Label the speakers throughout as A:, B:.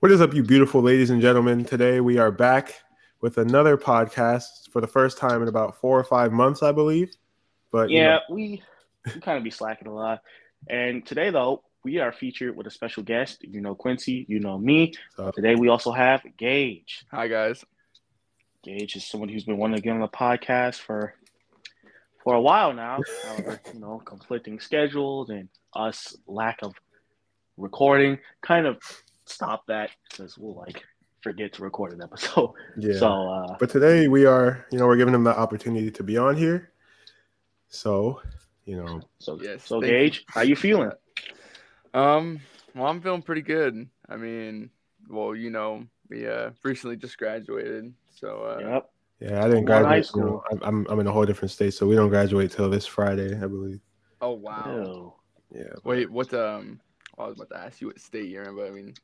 A: What is up, you beautiful ladies and gentlemen? Today we are back with another podcast for the first time in about four or five months, I believe. But you
B: yeah,
A: know,
B: we, we kind of be slacking a lot. And today, though, we are featured with a special guest. You know Quincy, you know me.
A: so-
B: Today, we also have Gage.
C: Hi guys.
B: Gage is someone who's been wanting to get on the podcast for for a while now. However, you know, conflicting schedules and us lack of recording kind of stop that because we'll like forget to record an episode.
A: yeah.
B: So uh,
A: But today we are, you know, we're giving him the opportunity to be on here. So, you know,
B: so
C: Yes,
B: so
C: thank you.
B: Gage, how you feeling?
C: Um, well, I'm feeling pretty good. I mean, well, you know, we uh recently just graduated, so uh,
B: Yep.
A: yeah, I didn't
B: We're in high
A: graduate. you know,
B: school.
A: I'm- I'm I'm in a whole different state, so we don't graduate till this Friday, I believe.
C: oh wow.
B: Ew.
A: Yeah,
C: Wait, what? Um, I was about to ask you what state you're in, but I mean,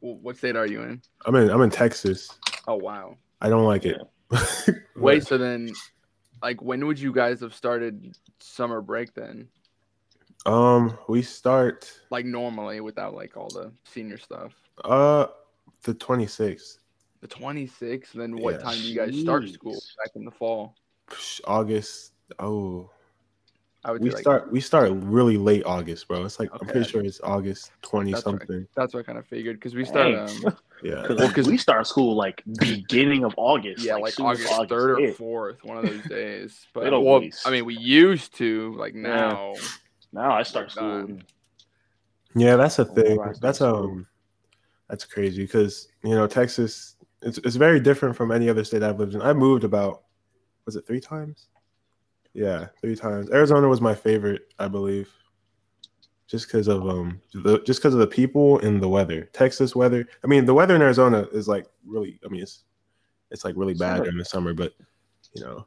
C: wh- what state are you in?
A: I'm in I'm in Texas.
C: Oh wow.
A: I don't like it.
C: Wait, so then, like, when would you guys have started summer break then?
A: um, we start
C: Like normally, without like all the senior stuff.
A: uh the 26th,
C: The 26th. Then what
A: Yeah.
C: time do you guys start school?
B: Jeez.
C: Back in the fall.
A: Psh, August. Oh,
C: I would
A: we
C: say, like,
A: start we start really late August, bro. It's like I'm
C: Okay.
A: pretty sure it's August 20
C: That's right.
A: something.
C: That's what I kind of figured because we start.
B: Dang.
C: Um,
A: Yeah.
B: 'Cause,
C: Well,
B: like,
C: 'cause-
B: we start school like beginning of August.
C: Yeah, like,
B: soon as
C: August third or
B: hit.
C: fourth, one of those days.
B: They
C: But
B: don't
C: well,
B: waste.
C: I mean, we used to like now.
B: Now I start school.
C: God.
B: in-
A: Yeah, that's a
B: Or
A: thing.
B: Verizon
A: That's
B: School.
A: um, that's crazy because you know Texas, it's it's very different from any other state I've lived in. I moved about, was it three times? Yeah, three times. Arizona was my favorite, I believe, just because of um, the, just because of the people and the weather. Texas weather. I mean, the weather in Arizona is like really. I mean, it's it's like really bad
B: Summer.
A: during the summer, but you know,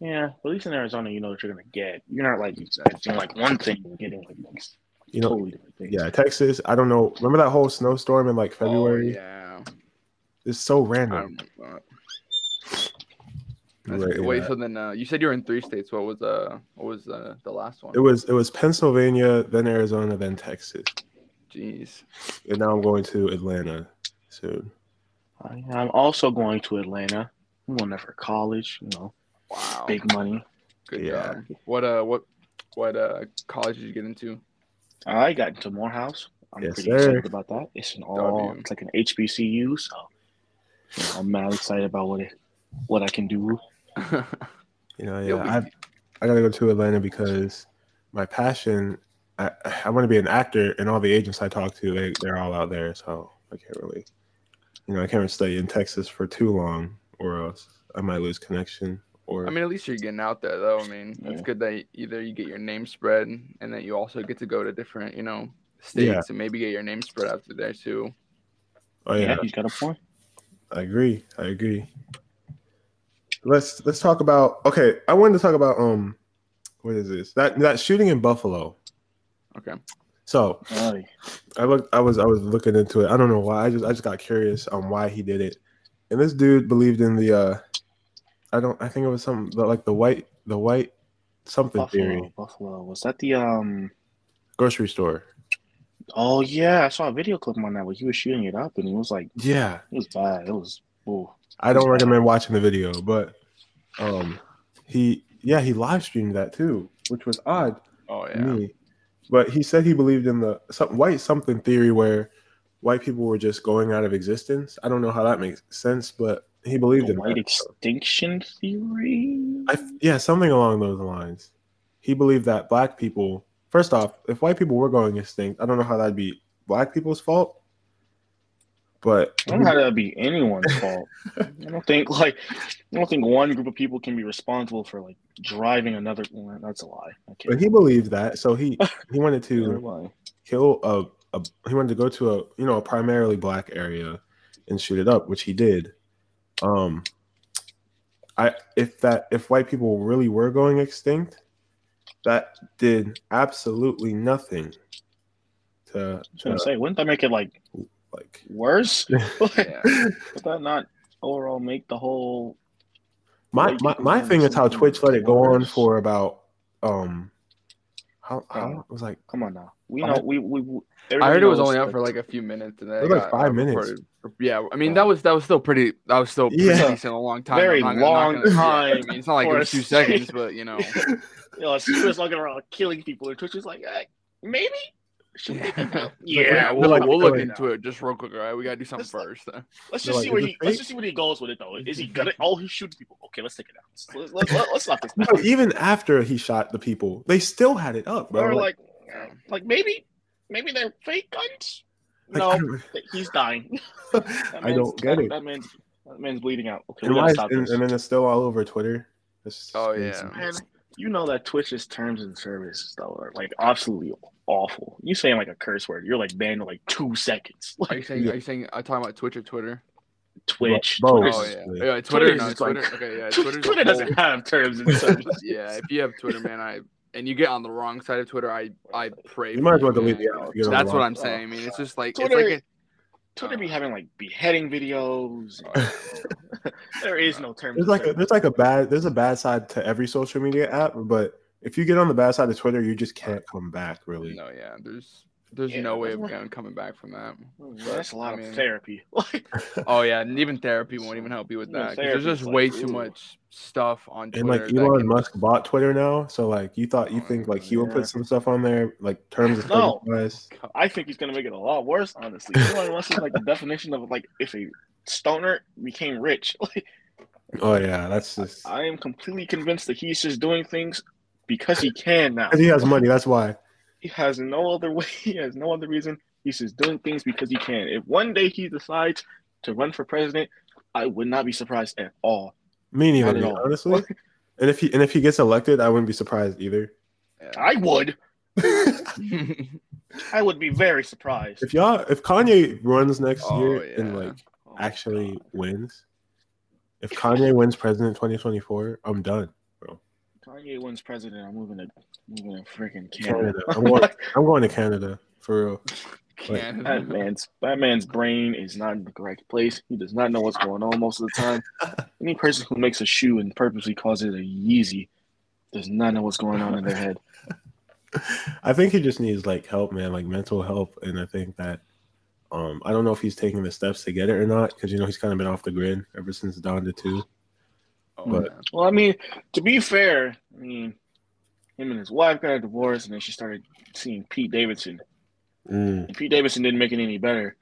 B: Yeah, at least in Arizona, you know what you're gonna get. You're not like doing like one thing and getting like next,
A: you know,
B: totally different things.
A: yeah, Texas. I don't know. Remember that whole snowstorm in like February?
C: Oh, yeah.
A: It's so
C: I
A: random.
C: don't know. That's
A: Right,
C: good. Wait,
A: yeah.
C: so then uh, you said you're in three states. What was uh, what was uh, the last one?
A: It was it was Pennsylvania, then Arizona, then Texas,
C: Jeez.
A: and now I'm going to Atlanta soon.
B: I- I'm also going to Atlanta. I'm going there for college. You know,
C: Wow.
B: big money.
C: Good
A: Yeah.
C: job. What uh, what what uh, college did you get into?
B: I got into Morehouse. I'm
A: Yes,
B: pretty
A: sir.
B: excited about that. It's an all.
C: W.
B: It's like an HBCU, so you know, I'm mad excited about what it, what I can do.
A: You know,
C: You'll
A: yeah,
C: be-
A: I I gotta go to Atlanta because my passion. I I want to be an actor, and all the agents I talk to, they they're all out there, so I can't really, you know, I can't stay in Texas for too long, or else I might lose connection. Or
C: I mean, at least you're getting out there, though. I mean, it's
B: Yeah.
C: good that either you get your name spread, and that you also get to go to different, you know, states, and maybe get your name spread out there too.
A: oh
B: Yeah,
A: yeah,
B: you got a point.
A: I agree. I agree. Let's let's talk about. Okay, I wanted to talk about um, what is this? That that shooting in Buffalo.
C: Okay.
A: So
B: Oh, yeah.
A: I looked. I was. I was looking into it. I don't know why. I just. I just got curious on why he did it. And this dude believed in the. uh I don't. I think it was something but like the white. The white something
B: Buffalo,
A: theory.
B: Buffalo. Was that the um?
A: Grocery store.
B: Oh yeah, I saw a video clip on that where he was shooting it up, and it was like
A: Yeah.
B: it was bad. It was ooh.
A: I don't recommend watching the video, but um, he yeah he live streamed that too, which was odd.
C: Oh yeah.
A: me. But he said he believed in the some, white something theory where white people were just going out of existence. I don't know how that makes sense, but he believed
B: The
A: in
B: white
A: that.
B: extinction theory.
A: I, yeah, something along those lines. He believed that black people, first off, if white people were going extinct, I don't know how that'd be black people's fault. But
B: I don't know how that'd be anyone's fault. I don't think like I don't think one group of people can be responsible for like driving another. well, That's a lie. Okay.
A: but he believed that, so he he wanted to
B: lie.
A: kill a, a he wanted to go to a you know a primarily black area and shoot it up which he did um i if that if white people really were going extinct that did absolutely nothing to,
B: I was
A: to
B: gonna say, wouldn't that make it like
A: like
B: worse? Would
C: Yeah.
B: that not overall make the whole?
A: my
B: White
A: my,
B: people
A: my
B: doing
A: thing is how
B: something
A: twitch let it go on
B: worse.
A: for about um how, how long- it was like
B: Come on now. We know we we. we
C: I heard
B: everybody
C: it was
B: knows
C: only out
B: that-
C: for like a few minutes, and then
A: It was
C: it
A: like
C: got, uh,
A: five minutes.
C: recorded. Yeah, I mean
B: Wow.
C: that was that was still pretty. That was still pretty
A: Yeah.
C: decent, a long time.
B: Very
C: I'm not gonna-
B: long
C: not gonna- yeah,
B: time
C: I mean, it's not like it
B: for
C: was
B: a
C: two seconds, but you know,
B: you know, Swiss walking around killing people, and Twitch was like, eh, maybe. Should we
C: Yeah.
B: think about-
C: yeah,
B: yeah,
C: we'll,
A: like,
C: we'll look
A: okay.
C: into it just real quick. All right, we gotta do something
B: It's like-
C: first.
B: Let's
A: They're
B: just
A: like,
B: see where
A: is
B: he.
A: it
B: Let's
A: fake?
B: just see where he goes with it though. Is he gonna? Oh, he's shooting people. Okay, let's take it out. Let's let's, let's, let's lock this down.
A: No, even after he shot the people, they still had it up, bro.
B: Or
A: Like,
B: like, eh, like maybe, maybe they're fake guns.
A: like,
B: No, he's dying.
A: I
B: That
A: don't, I
B: man's-
A: don't get
B: that,
A: it.
B: That man's that man's bleeding out. Okay,
A: And,
B: we
A: why
B: gotta
A: is-
B: stop
A: and,
B: this.
A: and then it's still all over Twitter. It's
C: Oh,
A: crazy.
C: yeah.
B: Man, you know that Twitch's terms and services though are like absolutely awful. You saying like a curse word, you're like banned in like two seconds.
C: Are you
B: Like
C: saying?
A: Yeah.
C: Are you saying? Are you talking about Twitch or Twitter?
B: Twitch,
A: Bro, bro.
B: Twitter's-
C: Oh
A: is
C: yeah,
A: great.
C: yeah, Twitter.
B: Twitter's
C: No,
B: just like-
C: Twitter. Okay, yeah,
B: Tw-
C: Twitter's a
B: Twitter
C: whole-
B: doesn't have terms and services.
C: yeah, if you have Twitter, man, I and you get on the wrong side of Twitter, I I pray.
A: You
C: for
A: might as well delete
C: man.
A: the app. if you get on
C: That's
A: the
C: what
A: wrong-
C: I'm saying. I mean, it's just like uh,
B: Twitter-
C: it's
B: Twitter be having like beheading videos.
C: like a,
B: There is no terms.
A: There's
B: and
A: like a,
B: services.
A: there's like a bad there's a bad side to every social media app, but if you get on the bad side of Twitter, you just can't come back. Really,
C: no, yeah, there's there's
B: Yeah,
C: no way
B: that's
C: of
B: what-
C: going, coming back from that.
B: that's a lot
C: I mean-
B: of therapy. Like,
C: Oh yeah, and even therapy won't even help you with
B: Even
C: that. 'cause There's
B: therapy's
C: just
B: like,
C: way too
B: ooh.
C: much stuff on
A: and
C: Twitter.
A: like
C: that
A: Elon
C: can-
A: Musk bought Twitter now, so like you thought you
C: Oh,
A: think like he would
B: yeah.
A: put some stuff on there, like terms of
B: No.
A: service.
B: I think he's gonna make it a lot worse. Honestly, Elon Musk is like the definition of like if a stoner became rich. Like,
A: Oh yeah, that's just
B: I am completely convinced that he's just doing things because he can now.
A: 'cause he has money. That's why.
B: He has no other way. He has no other reason. He's just doing things because he can. If one day he decides to run for president, I would not be surprised at all.
A: Me
B: Not
A: neither,
B: at all.
A: honestly. And if he and if he gets elected, I wouldn't be surprised either.
B: I would.
C: yeah.
B: I would be very surprised.
A: If y'all, if Kanye runs next
C: Oh,
A: year and
C: yeah.
A: like
B: Oh my
A: actually
B: God.
A: wins, if Kanye wins president twenty twenty four, I'm done.
B: Kanye wins president, I'm moving to moving to freaking Canada.
A: Canada. I'm going, I'm going to Canada for real.
B: That
C: Canada.
B: man's that man's brain is not in the correct place. He does not know what's going on most of the time. Any person who makes a shoe and purposely calls it a Yeezy does not know what's going on in their head.
A: I think he just needs like help, man, like mental help. And I think that um I don't know if he's taking the steps to get it or not, because you know he's kind of been off the grid ever since Donda two.
C: Oh,
A: But-
C: yeah.
B: Well, I mean, to be fair, I mean, him and his wife got a divorce, and then she started seeing Pete Davidson. And Pete Davidson didn't make it any better.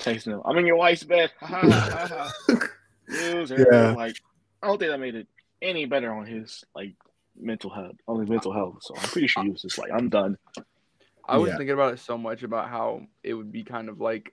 B: Texting him, "I'm in your wife's bed." Ha, ha, ha, ha, ha. Loser.
A: Yeah.
B: Like, I don't think that made it any better on his like mental health, on his mental health. So I'm pretty sure he was just like, "I'm done."
C: I was
A: Yeah.
C: thinking about it so much about how it would be kind of like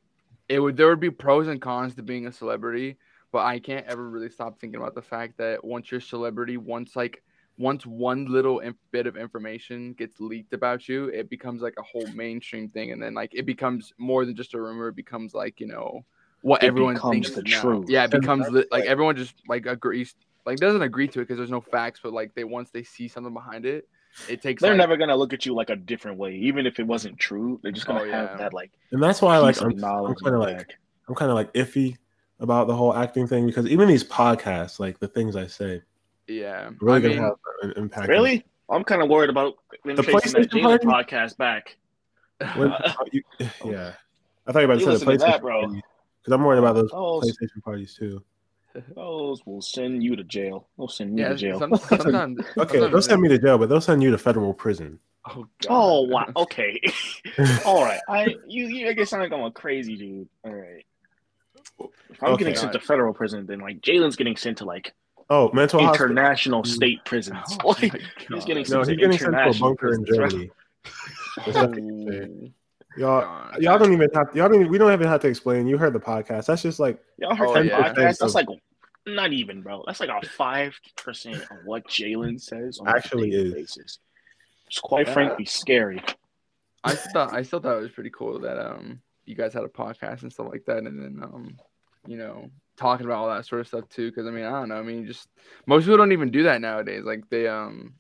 C: it would there would be pros and cons to being a celebrity, but I can't ever really stop thinking about the fact that once you're a celebrity, once like once one little inf- bit of information gets leaked about you, it becomes like a whole mainstream thing, and then like it becomes more than just a rumor. It becomes like you know what
B: It
C: everyone
B: becomes
C: thinks
B: the
C: it now.
B: truth.
C: Yeah, it
A: And
C: becomes
A: that's,
C: li- like
A: like-
C: everyone just like agrees, like doesn't agree to it because there's no facts, but like they once they see something behind it, it takes.
B: They're
C: like,
B: never gonna look at you like a different way, even if it wasn't true. They're just gonna
C: Oh,
B: have
C: yeah.
B: that like
A: And that's why like
B: piece
A: I'm,
B: of knowledge.
A: kinda
B: in
A: like-
B: back.
A: I'm kind of like iffy about the whole acting thing because even these podcasts, like the things I say,
C: Yeah,
A: really
C: I
A: gonna
C: mean,
A: have an impact.
B: Really? I'm kind of worried about them
A: The
B: chasing that
A: PlayStation
B: Jada
A: party?
B: podcast back.
A: When- you- yeah, I thought you were about
B: You
A: to say
B: listen
A: the
B: to
A: PlayStation
B: that, bro.
A: because I'm worried about those
B: Oh,
A: PlayStation parties too.
B: Those will send you to jail. They'll send you
C: Yeah,
B: to jail.
C: some- sometimes.
A: Okay,
C: sometimes
A: they'll send
C: it-
A: me to jail, but they'll send you to federal prison.
C: Oh,
B: oh
C: God.
B: wow. Okay. All right. I you you make it sound like I'm a crazy dude. All right. If I'm
A: Okay.
B: getting sent to federal prison, then like Jalen's getting sent to like
A: Oh, mental hospital.
B: international
A: Mm.
B: state prisons.
C: Oh,
B: Like,
C: my
B: he's getting
C: God.
A: No,
B: It's
A: he's
B: an
A: getting sent to a
B: international
A: bunker in
B: prison.
A: Germany.
C: Oh,
A: y'all,
C: God.
A: Uh, y'all don't even have y'all don't even, we don't even have to explain. You heard the podcast. That's just like
B: y'all heard
C: Oh,
B: that
C: yeah.
B: podcast? That's like not even, bro. That's like a five percent of what Jalen says on
A: Actually
B: a daily
A: is.
B: basis. It's quite
C: Yeah.
B: frankly scary.
C: I still thought I still thought it was pretty cool that um you guys had a podcast and stuff like that, and then um you know talking about all that sort of stuff too. Because I mean I don't know. I mean just most people don't even do that nowadays. Like they um.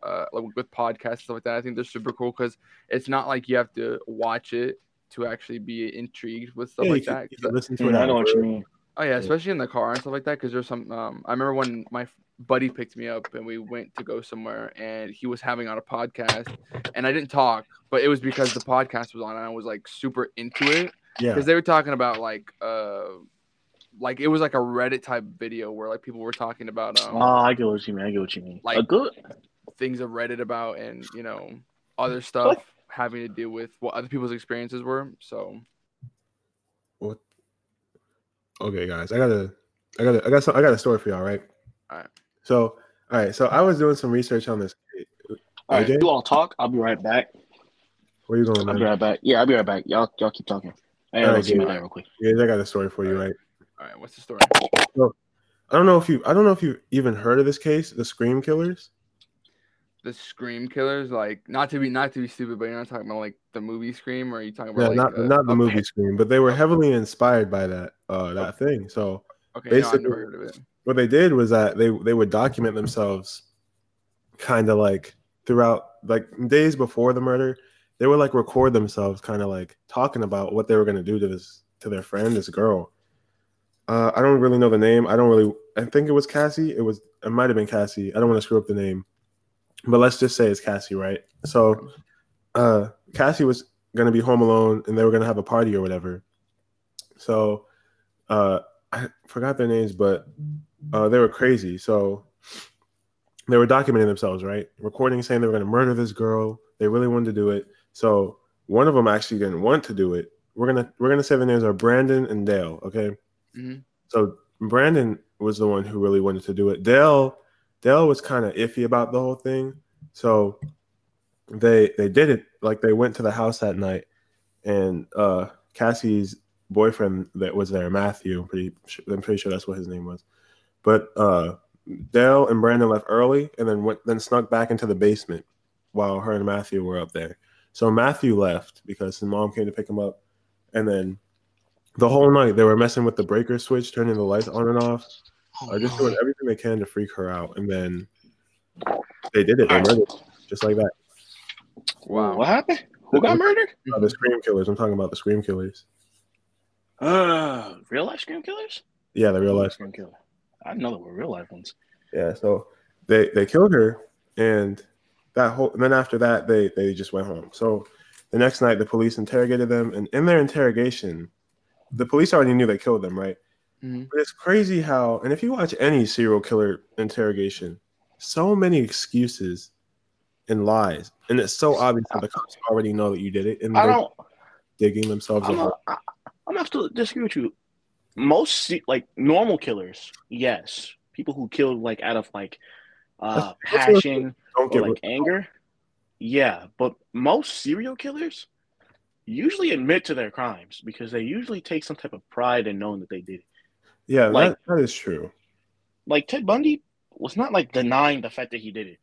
C: Uh, like with podcasts and stuff like that, I think they're super cool because it's not like you have to watch it to actually be intrigued with stuff
A: yeah, you
C: like
A: can-
C: that.
A: you
C: 'Cause
A: can listen to
B: Mm, I
A: it.
B: know what you mean.
C: Oh yeah, especially in the car and stuff like that. Because there's some. Um, I remember when my f- buddy picked me up and we went to go somewhere, and he was having on a podcast, and I didn't talk, but it was because the podcast was on, and I was like super into it
A: Yeah.
C: because they were talking about like, uh, like it was like a Reddit type video where like people were talking about um,
B: Oh, I get what you mean. I get what you mean.
C: Like-
B: a good.
C: things I've read it about and you know other stuff having to do with what other people's experiences were. So
A: What? Okay, guys, I got a, I got a, I got some, I got a story for y'all, right?
C: All right.
A: So, all right, so I was doing some research on this.
B: All right,
A: AJ?
B: you all talk. I'll be right back.
A: Where you going,
B: I'll
A: man?
B: be right back. Yeah, I'll be right back. Y'all, y'all keep talking. I
A: All
B: gotta
A: right,
B: see my
A: dude.
B: dad real quick.
A: Yeah, I got a story for you, right?
C: all right, what's the story?
A: I don't know if you, I don't know if you've even heard of this case, the Scream Killers.
C: The Scream Killers, like not to be not to be stupid, but you're not talking about like the movie Scream, or are you talking
A: Yeah,
C: about like
A: not
C: uh,
A: not the
C: okay,
A: movie Scream, but they were heavily inspired by that uh that thing. So
C: Okay,
A: basically-
C: no, I've never heard of it.
A: what they did was that they they would document themselves, kind of like throughout like days before the murder, they would like record themselves, kind of like talking about what they were gonna do to this to their friend, this girl. Uh, I don't really know the name. I don't really. I think it was Cassie. It was. It might have been Cassie. I don't want to screw up the name, but let's just say it's Cassie, right? So, uh, Cassie was gonna be home alone, and they were gonna have a party or whatever. So, uh, I forgot their names, but uh, they were crazy. So, they were documenting themselves, right? Recording, saying they were gonna murder this girl. They really wanted to do it. So, one of them actually didn't want to do it. We're gonna we're gonna say their names are Brandon and Dale. Okay.
C: Mhm.
A: So Brandon was the one who really wanted to do it. Dale, Dale was kind of iffy about the whole thing. So they they did it. Like they went to the house that night, and uh, Cassie's boyfriend that was there, Matthew. I'm pretty su- I'm pretty sure that's what his name was. But uh, Dale and Brandon left early, and then went then snuck back into the basement while her and Matthew were up there. So Matthew left because his mom came to pick him up, and then the whole night they were messing with the breaker switch, turning the lights on and off, or just doing everything they can to freak her out. And then they did it. They murdered her, just like that.
C: Wow.
B: What happened? Who got murdered?
A: Uh, the scream killers. I'm talking about the scream killers.
B: Uh, real life scream killers.
A: Yeah, the real life.
B: scream killer. I didn't know there were real life ones.
A: Yeah. So they they killed her, and that whole. And then after that, they they just went home. So the next night, the police interrogated them, and in their interrogation, the police already knew they killed them, right?
B: Mm-hmm.
C: Mhm.
A: But it's crazy how, and if you watch any serial killer interrogation, so many excuses and lies, and it's so obvious that the cops already know that you did it, and
B: I
A: they're
B: don't.
A: digging themselves a
B: I'm
A: hole.
B: not, I, I'm not to disagree with you. Most se- like normal killers, yes, people who killed like out of like uh,
A: That's- that's what-
B: passion
A: Don't
B: or
A: get
B: like anger, yeah. But most serial killers usually admit to their crimes because they usually take some type of pride in knowing that they did it.
A: yeah, that-
B: like-
A: that is true.
B: Like Ted Bundy was not like denying the fact that he did it,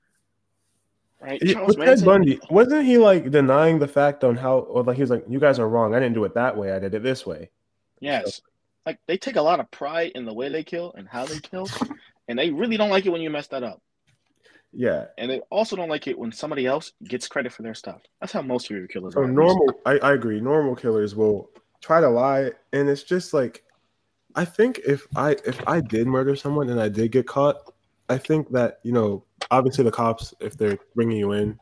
B: right?
A: Yeah,
B: Charles
A: with Ted
B: Manson-
A: Bundy, wasn't he like denying the fact on how, or like he was like, you guys are wrong. I didn't do it that way. I did it this way.
B: Yes. Like they take a lot of pride in the way they kill and how they kill. And they really don't like it when you mess that up.
A: Yeah.
B: And they also don't like it when somebody else gets credit for their stuff. That's how most serial killers
A: So
B: are.
A: normal, I, I agree. Normal killers will try to lie, and it's just like, I think if I if I did murder someone and I did get caught, I think that you know, obviously the cops, if they're bringing you in,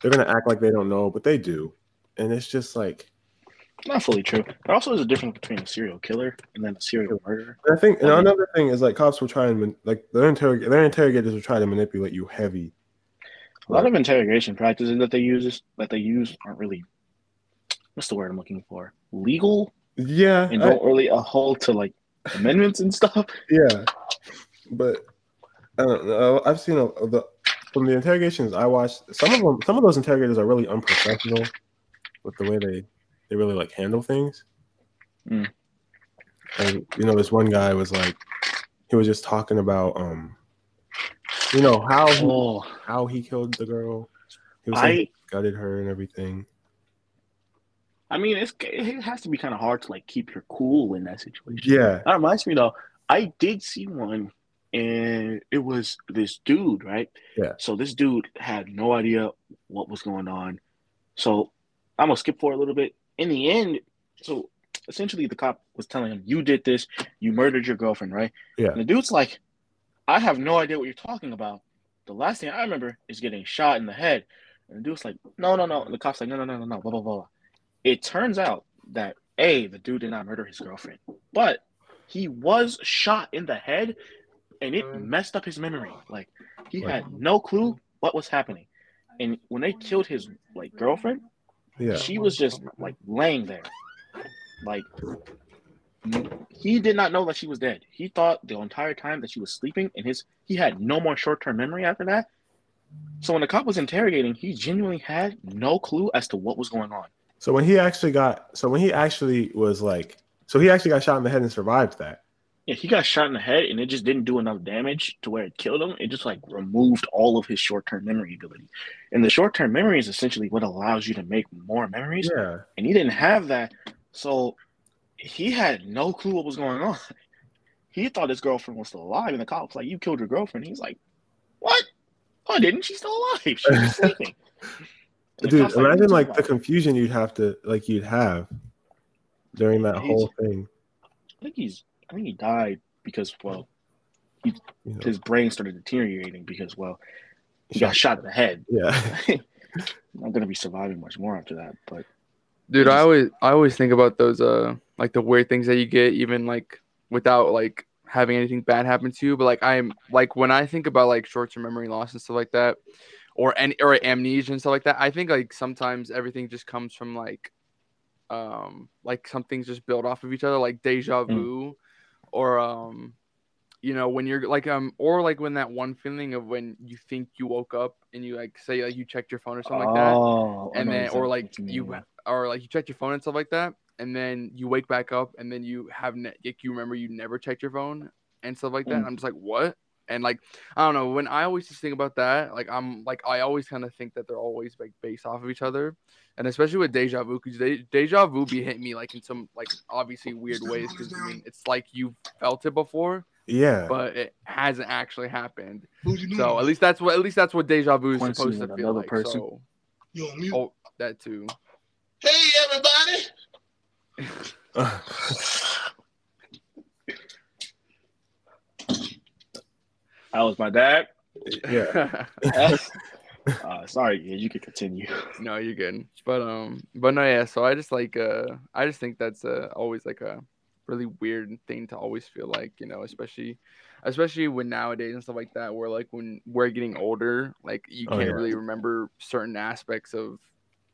A: they're gonna act like they don't know, but they do, and it's just like,
B: Not fully true. There also is a difference between a serial killer and then a serial murderer.
A: And I think and
B: I mean-
A: another thing is like cops will try and man- like their interrog- their interrogators will try to manipulate you heavy.
B: A lot of interrogation practices that they use that they use aren't really what's the word I'm looking for? Legal
A: Yeah,
B: and
A: I-
B: don't really hold to like amendments and stuff.
A: yeah, but I don't know. I've seen a, the from the interrogations I watched. Some of them, some of those interrogators are really unprofessional with the way they they really like handle things.
B: Mm.
A: And you know, this one guy was like, he was just talking about um, you know how he,
B: Oh,
A: how he killed the girl. He was saying
B: I
A: he gutted her and everything.
B: I mean it's it has to be kind of hard to like keep your cool in that situation.
A: Yeah,
B: That reminds me though, I did see one, and it was this dude, right?
A: Yeah.
B: So this dude had no idea what was going on. So I'm gonna skip forward a little bit. In the end, so essentially the cop was telling him, "You did this. You murdered your girlfriend, right?"
A: Yeah.
B: And the dude's like, "I have no idea what you're talking about. The last thing I remember is getting shot in the head." And the dude's like, "No, no, no." And the cop's like, "No, no, no, no, no." Blah blah blah. blah." It turns out that a the dude did not murder his girlfriend, but he was shot in the head, and it
C: Mm.
B: messed up his memory. Like he
A: Right.
B: had no clue what was happening. And when they killed his like girlfriend,
A: Yeah.
B: she was just like laying there like n- he did not know that she was dead he thought the entire time that she was sleeping and his he had no more short-term memory after that so when the cop was interrogating he genuinely had no clue as to what was going on
A: So when he actually got, so when he actually was like, so he actually got shot in the head and survived that.
B: yeah he got shot in the head and it just didn't do enough damage to where it killed him it just like removed all of his short-term memory ability and the short-term memory is essentially what allows you to make more memories
A: Yeah.
B: and he didn't have that. So he had no clue what was going on. He thought his girlfriend was still alive, and the cop's like, "You killed your girlfriend." He's like, "What? Oh, didn't she still alive? She was sleeping." And the
A: Dude,
B: cop's "What are you
A: imagine
B: talking
A: like
B: about?"
A: the confusion you'd have to, like you'd have during that
B: He's-
A: whole thing.
B: I think he's. I think he died because well,
A: You know?
B: his brain started deteriorating because well, he got shot in the head.
A: Yeah.
B: Not gonna be surviving much more after that, but
C: Dude,
B: Yes.
C: I always I always think about those uh like the weird things that you get even like without like having anything bad happen to you. But like I'm like when I think about like short term memory loss and stuff like that, or any or amnesia and stuff like that, I think like sometimes everything just comes from like um like some things just build off of each other, like deja vu or um you know when you're like um or like when that one feeling of when you think you woke up and you like say like you checked your phone or something like that
B: oh, I
C: and
B: know
C: then
B: exactly
C: or like
B: what
C: you
B: mean.
C: or like you check your phone and stuff like that and then you wake back up and then you have ne- like you remember you never checked your phone and stuff
B: Mm.
C: like that and i'm just like what and like i don't know when i always just think about that like i'm like i always kind of think that they're always like based off of each other and especially with deja vu because de- deja vu be hitting me like in some like obviously weird ways because I mean, it's like you felt it before
A: Yeah.
C: but it hasn't actually happened so at least that's what at least that's what deja vu is
B: Mm. Once you
C: supposed to
B: with
C: feel
B: another
C: like
B: person.
C: so oh that too
D: Hey, everybody.
B: That was my dad.
A: yeah.
B: uh, sorry, yeah, you could continue.
C: no, you're good. But um, but no, yeah. So I just like uh, I just think that's uh always like a really weird thing to always feel like you know, especially especially when nowadays and stuff like that, where like when we're getting older, like you
A: Oh,
C: can't
A: yeah.
C: really remember certain aspects of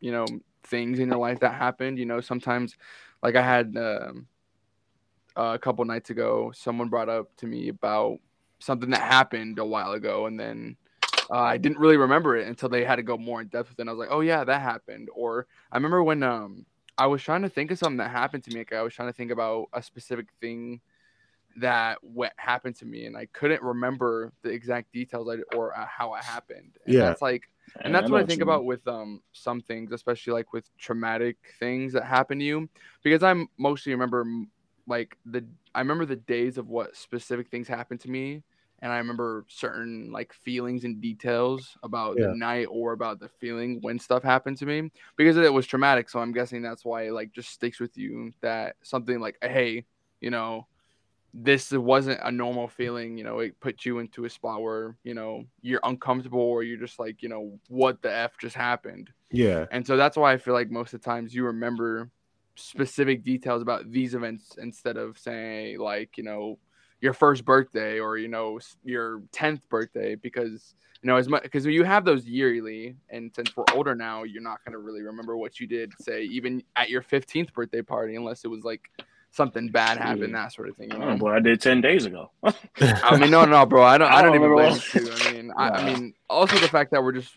C: you know things in your life that happened. You know, sometimes like I had um a couple nights ago, someone brought up to me about something that happened a while ago, and then uh, I didn't really remember it until they had to go more in depth with it. And I was like, oh yeah, that happened. Or I remember when um I was trying to think of something that happened to me. Like I was trying to think about a specific thing that what happened to me, and I couldn't remember the exact details I, or uh, how it happened. And
A: Yeah.
C: that's like and that's what I think about with um some things, especially like with traumatic things that happen to you, because I am mostly remember mm, like the I remember the days of what specific things happened to me, and I remember certain like feelings and details about
A: Yeah.
C: the night or about the feeling when stuff happened to me because it was traumatic. So I'm guessing that's why it, like just sticks with you that something like hey, you know, this wasn't a normal feeling. You know, it put you into a spot where you know you're uncomfortable or you're just like, you know, what the f just happened.
A: Yeah.
C: And so that's why I feel like most of the times you remember specific details about these events instead of saying like, you know, your first birthday or you know s- your tenth birthday because you know as much because you have those yearly and since we're older now you're not gonna really remember what you did say even at your fifteenth birthday party unless it was like something bad happened
B: Yeah.
C: that sort of thing. You know?
B: Oh, what I did ten days ago.
C: I mean, no, no, bro. I don't. I,
B: I
C: don't,
B: don't
C: even blame
B: remember
C: you. I mean, I, I
B: Yeah.
C: mean, also the fact that we're just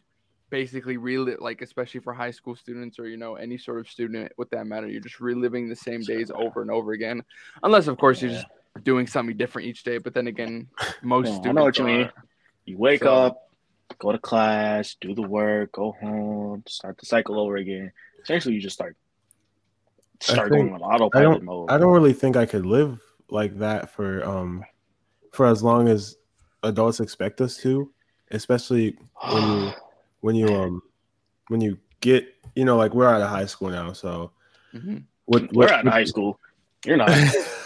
C: basically really like, especially for high school students or you know any sort of student, with that matter, you're just reliving the same days over and over again, unless of course you're
B: Yeah.
C: just doing something different each day. But then again, most
B: Yeah, I
C: students.
B: know what you
C: are.
B: mean. You wake
C: So-
B: up, go to class, do the work, go home, start the cycle over again. Essentially, you just start start
A: think-
B: going on autopilot mode.
A: I don't really think I could live like that for um for as long as adults expect us to, especially when you when you um when you get you know like we're out of high school now, so
C: Mhm.
A: What,
B: We're
A: what,
B: out of high school. You're not.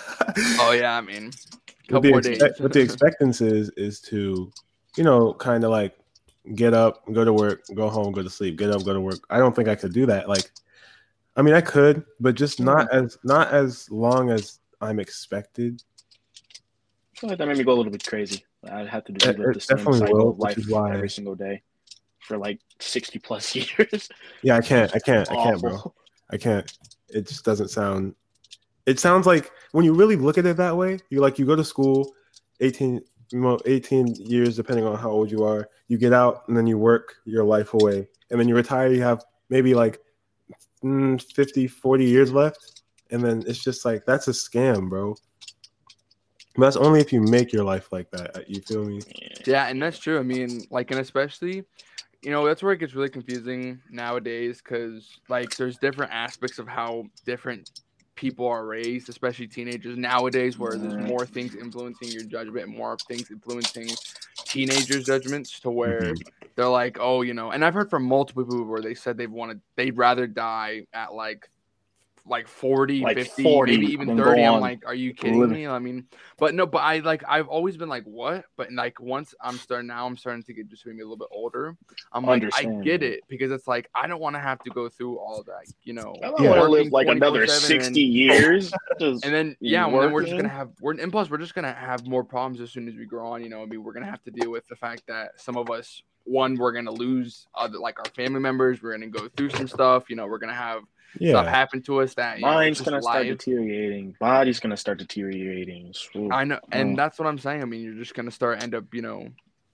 C: Oh yeah, I mean,
A: what
C: couple
A: the,
C: more
A: expect, what the
C: days.
A: expectance is is to you know kind of like get up go to work go home go to sleep get up go to work i don't think i could do that like i mean i could but just not
C: Mm-hmm.
A: as not as long as i'm expected
B: So that made me go a little bit crazy. I'd have to do
A: It-
B: the,
A: it
B: the same
A: definitely
B: cycle
A: will,
B: of
A: which
B: life
A: is why-
B: every single day for like sixty plus years.
A: yeah i can't i can't i can't bro
B: Awful.
A: i can't it just doesn't sound it sounds like when you really look at it that way you like you go to school 18 well, 18 years depending on how old you are you get out and then you work your life away and then you retire you have maybe like mm, 50 40 years left and then it's just like that's a scam bro but that's only if you make your life like that uh, you feel me
B: Yeah.
C: Yeah, and that's true. I mean, like, and especially, you know, that's where it gets really confusing nowadays because, like, there's different aspects of how different people are raised, especially teenagers nowadays, where there's
B: Mhm.
C: more things influencing your judgment, more things influencing teenagers' judgments to where
B: Mm-hmm.
C: they're like, oh, you know, and I've heard from multiple people where they said they wanted, they'd rather die at like, like 40,
B: Like
C: 50,
B: 40,
C: maybe even
B: then go
C: 30. I'm
B: on
C: like, are you kidding
B: living.
C: me? I mean, but no, but I like, I've always been like, what? But like, once I'm starting now, I'm starting to get just maybe a little bit older. I'm like, I
B: Understand,
C: get
B: yeah.
C: it because it's like, I don't want to have to go through all of that, you know.
B: I don't want to live
C: working
B: like another
C: 24/7 and-
B: sixty years. Just-
C: and then
B: you
C: yeah, and then we're just
B: working?
C: gonna have we're and plus we're just gonna have more problems as soon as we grow on. You know, I mean, we're gonna have to deal with the fact that some of us, one, we're gonna lose other like our family members. We're gonna go through some stuff. You know, we're gonna have stuff
A: yeah
C: happen to us that you know, it's
B: Mind's
C: just
B: gonna start
C: life.
B: deteriorating. Body's gonna start deteriorating. Ooh.
C: I know, and
B: Oh.
C: that's what I'm saying. I mean, you're just gonna start end up, you know,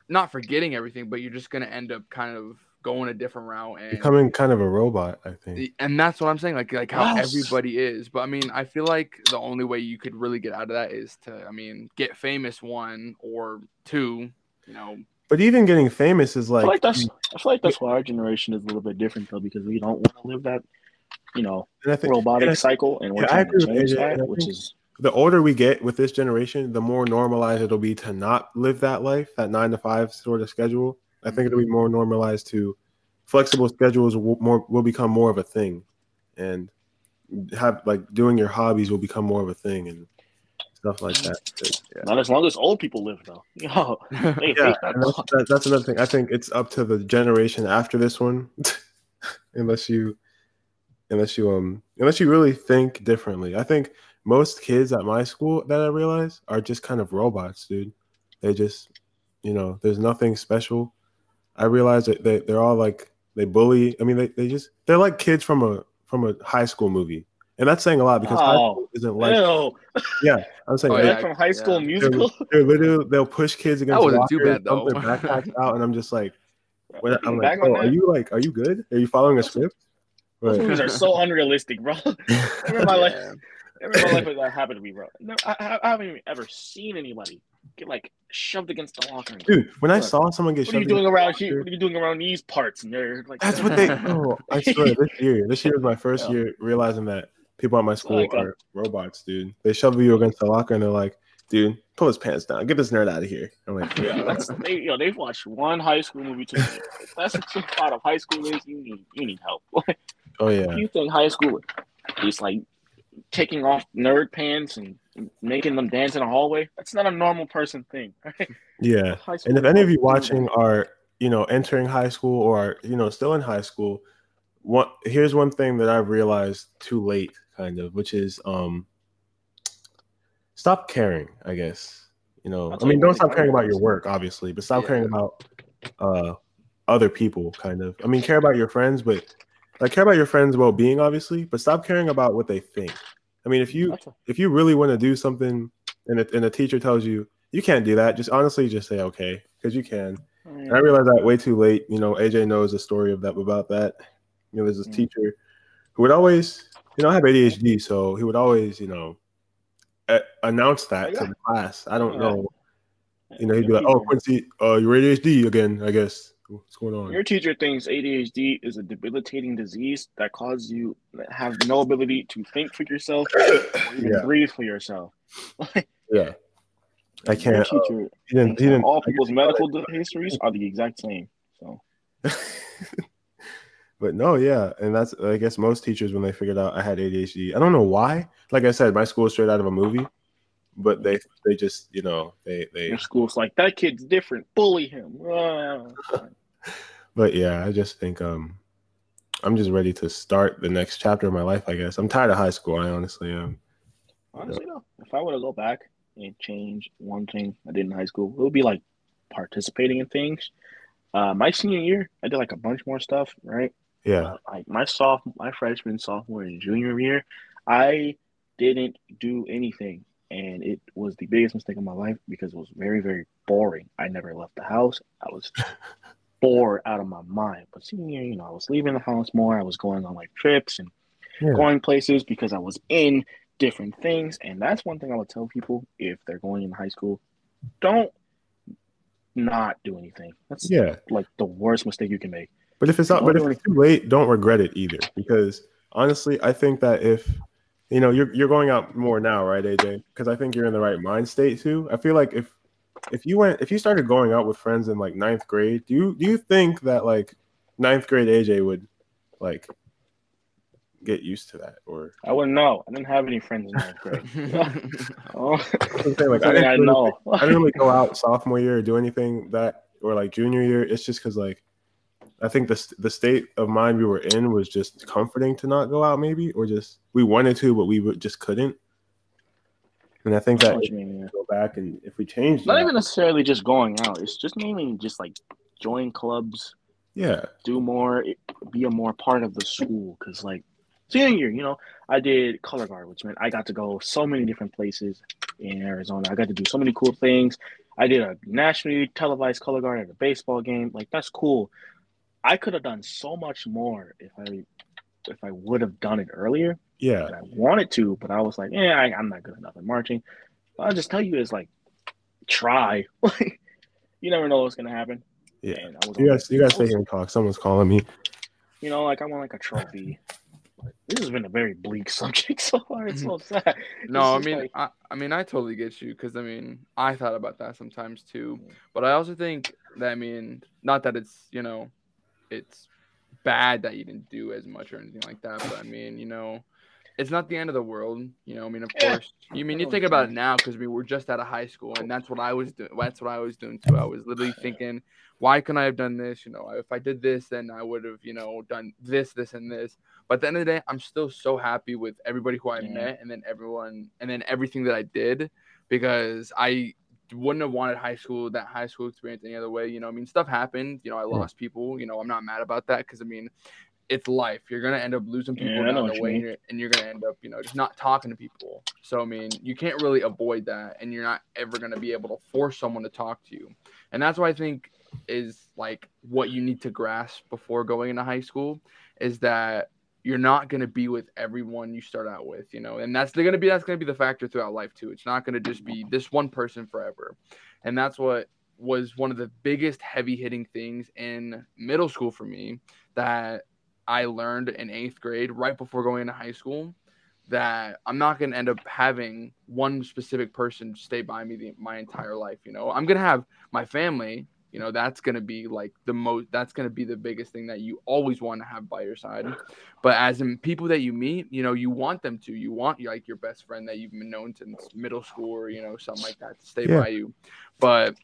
C: not forgetting everything, but you're just gonna end up kind of going a different route and
A: becoming kind of a robot i think
C: and that's what I'm saying, like like how
B: Yes.
C: everybody is. But I mean, I feel like the only way you could really get out of that is to, I mean, get famous one or two. You know,
A: but even getting famous is
B: I
A: like,
B: feel like that's I feel like that's why our generation is a little bit different though, because we don't want to live that, you know,
A: and I think-
B: robotic
A: and I-
B: cycle, and we're
A: yeah, I
B: trying
A: agree
B: to
A: with
B: change
A: AJ, and I
B: that, which
A: think-
B: is
A: the older we get with this generation, the more normalized it'll be to not live that life, that nine to five sort of schedule. I think it'll be more normalized to flexible schedules will, more, will become more of a thing, and have like doing your hobbies will become more of a thing and stuff like that.
B: not as long as old people live though. Yo, they
A: Yeah,
B: hate that
A: and that's,
C: Oh.
B: thought.
A: that- that's another thing. I think it's up to the generation after this one, unless you, unless you um, unless you really think differently. I think most kids at my school that I realize are just kind of robots, dude. They just, you know, there's nothing special. I realize that they, they're all like they bully. I mean, they, they just they're like kids from a from a high school movie, and that's saying a lot because high
B: Oh.
A: school isn't like
B: Ew.
A: I'm saying
C: Oh,
A: they're
B: They're
C: yeah,
B: like from high school
C: yeah.
B: musical.
A: they're literally they'll push kids against.
C: wasn't too
A: lockers,
C: bad, though.
A: dump Their backpacks out, and I'm just like, when I'm like,
B: Back on
A: oh, are
B: that,
A: you like, are you good? Are you following a script?
B: Those
A: But,
B: movies are so unrealistic, bro. Never in my life,
C: Yeah.
B: never in my life has that happened to me, bro. No, I, I- I haven't even ever seen anybody get like shoved against the locker. and go,
A: dude, when I saw someone get
B: What are you
A: shoved,
B: doing
A: in-
B: around here? What are you doing around these parts, nerd? Like
A: that's what they. Oh, I swear, this year, this year was my first
B: Yeah.
A: year realizing that people at my school
B: Like, uh,
A: are robots, dude. They shovel you against the locker, and they're like, dude, pull his pants down, get this nerd out of here. I'm like,
B: Yeah, that's they. You know, they've watched one high school movie too. many. If that's what you thought of high school is. You need, you need help.
A: oh yeah,
B: you think high school is like taking off nerd pants and making them dance in a hallway? That's not a normal person thing.
A: yeah.
B: High school
A: And if any of you
B: is-
A: watching are, you know, entering high school or are, you know, still in high school, what here's one thing that I've realized too late, kind of, which is um stop caring, I guess. You know,
B: That's
A: I mean,
B: what
A: don't
B: I
A: stop
B: think.
A: caring about your work, obviously, but stop
C: Yeah.
A: caring about uh other people, kind of. I mean, care about your friends, but like care about your friends' well being, obviously, but stop caring about what they think. I mean, if you
B: That's a-
A: if you really want to do something and a, and a teacher tells you you can't do that just honestly just say okay because you can and i realized that way too late you know aj knows the story of that about that you know there's this
B: Mm.
A: teacher who would always you know i have adhd so he would always you know a- announce that to
B: Oh, Yeah.
A: the class i don't
B: Yeah.
A: know you know he'd be like oh quincy uh you're adhd again i guess what's going on
B: Your teacher thinks ADHD is a debilitating disease that causes you to have no ability to think for yourself or even
A: Yeah.
B: breathe for yourself.
A: yeah i
B: Your
A: can't uh,
B: teacher
A: he didn't he didn't
B: all people's medical histories are the exact same. So
A: But no, yeah, and that's I guess most teachers when they figured out I had ADHD, I don't know why. Like I said, my school is straight out of a movie, but they they just you know they they.
B: Your school's like that kid's different. Bully him. Uh,
A: But yeah, I just think um, I'm just ready to start the next chapter of my life. I guess I'm tired of high school. I honestly am.
B: honestly, though, if I were to go back and change one thing I did in high school, it would be like participating in things. Uh, my senior year, I did like a bunch more stuff, right?
A: Yeah,
B: Uh, like my sophomore, my freshman, sophomore, and junior year, I didn't do anything, and it was the biggest mistake of my life because it was very, very boring. I never left the house. I was bored out of my mind. But senior, year, you know, I was leaving the house more. I was going on like trips and
A: Yeah.
B: going places because I was in different things, and that's one thing I would tell people if they're going in high school: don't not do anything. That's
A: yeah.
B: like the worst mistake you can make.
A: But if it's not, but if it's too late, don't regret it either. Because honestly, I think that if you know you're you're going out more now, right, AJ? Because I think you're in the right mind state too. I feel like if if you went if you started going out with friends in like ninth grade, do you do you think that like ninth grade AJ would like get used to that or
B: I wouldn't know. I didn't have any friends in ninth grade. Oh,
A: like,
B: something I,
A: I-
B: know.
A: I didn't really go out sophomore year or do anything that or like junior year. It's just because like I think the st- the state of mind we were in was just comforting to not go out, maybe, or just we wanted to but we would, just couldn't. And I think
B: That's
A: that
B: what
A: if
B: you mean, yeah.
A: we go back and if we changed,
B: Not
A: that-
B: even necessarily just going out. It's just mainly just like join clubs,
A: yeah,
B: do more, it- be a more part of the school. Cause like senior year, you know, I did color guard, which meant I got to go so many different places in Arizona. I got to do so many cool things. I did a nationally televised color guard at a baseball game. Like that's cool. I could have done so much more if I if I would have done it earlier.
A: yeah,
B: that I wanted to, but I was like, yeah, I, I'm not good enough at marching. But I'll just tell you is like, try. Like, you never know what's gonna happen.
A: Yeah.
B: And I was
A: you
B: like, "Oh,
A: guys, you guys stay here and talk. Someone's calling me.
B: you know, like I want like a trophy. Like, this has been a very bleak subject so far. It's so sad.
C: Mm-hmm. No,
B: It's
C: I
B: just
C: mean,
B: like-
C: I, I mean, I totally get you because I mean, I thought about that sometimes too. But I also think that I mean, not that it's you know, it's bad that you didn't do as much or anything like that. But I mean, you know, it's not the end of the world. You know, I mean, of
B: Yeah. Oh,
C: course, you mean you
B: Everyone's
C: think about it
B: human.
C: now because we were just out of high school, and that's what I was doing. That's what I was doing too. I was literally thinking, why couldn't I have done this? You know, if I did this, then I would have you know done this, this, and this. But at the end of the day, I'm still so happy with everybody who I
B: Yeah.
C: met and then everyone and then everything that I did because I wouldn't have wanted high school, that high school experience any other way. You know, I mean, stuff happened. You know, I lost people. You know, I'm not mad about that because I mean, it's life. You're going to end up losing people
B: Yeah, I know
C: down
B: what
C: the
B: you
C: way and
B: mean.
C: you're, and you're going to end up, you know, just not talking to people. So, I mean, you can't really avoid that and you're not ever going to be able to force someone to talk to you. And that's why I think is like what you need to grasp before going into high school is that you're not going to be with everyone you start out with, you know, and that's going to be that's going to be the factor throughout life too. It's not going to just be this one person forever, and that's what was one of the biggest heavy hitting things in middle school for me that I learned in eighth grade right before going into high school that I'm not going to end up having one specific person stay by me the, my entire life. You know, I'm going to have my family. You know, that's going to be like the most. That's going to be the biggest thing that you always want to have by your side but as in people that you meet, you know, you want them to. You want like your best friend that you've been known since middle school or you know something like that to stay
A: Yeah.
C: by you. But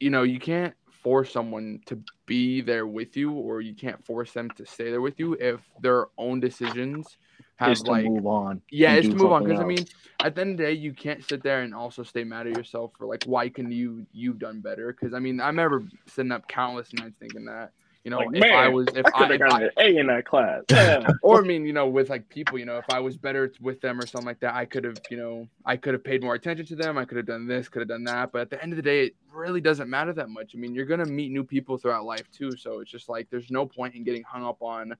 C: you know, you can't force someone to be there with you, or you can't force them to stay there with you if their own decisions have
B: just to
C: like
B: move on.
C: yeah,
B: and
C: it's
B: do
C: to move on
B: something
C: because I
B: else.
C: mean, at the end of the day, you can't sit there and also stay mad at yourself for like why can you you've done better? Because I mean, I remember sitting up countless nights thinking that you know
B: Like,
C: if I
B: man,
C: was if
B: I
C: I,
B: could have
C: if I
B: gotten an A in that class. Yeah.
C: or I mean, you know, with like people, you know, if I was better with them or something like that, I could have, you know, I could have paid more attention to them. I could have done this, could have done that. But at the end of the day, it really doesn't matter that much. I mean, you're gonna meet new people throughout life too. So it's just like there's no point in getting hung up on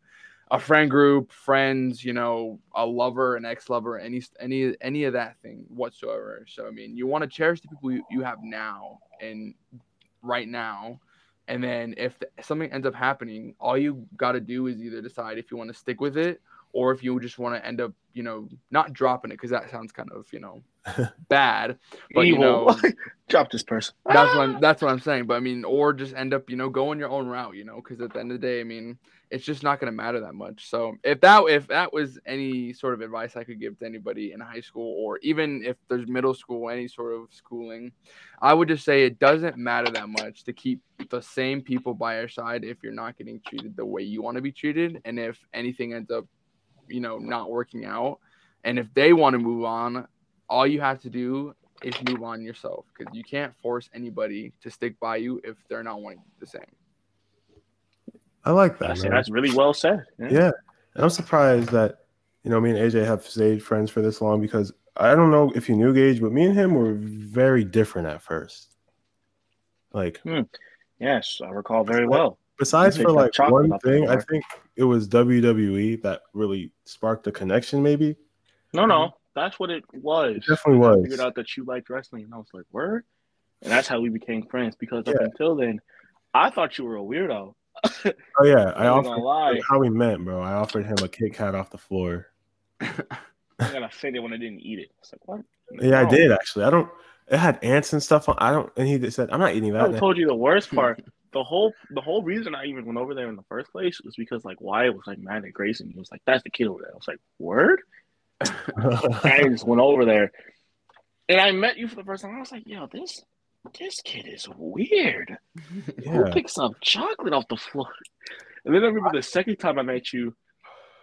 C: a friend group, friends, you know, a lover, an ex-lover, any any any of that thing whatsoever. So I mean, you want to cherish the people you, you have now and right now and then if th- something ends up happening, all you got to do is either decide if you want to stick with it or if you just want to end up, you know, not dropping it because that sounds kind of, you know, bad. But you
B: Evil.
C: know,
B: Drop this person.
C: that's what
B: Ah!
C: I'm, that's what I'm saying. But I mean, or just end up, you know, going your own route, you know, because at the end of the day, I mean, it's just not going to matter that much. So if that if that was any sort of advice I could give to anybody in high school or even if there's middle school, any sort of schooling, I would just say it doesn't matter that much to keep the same people by your side if you're not getting treated the way you want to be treated, and if anything ends up, you know, not working out, and if they want to move on. All you have to do is move on yourself because you can't force anybody to stick by you if they're not wanting to do the same.
A: I like that.
B: That's,
A: man.
B: that's really well said.
A: Yeah. And I'm surprised that, you know, me and AJ have stayed friends for this long because I don't know if you knew Gage, but me and him were very different at first. Like,
B: Yes, I recall very well.
A: besides
B: You
A: for
B: take that
A: like
B: chocolate
A: one
B: off the
A: thing, I
B: bar.
A: think it was WWE that really sparked the connection, maybe.
B: No, no,
C: Mm-hmm.
B: that's what it was.
A: It definitely
B: I figured
A: was.
B: out that you liked wrestling, and I was like, "Word," and that's how we became friends. Because up
A: Yeah.
B: until then, I thought you were a weirdo.
A: Oh, yeah.
B: I
A: I
B: am not
A: offered
B: gonna lie.
A: how we met, bro. I offered him a Kit Kat off the floor.
B: I gotta say that when I didn't eat it. It's like what?
A: Yeah, I
B: No.
A: did actually. I don't, it had ants and stuff on. I don't, and he just said, I'm not eating
B: I
A: that.
B: would've told you the worst part. The whole the whole reason I even went over there in the first place was because like Wyatt was like mad at Grayson. He was like, "That's the kid over there." I was like, "Word." And I just went over there, and I met you for the first time. I was like, "Yo, this this kid is weird." Who
A: yeah.
B: picks up chocolate off the floor? And then I remember the second time I met you,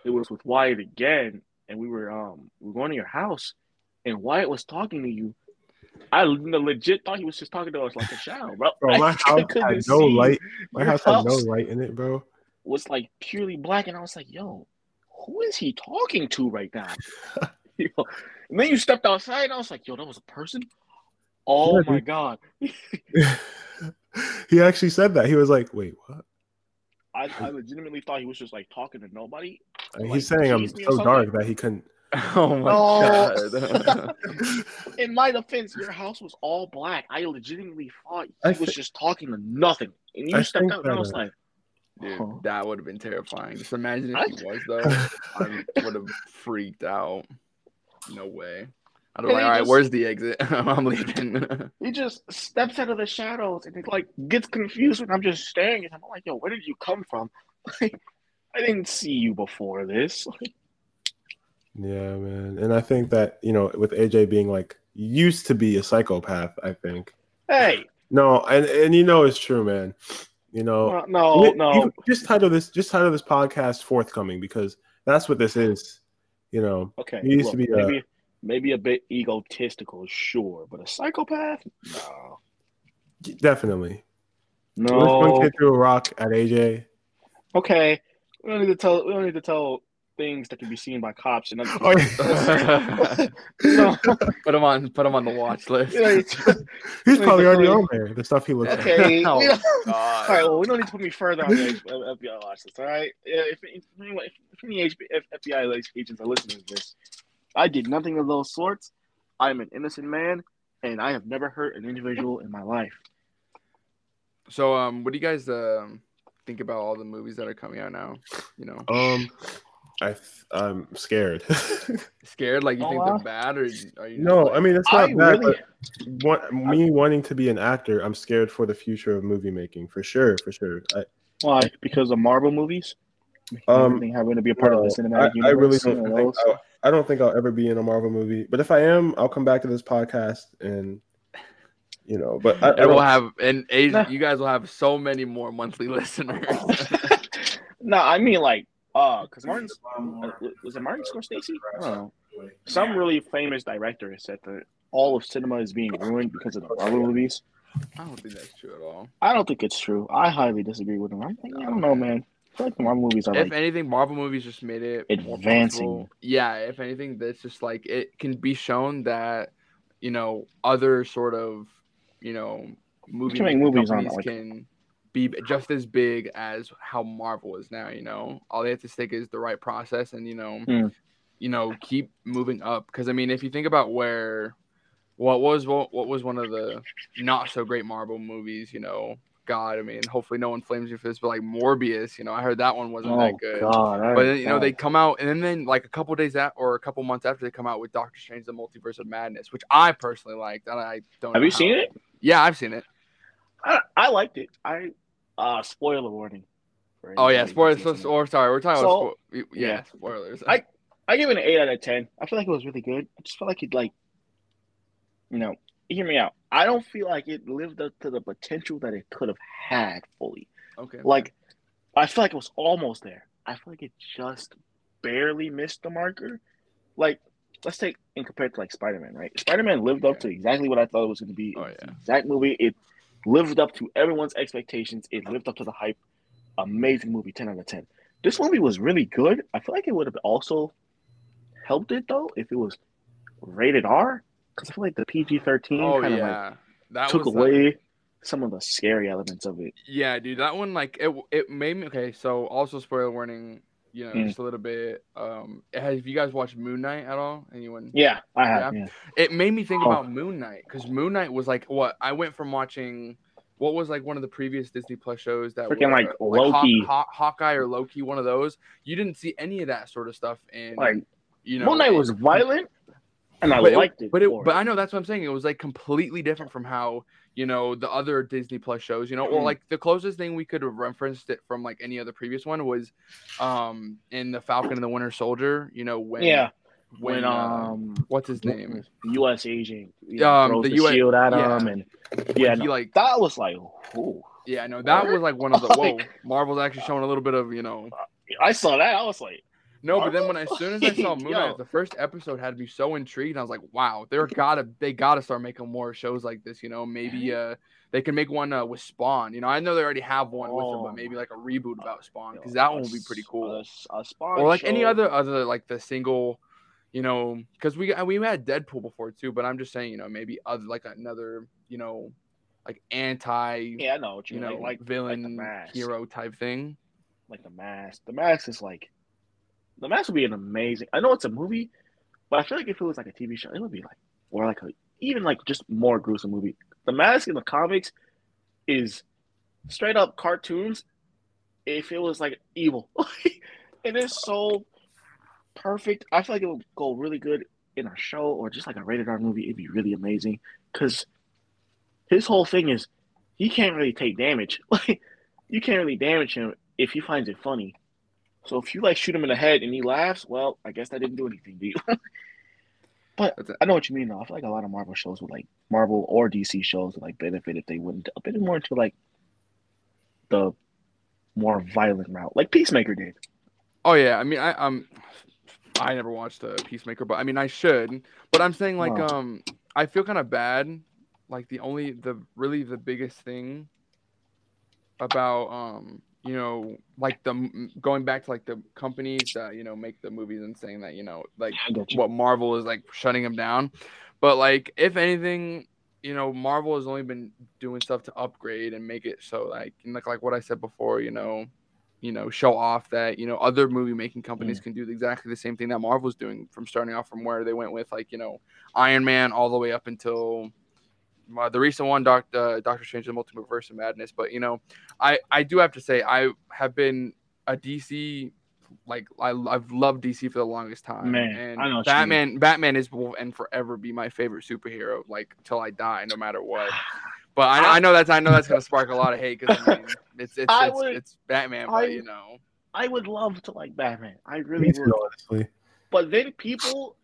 B: it was with Wyatt again, and we were um we were going to your house, and Wyatt was talking to you. I legit thought he was just talking to us like a child, bro.
A: Bro, my
B: I
A: house
B: couldn't
A: had no
B: see.
A: light. My
B: Your
A: house had no light in it, bro.
B: was like purely black, and I was like, "Yo, who is he talking to right now?" You know, and then you stepped outside, and I was like, "Yo, that was a person." Oh
A: Yeah,
B: my god!
A: he actually said that. He was like, "Wait, what?"
B: I, I legitimately thought he was just like talking to nobody.
A: Like,
B: Like,
A: he's saying I'm
B: tease me or
A: so
B: something?
A: dark that he couldn't.
C: oh my
B: No.
C: god.
B: In my defense, your house was all black. I legitimately thought he
A: I
B: was
A: thi-
B: just talking to nothing. And you
A: I
B: stepped
A: think
B: out and I
A: that,
B: was
A: uh,
B: like,
C: Dude,
B: Huh.
C: that would have been terrifying. Just imagine
B: I-
C: if he was though. I would have freaked out. No way. I'd
B: And
C: be
B: he
C: like, all right,
B: just-
C: where's the exit? I'm leaving.
B: he just steps out of the shadows and it like gets confused when I'm just staring at him. I'm like, yo, where did you come from? I didn't see you before this.
A: Yeah, man. And I think that you know, with AJ being like used to be a psychopath, I think
B: Hey,
A: no, and and you know it's true, man. You know,
B: no, no,
A: Oh, You-
B: no.
A: you- just title this, just title this podcast forthcoming because that's what this is. You know,
B: Okay,
A: He used
B: look,
A: to be uh, a-
B: maybe maybe a bit egotistical, sure, but a psychopath? No,
A: definitely. This
B: no.
A: one kid threw a rock at AJ.
B: Okay, we don't need to tell. We don't need to tell things that can be seen by cops and other
A: Oh, yeah.
B: No,
C: put him on put him on the watch list.
B: it's-
A: He's probably already
B: Definitely.
A: on there. The stuff he looks like.
B: okay.
C: Oh,
B: we don't-
C: God.
B: all right. Well, we don't need to put me further on the H- uh, F- FBI watch list. All right. Yeah, If, if, anyone- if any H- F- FBI like, agents are listening to this, I did nothing of those sorts. I'm an innocent man, and I have never hurt an individual in my life.
C: So um what do you guys um think about all the movies that are coming out now? You know?
A: Um, I th- I'm scared.
C: scared? Like you think
B: Uh,
C: they're bad, or you- are you? just
A: no,
C: like-
A: I mean it's
B: I
A: not bad.
B: really,
A: but what, me wanting to be an actor, I'm scared for the future of movie making for sure, for sure. I,
B: why? Because of Marvel movies.
A: Um,
B: Everything having to be a part of the
A: no,
B: cinematic
A: I, I
B: universe.
A: really
B: you know,
A: don't think
B: those.
A: I'll, I don't think I'll ever be in a Marvel movie. But if I am, I'll come back to this podcast and you know. But I, I
C: and we'll
A: don't,
C: have and Asia,
B: Nah.
C: you guys will have so many more monthly listeners.
B: no, I mean like, uh, because Martin was it Martin Scorsese? I don't know. Some really famous director has said that all of cinema is being ruined because of the Marvel movies.
C: I don't think that's true at all.
B: I don't think it's true. I highly disagree with him. I, think, I don't know, man. I feel like the Marvel movies are
C: If
B: like
C: anything, Marvel movies just made it more
B: Advancing.
C: possible. Yeah, if anything, that's just like it can be shown that you know other sort of you know movie
B: can make
C: making
B: movies on,
C: companies
B: like-
C: can be just as big as how Marvel is now. You know, all they have to stick is the right process, and you know,
B: Hmm.
C: you know, keep moving up. Because I mean, if you think about where what was what, what was one of the not so great Marvel movies, you know, God, I mean, hopefully no one flames me for this, but like Morbius, you know, I heard that one wasn't
B: Oh
C: that good.
B: God! I
C: But then, you know,
B: God.
C: they come out and then, then like a couple days at or a couple months after they come out with Doctor Strange: The Multiverse of Madness, which I personally liked. And I don't.
B: have
C: know
B: you
C: how-
B: seen it?
C: Yeah, I've seen it.
B: I, I liked it. I uh spoiler warning. for
C: Oh yeah,
B: anybody
C: spoilers.
B: who's listening.
C: or sorry, we're talking about
B: So-
C: spo- yeah,
B: yeah.
C: spoilers.
B: I- I give it an eight out of ten. I feel like it was really good. I just feel like it like you know, hear me out. I don't feel like it lived up to the potential that it could have had fully.
C: okay. Oh,
B: Like I feel like it was almost there. I feel like it just barely missed the marker. Like let's take and compare it to like Spider Man, right? Spider Man lived up to exactly what I thought it was gonna be.
C: Oh,
B: It's
C: yeah.
B: the exact movie. It lived up to everyone's expectations. It lived up to the hype. Amazing movie, ten out of ten. This movie was really good. I feel like it would have also helped it though if it was rated R. Because I feel like the PG thirteen
C: oh
B: kind of
C: yeah, that
B: like took
C: was uh,
B: away some of the scary elements of it.
C: Yeah, dude, that one like it it made me okay. So also spoiler warning, you know,
B: Mm.
C: just a little bit. Um, have you guys watched Moon Knight at all? Anyone?
B: Yeah, I have.
C: Yeah.
B: Yeah.
C: It made me think
B: Oh.
C: about Moon Knight because Moon Knight was like what I went from watching. What was like one of the previous Disney Plus shows that
B: Freaking,
C: were,
B: like, Loki.
C: Haw- Haw- Hawkeye or Loki, one of those. You didn't see any of that sort of stuff in
B: Like
C: you know
B: Moon Knight
C: in-
B: was violent, and I
C: but
B: liked it.
C: But it,
B: for
C: but I know that's what I'm saying. It was like completely different from how you know the other Disney Plus shows, you know, or
B: Mm.
C: like the closest thing we could have referenced it from like any other previous one was, um, in the Falcon and the Winter Soldier, you know, when
B: yeah,
C: when,
B: when
C: uh,
B: um
C: what's his name?
B: U.S. agent you
C: Um,
B: throws
C: the
B: the,
C: US
B: shield at
C: yeah.
B: him, and
C: Yeah,
B: yeah,
C: he
B: no,
C: like
B: that was like, ooh.
C: yeah, no, that was like one of the whoa.
B: Like-
C: Marvel's actually showing a little bit of you know
B: I saw that. I was like,
C: No, but then when as soon as I saw Moon
B: Yo.
C: Knight, the first episode had me so intrigued. I was like, wow, they're gotta they gotta start making more shows like this. You know, maybe uh they can make one uh, with Spawn. You know, I know they already have one with them,
B: Oh
C: but maybe like a reboot about Spawn because
B: yo,
C: that
B: a
C: one would be pretty
B: s-
C: cool.
B: a s- a Spawn
C: or like any
B: show.
C: other other like the single, you know, because we we had Deadpool before too. But I'm just saying, you know, maybe other like another you know, like anti
B: Yeah, I know what you,
C: you know
B: mean. Like, like like the
C: villain
B: mask.
C: hero type thing.
B: like the mask. The mask is like the mask would be an amazing. I know it's a movie, but I feel like if it was like a TV show, it would be like or like a even like just more gruesome movie. The mask in the comics is straight up cartoons. If it was like evil, it is so perfect. I feel like it would go really good in a show or just like a rated R movie. It'd be really amazing because his whole thing is he can't really take damage. Like you can't really damage him if he finds it funny. So if you like shoot him in the head and he laughs, well, I guess that didn't do anything, dude. but
C: That's it.
B: I know what you mean though. I feel like a lot of Marvel shows would like Marvel or DC shows would like benefit if they went a bit more into like the more violent route, like Peacemaker did.
C: Oh yeah, I mean I um I never watched a Peacemaker, but I mean I should. But I'm saying like
B: Wow.
C: um I feel kind of bad. Like the only the really the biggest thing about um you know like the m- going back to like the companies that you know make the movies and saying that you know like
B: I got you.
C: what Marvel is like shutting them down. But like, if anything, you know, Marvel has only been doing stuff to upgrade and make it so like and like like what I said before, you know, you know, show off that you know other movie making companies can do exactly the same thing that Marvel's doing from starting off from where they went with like you know Iron Man all the way up until. Uh, the recent one, Doc, uh, Doctor Strange, and the Multiverse of Madness. But you know, I I do have to say I have been a DC like I, I've loved DC for the longest time.
B: Man,
C: and
B: I know what you
C: Batman. Batman is will and forever be my favorite superhero, like till I die, no matter what. But I, I know that's I know that's gonna spark a lot of hate because I mean, it's it's
B: I
C: it's,
B: would-
C: it's Batman,
B: I-
C: but you know,
B: I would love to like Batman. I really
A: Me
B: would.
A: too, honestly.
B: But then people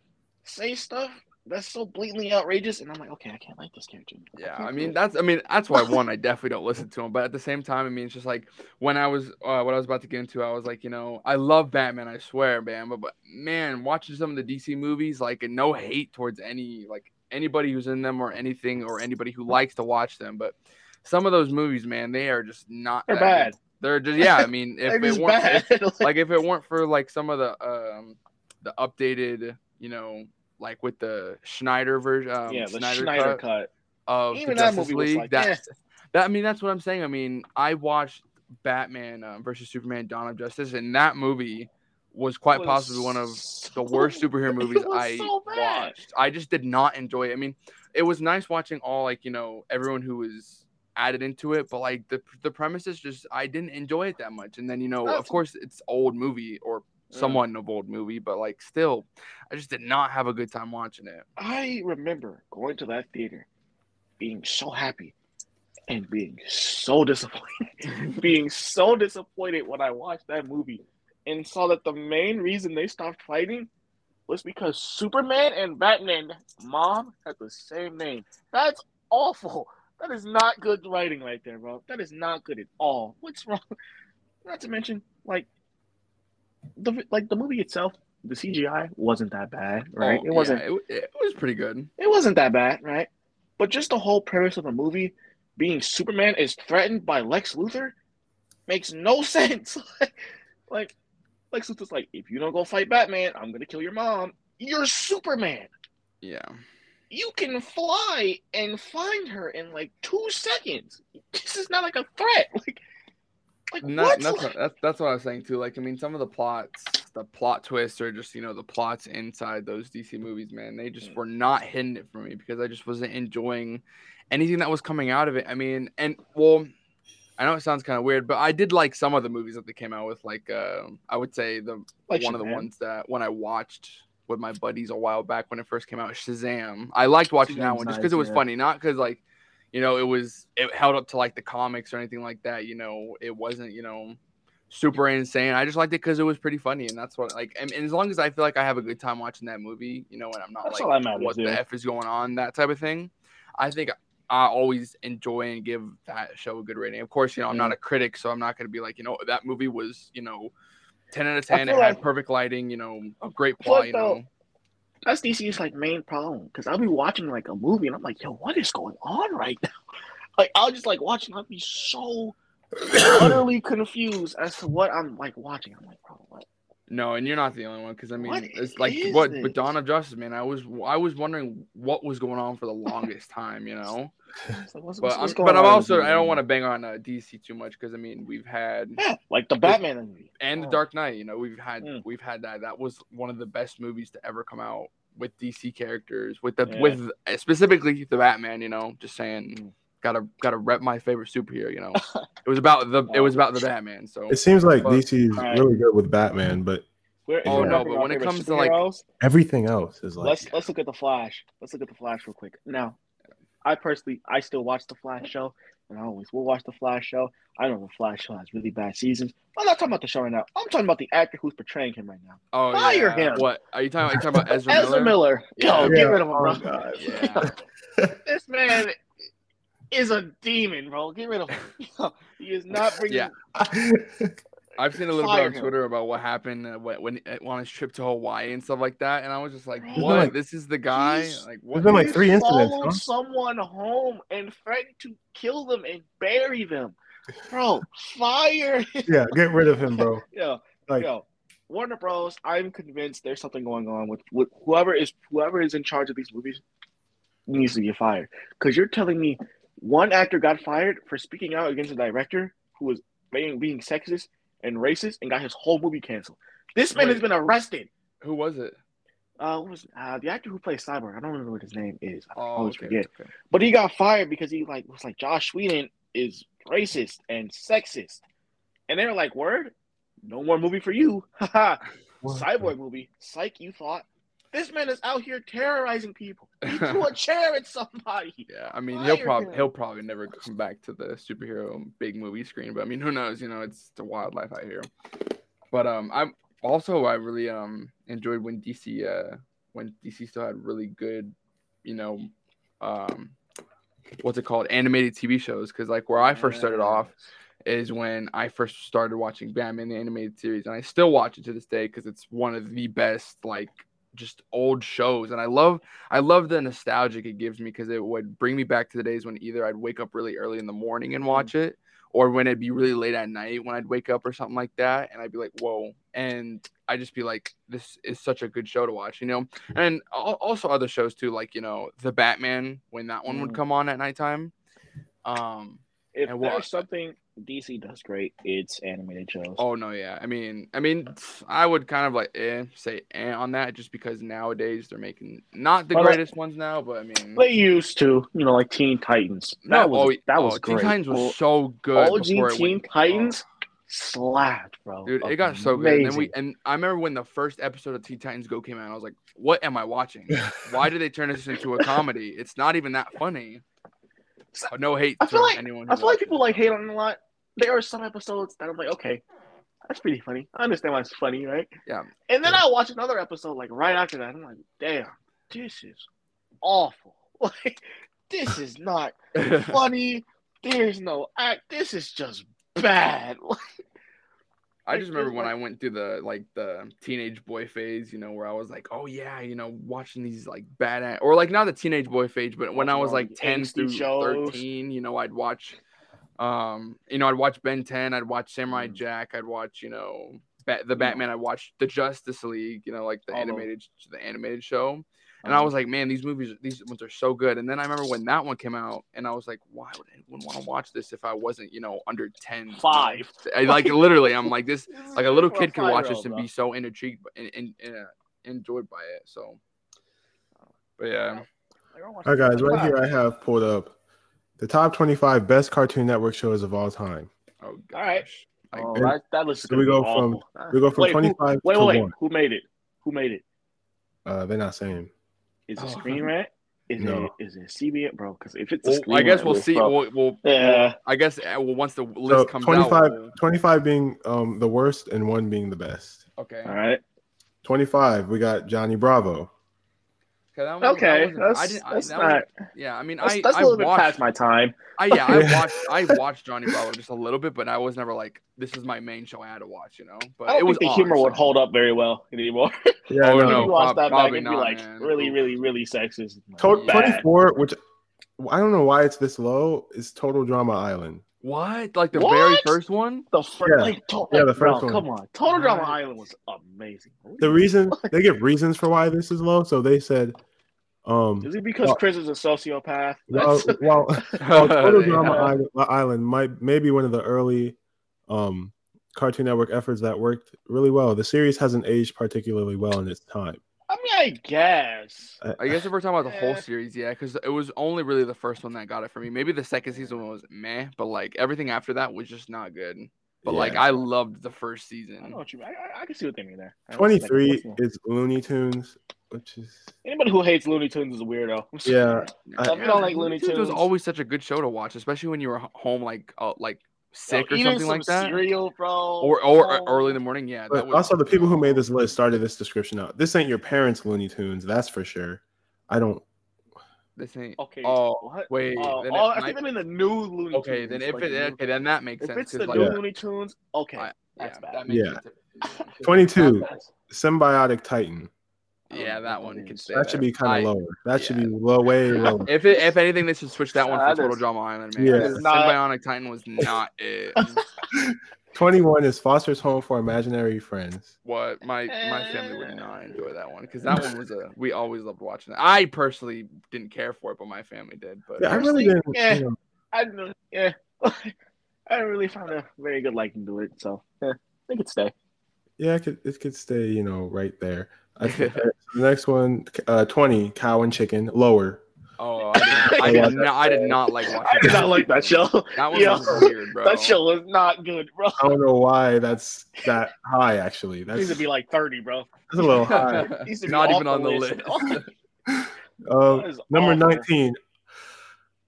B: say stuff that's so blatantly outrageous, and I'm like, okay, I can't like this character.
C: yeah.
B: can't
C: I
B: do
C: mean
B: it.
C: that's I mean that's why one I definitely don't listen to him. But at the same time, I mean it's just like when I was uh, what I was about to get into, I was like, you know, I love Batman, I swear, man. But, but man, watching some of the DC movies, like and no hate towards any like anybody who's in them or anything or anybody who likes to watch them, but. Some of those movies, man, they are just not
B: they're
C: that good.
B: bad.
C: They're just yeah. I mean, if
B: They're
C: it
B: just
C: weren't
B: bad.
C: if-
B: Like-
C: like if it weren't for like some of the um the updated, you know, like with the Schneider version, um,
B: yeah, the
C: Snyder,
B: Schneider,
C: cut
B: cut.
C: of the
B: Even that
C: Justice
B: movie was
C: League.
B: like,
C: that,
B: eh.
C: that I mean, that's what I'm saying. I mean, I watched Batman um, versus Superman: Dawn of Justice, and that movie was quite
B: was
C: possibly one of the
B: so-
C: worst superhero
B: it
C: movies
B: was
C: I
B: so bad.
C: watched. I just did not enjoy it. I mean, it was nice watching all like you know everyone who was added into it, but like the the premise is just I didn't enjoy it that much. And then you know, of
B: That's- Mm.
C: course, it's old movie or somewhat of old movie, but like still, I just did not have a good time watching it.
B: I remember going to that theater, being so happy, and being so disappointed. being so disappointed when I watched that movie and saw that the main reason they stopped fighting was because Superman and Batman mom had the same name. That's awful. That is not good writing right there, bro. That is not good at all. What's wrong? Not to mention, like the like the movie itself, the CGI wasn't that bad, right?
C: Oh,
B: it wasn't
C: yeah, it, it was pretty good.
B: it wasn't that bad, right? But just the whole premise of the movie being Superman is threatened by Lex Luthor makes no sense. like, Lex Luthor's like, if you don't go fight Batman, I'm gonna kill your mom. You're Superman.
C: Yeah.
B: You can fly and find her in like two seconds. This is not like a threat. Like, like
C: No,
B: what?
C: that's, what, that's that's what I was saying too. Like, I mean, some of the plots, the plot twists, or just you know the plots inside those DC movies, man, they just
B: Mm.
C: were not hitting it for me because I just wasn't enjoying anything that was coming out of it. I mean, and well, I know it sounds kind of weird, but I did like some of the movies that they came out with. Like, uh, I would say the
B: Like
C: one of the
B: Shazam.
C: ones that when I watched with my buddies a while back when it first came out, Shazam. I liked watching that
B: Shazam's
C: one
B: nice,
C: just because it was
B: yeah.
C: funny, not because like, you know, it was it held up to like the comics or anything like that. You know, it wasn't you know super insane. I just liked it because it was pretty funny, and that's what like. And, and as long as I feel like I have a good time watching that movie, you know, and I'm not
B: That's
C: like
B: all that matters,
C: what
B: yeah.
C: the f is going on, that type of thing. I think I always enjoy and give that show a good rating. Of course, you know, I'm not a critic, so I'm not going to be like, you know, that movie was, you know, 10 out of 10. It
B: feel
C: had
B: like-
C: perfect lighting, you know, a great
B: feel
C: plot,
B: like
C: you
B: though-
C: know.
B: that's DC's like main problem because I'll be watching like a movie and I'm like, yo, what is going on right now? Like I'll just like watch and I'll be so utterly confused as to what I'm like watching. I'm like, bro, what?
C: No, and you're not the only one because I mean,
B: What
C: it's like
B: is
C: what
B: this?
C: with Dawn of Justice, man. I was I was wondering what was going on for the longest time, you know.
B: It's like, what's,
C: But
B: what's,
C: I'm,
B: what's going
C: but I'm
B: on in
C: also
B: this
C: I don't
B: movie?
C: want to bang on uh, DC too much because I mean we've had
B: Yeah, like the Batman movie
C: and the
B: Oh.
C: Dark Knight. You know, we've had
B: Mm.
C: we've had that. That was one of the best movies to ever come out with DC characters, with the
B: Yeah.
C: with eh, specifically the Batman. You know, just saying,
B: Mm.
C: gotta gotta rep my favorite superhero. You know,
B: Oh,
C: it was about the it was about the Batman. So
A: It seems like
C: But-
A: DC is
B: Alright.
A: really good with Batman, but
B: We're-
A: Oh,
B: we're
A: no,
B: talking
C: but
B: about
C: when it
B: favorite
C: comes to, like-
B: superheroes,
A: everything else is like
B: let's let's look at the Flash. Let's look at the Flash real quick. Now, I personally, I still watch the Flash show, and I always will watch the Flash show. I know the Flash show has really bad seasons. I'm not talking about the show right now. I'm talking about the actor who's portraying him right now,
C: oh
B: fire him.
C: yeah, what are you talking about? You talking about Ezra,
B: Ezra Miller. Yo,
C: Yeah.
B: get rid of him,
A: Oh,
B: bro.
A: God.
C: Yeah.
B: This man is a demon, bro. Get rid of him. he is not bringing.
C: Yeah. I've seen a little
B: Fire him.
C: bit on Twitter about what happened uh, when, when on his trip to Hawaii and stuff like that, and I was just like,
B: There's
A: been,
C: "What?
A: like-
C: this is the guy?
B: He's-
C: Like,
A: There's
C: what?"
A: been like
B: You
A: three incidents.
B: Follow
A: huh?
B: someone home and threaten to kill them and bury them, bro. Fire. him.
A: Yeah, get rid of him, bro.
B: Yo,
A: Like,
B: yo, Warner Bros. I'm convinced there's something going on with, with whoever is whoever is in charge of these movies needs to be fired. Because you're telling me one actor got fired for speaking out against a director who was being being sexist and racist and got his whole movie canceled. This man has
C: Wait.
B: been arrested.
C: Who was it?
B: Uh, what was uh, the actor who plays Cyborg? I don't remember what his name is. I
C: Oh,
B: always
C: okay,
B: forget.
C: okay.
B: But he got fired because he like was like Josh Sweden is racist and sexist, and they were like, "Word, no more movie for you." Haha.
A: what the-
B: Cyborg movie. Psych, you thought this man is out here terrorizing people. He threw a chair at somebody.
C: Yeah, I mean
B: Fire
C: he'll probably
B: him.
C: he'll probably never come back to the superhero big movie screen, but I mean who knows? You know, it's the wildlife out here. But um, I'm also I really um enjoyed when DC uh when DC still had really good, you know, um, what's it called animated TV shows? Because like where I first started off is when I first started watching Batman the animated series, and I still watch it to this day because it's one of the best like just old shows, and I love I love the nostalgic it gives me because it would bring me back to the days when either I'd wake up really early in the morning and watch it, or when it'd be really late at night when I'd wake up or something like that, and I'd be like, whoa, and I'd just be like, this is such a good show to watch, you know, and al- also other shows too, like you know the Batman when that one would
B: Mm.
C: come on at nighttime. Um,
B: If
C: And
B: there's
C: what-
B: something DC does great. It's animated shows.
C: Oh no, yeah. I mean, I mean, I would kind of like eh, say eh on that just because nowadays they're making not the
B: Well, like-
C: greatest ones now, but I mean,
B: They used to, you know, like Teen Titans. That
C: no,
B: was
C: oh,
B: that was
C: oh,
B: great.
C: Teen Titans was
B: Well,
C: so good.
B: OG
C: before it
B: Teen
C: went-
B: Titans slapped, bro.
C: oh, dude, it got so good. And then we and I remember when the first episode of Teen Titans Go came out, I was like, "What am I watching? Why did they turn this into a comedy? It's not even that funny." Oh,
B: So-
C: No hate
B: I feel
C: to
B: like-
C: anyone.
B: I
C: who
B: feel like
C: watches
B: people
C: it.
B: like hate on it a lot. There are some episodes that I'm like, okay, that's pretty funny. I understand why it's funny, right?
C: Yeah.
B: And then I watch another episode like right after that. I'm like, damn, this is awful. Like, this is not funny. There's no act. This is just bad.
C: I
B: Like,
C: just remember
B: there's,
C: when
B: like-
C: I went through the like the teenage boy phase, you know, where I was like, oh yeah, you know, watching these like badass or like not the teenage boy phase, but when I was like
B: Watching all
C: ten
B: these angsty
C: through
B: shows.
C: thirteen, you know, I'd watch, um, you know, I'd watch Ben Ten, I'd watch Samurai
B: Mhm.
C: Jack, I'd watch, you know, Bat- the Batman, I watched the Justice League, you know, like the
B: Mm. All Mm. those.
C: animated the animated show, and I was like, man, these movies, these ones are so good. And then I remember when that one came out, and I was like, why would anyone want to watch this if I wasn't, you know, under ten?
B: Five.
C: I, like literally, I'm like this
B: This is
C: like a little
B: for a
C: kid could watch this
B: five-year-old,
C: and
B: bro.
C: be so intrigued by- and, and, and uh, enjoyed by it. So, but yeah,
B: Like, I watch
A: All right, guys, right
B: Wow.
A: here I have pulled up the top 25 best Cartoon Network shows of all time.
C: oh gosh.
B: All right.
C: Like,
B: Oh,
A: and-
B: that, that looks.
A: so we
B: gonna be
A: go from-
B: awful.
A: We go from
B: Wait, who-
A: 25
B: Wait,
A: to
B: wait, wait.
A: 1.
B: Who made it? Who made it?
A: Uh, they're not saying.
B: Is it
C: Oh.
B: Screen Rant? Is
A: No.
B: it is it CBS, bro? Because if it's a
C: well,
B: Screen
C: I guess
B: Rant
C: we'll
B: list,
C: see.
B: bro,
C: We'll, we'll,
B: Yeah.
C: I guess uh, well, once the list
A: So
C: comes
A: 25,
C: out. we'll-
A: 25 being um, the worst and one being the best.
C: Okay.
B: all right.
A: 25, we got Johnny Bravo.
C: Okay. That one- that
B: Okay,
C: wasn't-
B: that's,
C: I didn't, I-
B: that's
C: that
B: not.
C: one- yeah. I mean,
B: That's,
C: I
B: that's
C: I
B: a little bit
C: watched.
B: past my time.
C: I, yeah, I
A: Yeah.
C: watched. I watched Johnny Bravo just a little bit, but I was never like, this is my main show. I had to watch, you know. But
B: I don't
C: it was
B: think the
C: on,
B: humor would
C: so-
B: hold up very well anymore.
A: Yeah,
C: Oh,
A: I
B: if
A: know.
C: no,
B: you watch
C: prob-
B: that back,
C: probably
B: it'd be
C: not,
B: like
C: man.
B: really, really, really sexist.
A: To-
C: Yeah.
B: Bad.
A: 24, which I don't know why it's this low, is Total Drama Island.
C: What? Like the
B: What?
C: very first one?
B: The first,
A: Yeah.
B: like, to-
A: Yeah, the
B: like,
A: first
B: bro,
A: one.
B: Come on, Total Drama
C: Right.
B: Island was amazing.
A: The reason they give reasons for why this is low, so they said, um,
B: is it because
A: Well-
B: Chris is a sociopath?
A: well,
B: That's-
A: well Well,
B: Oh,
A: Total
C: They-
A: Drama
B: Yeah.
A: Island, uh, Island might maybe one of the early um, Cartoon Network efforts that worked really well. The series hasn't aged particularly well in its time.
B: I mean, I guess.
C: I guess if we're talking about the whole
B: Yeah.
C: series, yeah, because it was only really the first one that got it for me. Maybe the second season was meh, but like everything after that was just not good. But like
A: Yeah.
C: I loved the first
B: I
C: season.
B: know what you mean. I, I, I can see what they mean there. I
A: twenty
B: understand that.
A: three
B: What's-
A: is Looney Tunes, which is
B: Anybody who hates Looney Tunes is a weirdo. I'm sorry.
A: yeah. I-
B: Some people don't like Looney
C: It was
B: Tunes.
C: always such a good show to watch, especially when you were h- home like uh, like sick
B: Yo,
C: or
B: eating
C: something like
B: some
C: that,
B: Cereal, bro.
C: or or
B: Oh.
C: early in the morning. Yeah,
A: But
C: was-
A: also, the people who made this list started this description out. This ain't your parents' Looney Tunes, that's for sure. I don't.
C: This ain't
B: Okay.
C: Oh,
B: what?
C: wait.
B: Oh,
C: then it
B: oh, I
C: might-
B: think I'm in the new Looney
C: okay,
B: Tunes.
C: then if
B: like
C: it
B: the new-
C: okay, then that makes
B: if
C: sense.
B: it's
C: 'cause,
B: the
C: like,
B: new
A: Yeah.
B: Looney Tunes, okay.
C: I- yeah,
B: that's bad.
C: that makes
A: Yeah.
C: sense. It's
A: Twenty
B: Not
A: two,
B: bad.
A: Symbiotic Titan.
C: Yeah, that one
B: That
C: could stay.
A: That should
C: there.
A: be kind
C: I-
A: of lower. That should
C: yeah.
A: be low, way lower.
C: If it, if anything, they should switch that one
B: Nah, that
C: for Total
B: is-
C: Drama Island, man.
A: Yeah.
C: Yeah,
B: It's not-
C: Symbionic Titan was not it.
A: Twenty one is Foster's Home for Imaginary Friends.
C: what my my family would not enjoy that one because that one was a we always loved watching that. I personally didn't care for it, but my family did. But
A: Yeah, I really
B: Honestly,
A: didn't.
B: yeah.
A: you know,
B: I don't know. Yeah. I don't really found a very good liking to it, so yeah, they could stay.
A: Yeah, it could it could stay, you know, right there. I think the next one, uh, twenty, cow and chicken, lower.
C: oh, I did, I did not. I did not like watching.
B: I did not like that show.
C: That one
B: Yo,
C: was weird, bro.
B: That show was not good, bro.
A: I don't know why that's that high. Actually,
B: It
A: that's,
B: needs to
A: that's
B: be like thirty, bro.
A: a little high.
B: Needs to be
C: not
B: off
C: even on the list.
B: list.
A: Uh,
B: That is
A: number
B: awful.
A: nineteen,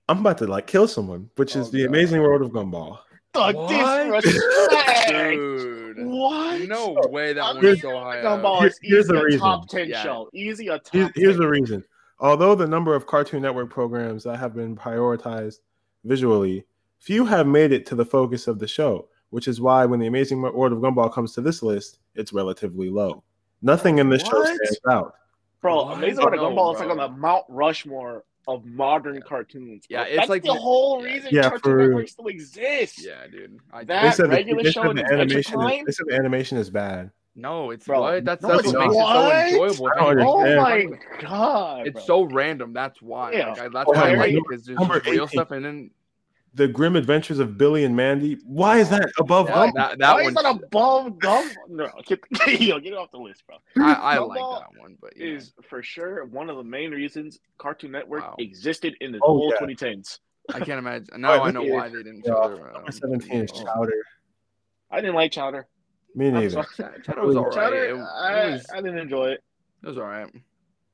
A: I'm about to like kill someone, which is
C: Oh,
A: the
C: God.
A: Amazing World of Gumball.
B: The
C: What?
B: disrespect.
C: Dude,
B: What?
C: no way that one
B: Here's-
C: was so high. up.
B: Gumball
A: Here-
B: is
A: here's
B: easy
A: the
B: a
A: reason.
B: top ten
C: Yeah.
B: show. Easy a top.
A: Here's, here's
B: 10.
A: the reason. Although the number of Cartoon Network programs that have been prioritized visually, few have made it to the focus of the show, which is why when the Amazing World of Gumball comes to this list, it's relatively low. Nothing in this show
B: What?
A: stands out.
B: Bro,
C: What?
B: Amazing World of
C: Oh, No,
B: Gumball is like
C: bro.
B: on the Mount Rushmore of modern cartoons. bro.
C: Yeah, it's
B: That's
C: like
B: the
C: the-
B: whole
C: yeah.
B: reason
A: Yeah,
B: Cartoon
A: for-
B: Network still exists.
C: Yeah, dude. I
A: They
B: That
A: said the,
B: regular
A: they
B: show
A: said
B: in
A: the
B: its
A: animation.
B: time?
A: Is, they said the animation is bad.
C: No, it's
B: Bro,
C: what? That's
B: no,
C: that's
A: it's
C: what makes
B: not.
C: it so enjoyable.
A: I don't
C: dude.
B: Oh
A: Yeah.
B: my god,
C: It's
B: bro.
C: so random. That's why.
B: Yeah.
C: Like, I, that's
A: Oh,
C: why I
B: yeah,
C: like it
A: number-
C: because there's
A: number
C: just real
A: 18.
C: stuff, and then
A: The Grim Adventures of Billy and Mandy. Why is that above
C: Yeah,
A: Gumball?
C: that
B: That
C: that
B: Why
C: one
B: is that above gum? No, get, yo, get it off the list, bro.
C: I, I like
B: Gumball
C: that one, but yeah.
B: Is for sure one of the main reasons Cartoon Network
C: Wow.
B: existed in the
A: Oh,
B: whole
A: yeah.
B: 2010s.
C: I can't imagine.
A: All
C: Now
A: right,
C: I know
A: this
C: why they didn't
A: yeah,
C: show their. Um,
A: Number 17 is
C: oh.
A: Chowder.
B: I didn't like Chowder.
A: Me
B: I'm
A: neither.
B: sorry.
C: Ch- Cheddar was alright.
B: Chowder,
C: It, it
B: I,
C: was,
B: I didn't enjoy it.
C: it was alright.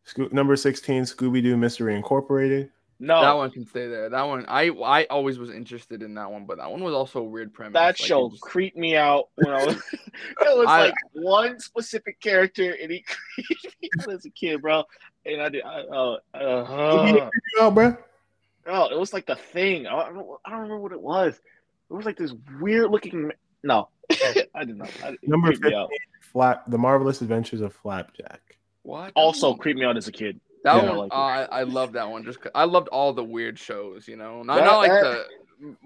A: Sco- number 16, Scooby Doo Mystery Incorporated.
B: No,
C: That one can stay there. That one, I I always was interested in that one, but that one was also a weird premise.
B: that
C: Like, it
B: show
C: just-
B: creeped me out when I was. it was
C: I-
B: like one specific character, and he creeped me out as a kid, bro. And I did. I, uh, uh,
A: Oh, bro.
B: no, it was like the thing. I don't, know- I don't remember what it was. It was like this weird looking. No, I did not. I, it
A: Number
B: creeped me out.
A: Flap, The Marvelous Adventures of Flapjack.
C: What?
B: Also
C: That
B: creeped me out as a kid.
A: Yeah.
C: one,
B: I like it.
C: uh, I I love that one. Just 'cause- I loved all the weird shows, you know, not,
B: That-
C: not like
B: that-
C: the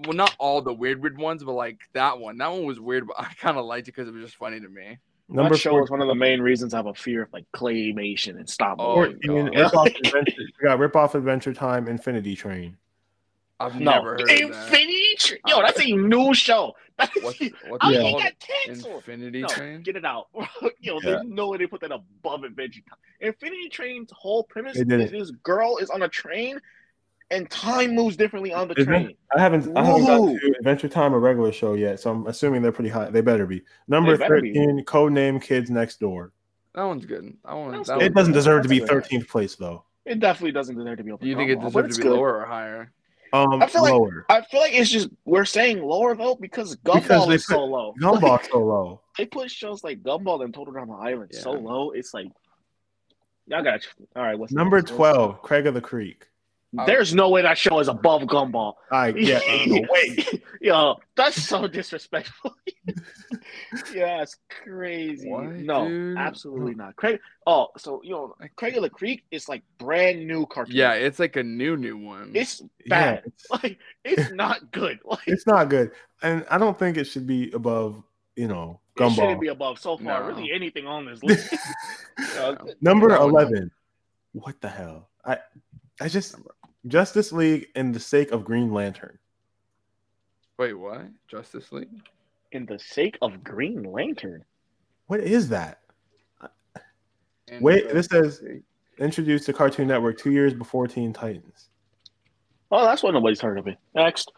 C: well, not all the weird weird ones, but like that one. That one was weird, but I kind of liked it because it was just funny to me.
A: Number
B: that show was one of the main reasons I have a fear of like claymation and stop
C: Oh,
A: 14,
B: motion.
C: God.
A: Rip Off Adventure. We got Rip Off Adventure Time, Infinity Train.
C: I've
B: No,
C: never heard of that.
B: Infinity. Tra- Yo, that's a new show. That's
C: What's, what's
B: I
C: it
A: Yeah.
B: think
C: called?
B: got canceled.
C: Infinity
B: No,
C: Train.
B: get it out. Yo, there's no way they put that above Adventure Time. Infinity Train's whole premise
A: They
B: is
A: didn't.
B: this girl is on a train and time moves differently on the
A: Is
B: train.
A: I haven't, I haven't
B: Ooh.
A: got to Adventure Time or regular show yet, so I'm assuming they're pretty high. They better be. Number
B: They better be.
A: 13, Codename Kids Next Door.
C: That one's good. That one.
B: That's
C: That
B: good.
A: It
C: one-
A: doesn't deserve to be
B: Oh, That's
A: 13th place, though.
B: It definitely doesn't deserve to be up.
C: Do you think it
B: Gumball, but
C: deserved
B: it's
C: to be
B: good.
C: lower or higher?
A: Um,
B: I feel like-
A: lower.
B: I feel like it's just we're saying lower though because Gumball
A: Because they
B: is so low.
A: Gumball so low.
B: They put shows like Gumball and Total Drama Island so
C: Yeah.
B: low. It's like y'all got. All right, what's
A: Number
B: next?
A: 12, Craig of the Creek.
B: There's no way that show is above Gumball.
A: I yeah. no, wait.
B: Yo, that's so disrespectful. yeah, it's crazy.
C: What,
B: no,
C: dude?
B: absolutely not. Craig. Oh, so you know, Craig of the Creek is like brand new cartoon.
C: Yeah, it's like a new new one.
B: it's
A: Yeah,
B: bad.
A: it's,
B: Like it's not good. Like
A: it's not good, and I don't think it should be above. You know,
B: it shouldn't
A: Gumball.
B: be above so far.
C: No.
B: Really, anything on this list. Uh,
A: Number
C: That one-
A: eleven. What the hell? I I just Justice League in the sake of Green Lantern.
C: Wait, what? Justice League?
B: in the sake of Green Lantern.
A: What is that?
C: And
A: Wait,
C: Justice
A: this says-
C: League.
A: Introduced to Cartoon Network two years before Teen Titans.
B: Oh, that's why nobody's heard of it. Next,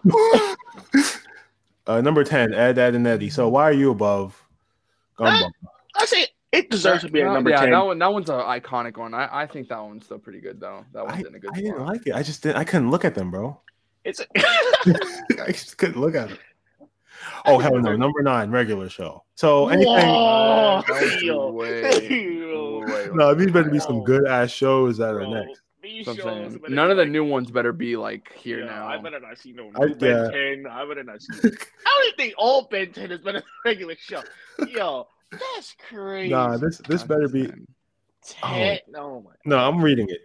A: Uh, number ten, Ed, Ed, and Eddie. So why are you above Gumball?
B: I say it deserves to be at
C: No,
B: number
C: yeah,
B: ten.
C: that one. That one's an iconic one. I, I think that one's still pretty good though. That one's in a good
A: I didn't
C: spot.
A: like it. I just didn't. I couldn't look at them, bro.
B: It's
A: I just couldn't look at it. Oh hell no! Number nine, regular show. So Oh, anything?
B: Whoa,
C: That was
B: yo.
C: way-
B: Yo.
C: Way-
A: No, these better be
B: Oh.
A: some good ass shows that are
B: Bro,
A: next.
B: these
C: That's what I'm
B: shows
C: saying.
B: better
C: None of
B: be
C: the
B: like,
C: new ones better be like here
B: yeah,
C: now.
B: I better not see no
A: I-
B: new Ben
A: yeah.
B: 10. I better not see. I don't even think old Ben 10 is better than regular show. Yo, that's crazy.
A: Nah, this this
C: God,
A: better
C: that's
A: be.
C: bad.
B: Ten- oh my.
A: No, I'm reading it.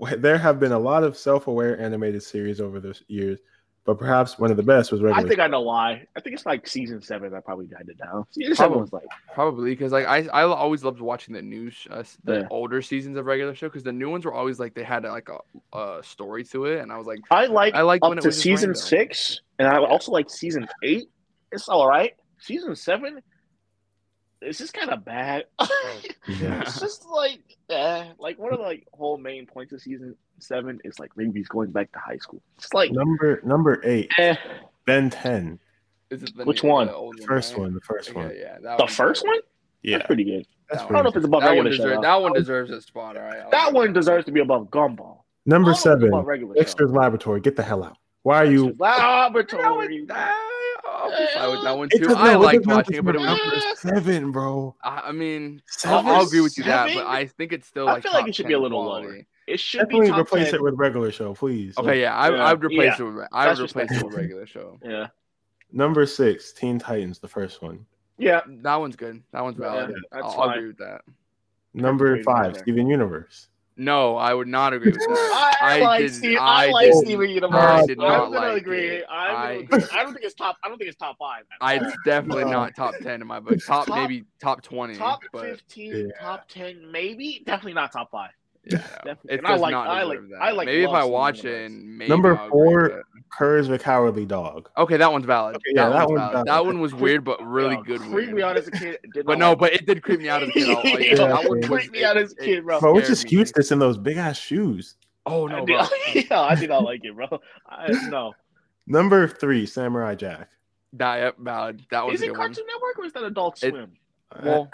A: Wh- There have been a lot of self-aware animated series over the years, but perhaps one of the best was
B: I
A: regular.
B: think I know why. I think it's like season seven that probably died it down. Season seven was like,
C: Probably because like I I always loved watching the new sh- uh, s- the
B: Yeah.
C: older seasons of regular show because the new ones were always like they had like a, a story to it and I was like
B: I like
C: I like
B: up
C: when it
B: to
C: was just
B: season
C: random.
B: six, and I also like season eight. It's all right. Season seven, it's just kind of bad.
A: Yeah.
B: it's just like, eh. like one of the like, whole main points of season seven is like Rigby's going back to high school. It's like,
A: Number number eight,
B: eh.
A: Ben Ten,
C: is it the
B: Which
C: new-
B: one?
C: the old
A: the first
C: right?
A: one, the first
C: Okay,
A: one.
C: yeah, that
B: the
C: one's
B: first
C: good.
B: one.
A: Yeah,
B: That's pretty good.
A: that's
C: that
B: I don't know
A: pretty
B: if
A: good.
B: it's above
C: That one,
B: regular
C: deserves,
B: show.
C: that one deserves a spot. All right, I like
B: That one deserves to be above Gumball.
A: Number
B: I don't know if it's above
A: seven,
B: regular show.
A: Dexter's Laboratory. Get the hell out. Why are you?
C: That
B: Laboratory.
C: one, I- I'll be fine with that one
A: It
C: too.
A: doesn't-
C: I
A: no, it
C: liked
A: doesn't count
C: watching it,
A: as
C: but it was.
B: number-
A: number seven, bro.
C: I I mean, I'll,
A: Seven?
C: I'll agree with you that, but
B: Seven?
C: I think it's stistill.
B: I
C: Like
B: feel like
C: top
B: it should
C: 10
B: be a little
C: quality.
B: lower. It should be
A: Definitely
B: top
A: replace
B: 10.
A: it with regular show, please.
C: Okay, yeah, I,
B: Yeah.
C: I would replace
B: Yeah.
C: it. With, I would
B: That's
C: replace it with
B: respectable.
C: regular show.
B: Yeah.
A: Number six, Teen Titans, the first one.
B: Yeah.
C: That one's good. That one's valid.
B: Yeah, that's
C: I'll, I'll
B: fine.
C: agree with that.
A: Number
B: rating right
A: five,
B: there.
A: Steven Universe.
C: No, I would not agree with that.
B: I, I like
C: did-
B: Steve. I, like
C: did-
B: Steven Universe.
A: I
C: did
B: I'm
C: not
B: gonna
C: like
B: agree.
C: it.
B: I'm
C: I-
B: gonna agree. I don't think it's top. I don't think it's top five.
C: I, it's definitely
A: No.
C: not top ten in my book. Top,
B: Top-
C: maybe top twenty.
B: top
C: but
B: fifteen, top ten, maybe. Definitely not top five.
C: yeah,
B: Definitely.
C: it
B: And I
C: does
B: like.
C: not
B: I like.
C: deserve that.
B: I like.
C: maybe if
B: love
C: I
B: Steven
C: watch it,
B: Universe.
C: and maybe
A: Number
C: I'll agree with
A: four,
C: it.
A: Cur's the Cowardly Dog.
C: Okay, that one's valid.
A: Okay, yeah, that
C: that, one's
A: one's
C: valid.
A: valid.
C: that one was weird, but really good.
B: Freaked me
C: weird.
B: out as a kid. Did
C: But
B: not
C: no,
B: like
C: but it did creep me out as a kid. I'll- like,
B: Oh. Yeah,
C: that one
A: it
C: was-
B: creeped me out as a
C: it-
B: kid, bro.
C: it
A: Bro, which
C: scared
A: is
C: me.
A: huge this in those big ass shoes.
C: Oh
B: I
C: no,
B: did,
C: bro.
B: yeah, I did not like it, bro. I, no,
A: Number three, Samurai Jack.
C: Nah, yep, valid. That was
B: is
C: a
B: it
C: good one.
B: Cartoon Network or is that Adult
C: It-
B: Swim?
C: Well,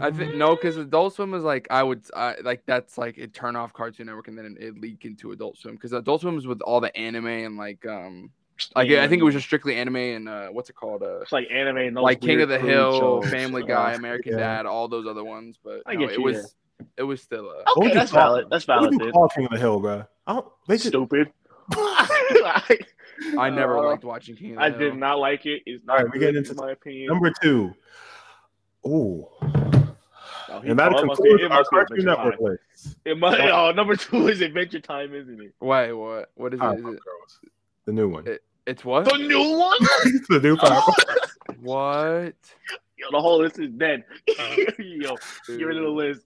C: I think
A: Uh,
C: no,
B: Mm-hmm.
C: because Adult Swim was like I would I, like that's like it turn off Cartoon Network and then it, it leak into Adult Swim because Adult Swim was with all the anime and like um like I think it was just strictly anime and uh what's it called uh
B: It's like anime and those
C: like King of
B: weird
C: the
B: food
C: Hill,
B: shows.
C: Family
B: Uh,
C: Guy, American
A: yeah.
C: Dad, all those other ones, but
B: I
C: no,
B: get
C: it
B: you,
C: was it was still
A: What
C: a
A: would
B: Okay,
A: you
B: that's
A: call
B: valid. That's
A: what
B: valid,
A: do you
B: dude.
A: call King of the Hill, bro? I don't. They just,
B: Stupid.
C: I never
B: Uh,
C: liked watching King. Of the
B: I
C: Hill.
B: did not like it. It's not
A: All right, we're
B: good,
A: getting into
B: in my opinion.
A: number two. Ooh,
B: Oh, he-
A: and that
B: oh, it must be-
A: concludes
B: it
A: our
B: must be
A: Cartoon
B: Adventure
A: Network
B: Time.
A: list.
B: It must, oh, number two is Adventure Time, isn't it?
C: Wait, what? What is it?
A: Powerpuff
C: Is it?
A: Girls, the new one.
C: It- It's what?
B: The new one?
A: the new Powerpuff.
C: What?
B: Yo, the whole list is dead. Yo, get rid of the
C: Dude.
B: list.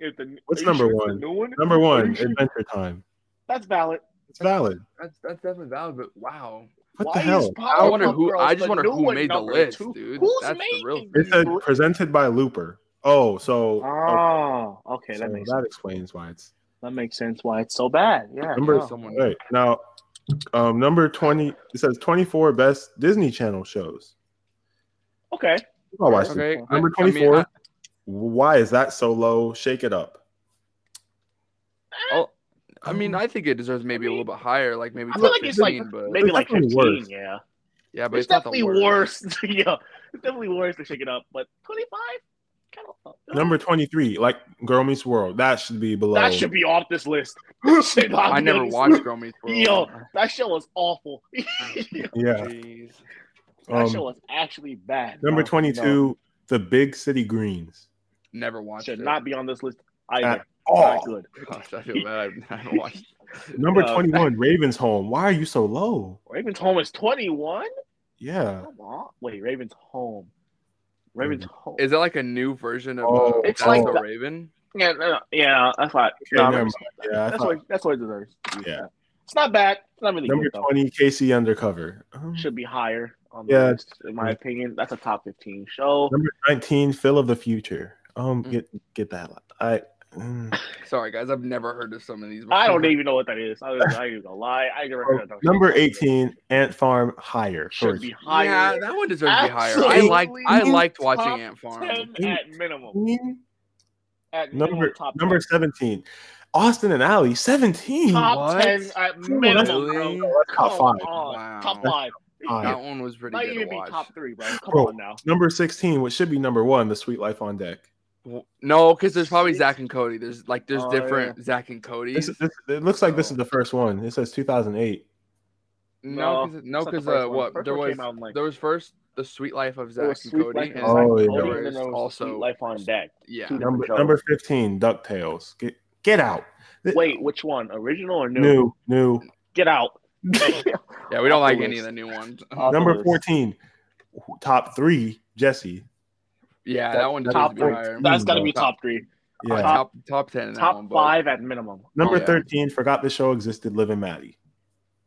B: If the,
A: What's
B: are you
A: number
B: sure it's the
A: one?
B: New one?
A: Number
B: Are
A: one,
B: you sure?
A: Adventure Time.
B: That's valid.
A: It's valid.
C: That's that's definitely valid, but wow.
A: What
B: Why
A: the hell?
B: Is
C: I wonder
B: Powerpuff
C: who.
B: Girls
C: I just
B: the
C: wonder
B: new
C: who
B: one
C: made the
B: number
C: list,
B: two?
C: dude.
B: Who's
C: That's the
B: making
C: real.
A: It
B: these
A: said
B: lists?
A: presented by Looper. Oh, so
B: Oh, okay.
A: okay,
B: that
A: so
B: makes
A: that explains why it's
B: that makes sense why it's so bad. Yeah.
A: number
B: no.
C: someone.
A: right now. Um, number twenty. It says twenty-four best Disney Channel shows.
B: Okay.
A: oh, I watched
C: Okay.
A: it. Number
C: I- I mean,
A: twenty-four.
C: I-
A: why is that so low? Shake it up.
C: I'll- oh, I mean, I think it deserves maybe a little bit higher, like maybe
B: I
C: top
B: feel like it's like
C: 15, but
B: Maybe
A: It's
B: like
A: definitely
B: 15,
A: worse.
B: yeah.
C: yeah, but
B: it's,
C: it's, not the
B: definitely worse. yeah. It's definitely worse to shake it up, but uh, 25? Kind of.
A: Number twenty-three, like Girl Meets World. That should be below.
B: That should be off this list. Shit, off
C: I never
B: this
C: watched
B: list.
C: Girl Meets World.
B: Yo, that show was awful. that
A: yeah.
C: Jeez.
A: Um,
B: show was actually bad.
A: number
B: No,
A: twenty-two, The Big City Greens.
C: never
B: no.
C: watched
B: should
C: it.
B: not be on this list either.
A: Oh,
B: Not good.
C: Gosh, I feel bad. I haven't watched.
A: number
B: Uh,
A: twenty-one, Ravens Home. Why are you so low?
B: Raven's Home is 21?
A: Yeah. Mm.
B: Come on. Wait, Raven's Home. Raven's Home.
C: Is that like a new version of?
A: Oh,
C: uh,
A: It's
C: That's
B: like
C: so
B: the-
C: Raven.
B: Yeah, no, no, yeah, that's what.
A: Okay,
B: no,
A: never mind. Yeah, I
B: that's
A: thought-
B: what. That's what it deserves.
A: Yeah.
B: it's not bad. It's not really
A: Number
B: good. Though.
A: 20, KC Undercover. Um,
B: Should be higher on the
A: Yeah.
B: list, in my opinion. That's a top fifteen show.
A: number 19, Phil of the Future. Um,
C: Mm.
A: get get that. I mm.
C: Sorry guys, I've never heard of some of these.
B: I don't
C: before.
B: even know what that is. I, I ain't even gonna lie. I never heard of that.
A: number 18, Ant Farm Higher.
B: should
A: First.
B: be higher.
C: Yeah, that one deserves to be higher. I
B: Absolutely
C: liked. I liked
B: top
C: watching Ant Farm.
B: Ten at minimum.
A: 18?
B: At
A: Number
B: minimum, top
A: number 17, Austin and Alley. 17.
B: ten. top
C: What?
B: ten at
A: Ooh, that's-
B: minimum. Bro.
C: Really?
A: That's top
B: Come
A: five.
B: on.
C: Wow.
B: Oh, Top five.
A: Five.
C: That one was pretty
B: Not
C: good
B: even
C: to
B: be
C: watch.
B: top three, bro. Come
A: Bro.
B: on now.
A: Number 16, which should be number one, The Sweet Life on Deck.
C: W- No, because there's probably
B: Six.
C: Zach and Cody. There's like there's
B: Oh,
C: different Zach and Cody's.
A: This, this, it looks like this is the first one. It says 2008.
C: no,
B: No,
C: cause, no,
B: it's not the
C: because
B: first
C: uh,
B: one.
C: what
B: First
C: there
B: one
C: was
B: came out in, like-
C: there was first the Sweet Life
B: There
C: of Zach
B: was
C: and
B: Sweet
C: Cody,
B: Life
C: and
B: on
A: Oh,
B: Deck,
A: yeah.
B: Cody, and
C: there
B: then
C: was
B: there was
C: also
B: Sweet Life on deck.
C: yeah,
B: Two
A: Number,
B: different shows.
A: number 15, DuckTales. Get, get out. Th-
B: Wait, which one? Original or new?
A: New, new.
B: Get out.
C: yeah. We
B: off
C: don't
B: the
C: like any of
B: list.
C: the new ones.
B: Off the
A: Number
B: list.
A: 14, top three, Jesse.
C: Yeah,
B: That-
C: that one deserves
B: top
C: to be
B: three.
C: higher. Mm-hmm.
B: That's got to be
C: Top-
B: top three.
A: Yeah.
C: Top top ten. in that
B: top
C: one, but-
B: five at minimum.
A: Number
C: yeah.
A: 13, forgot the show existed, Liv and Maddie.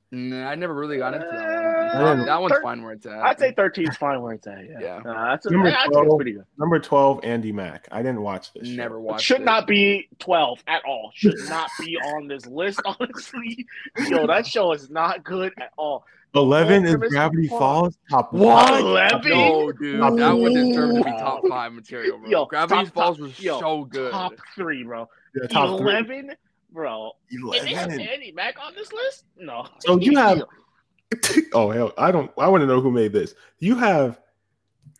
C: Nah, I never really got into that
B: Uh,
C: one. That- that one's
B: thir-
C: fine where it's at.
B: I'd say 13 is fine where it's at. Yeah.
C: Yeah.
B: Uh, that's a,
A: Number
B: I think
A: 12.
B: it's pretty good.
A: Number 12, Andy Mack. I didn't watch this. show.
C: never watched.
B: Should
C: it.
B: not be 12 at all. Should not be on this list, honestly. Yo, that show is not good at all.
A: 11 is
B: Ultimate
A: Gravity
B: Squad.
A: Falls. Top
C: What?
A: one.
B: Eleven?
C: No, dude, that one deserved to be
B: Ooh.
C: top five material, bro.
B: Yo,
C: Gravity
B: top-
C: Falls
B: top-
C: was
B: yo,
C: so good.
B: Top three, bro.
A: Yeah, top three.
B: 11, bro. And they have
A: 11.
B: Andy Mack on this list? No.
A: So you have- oh, hell. I don't. I want to know who made this. You have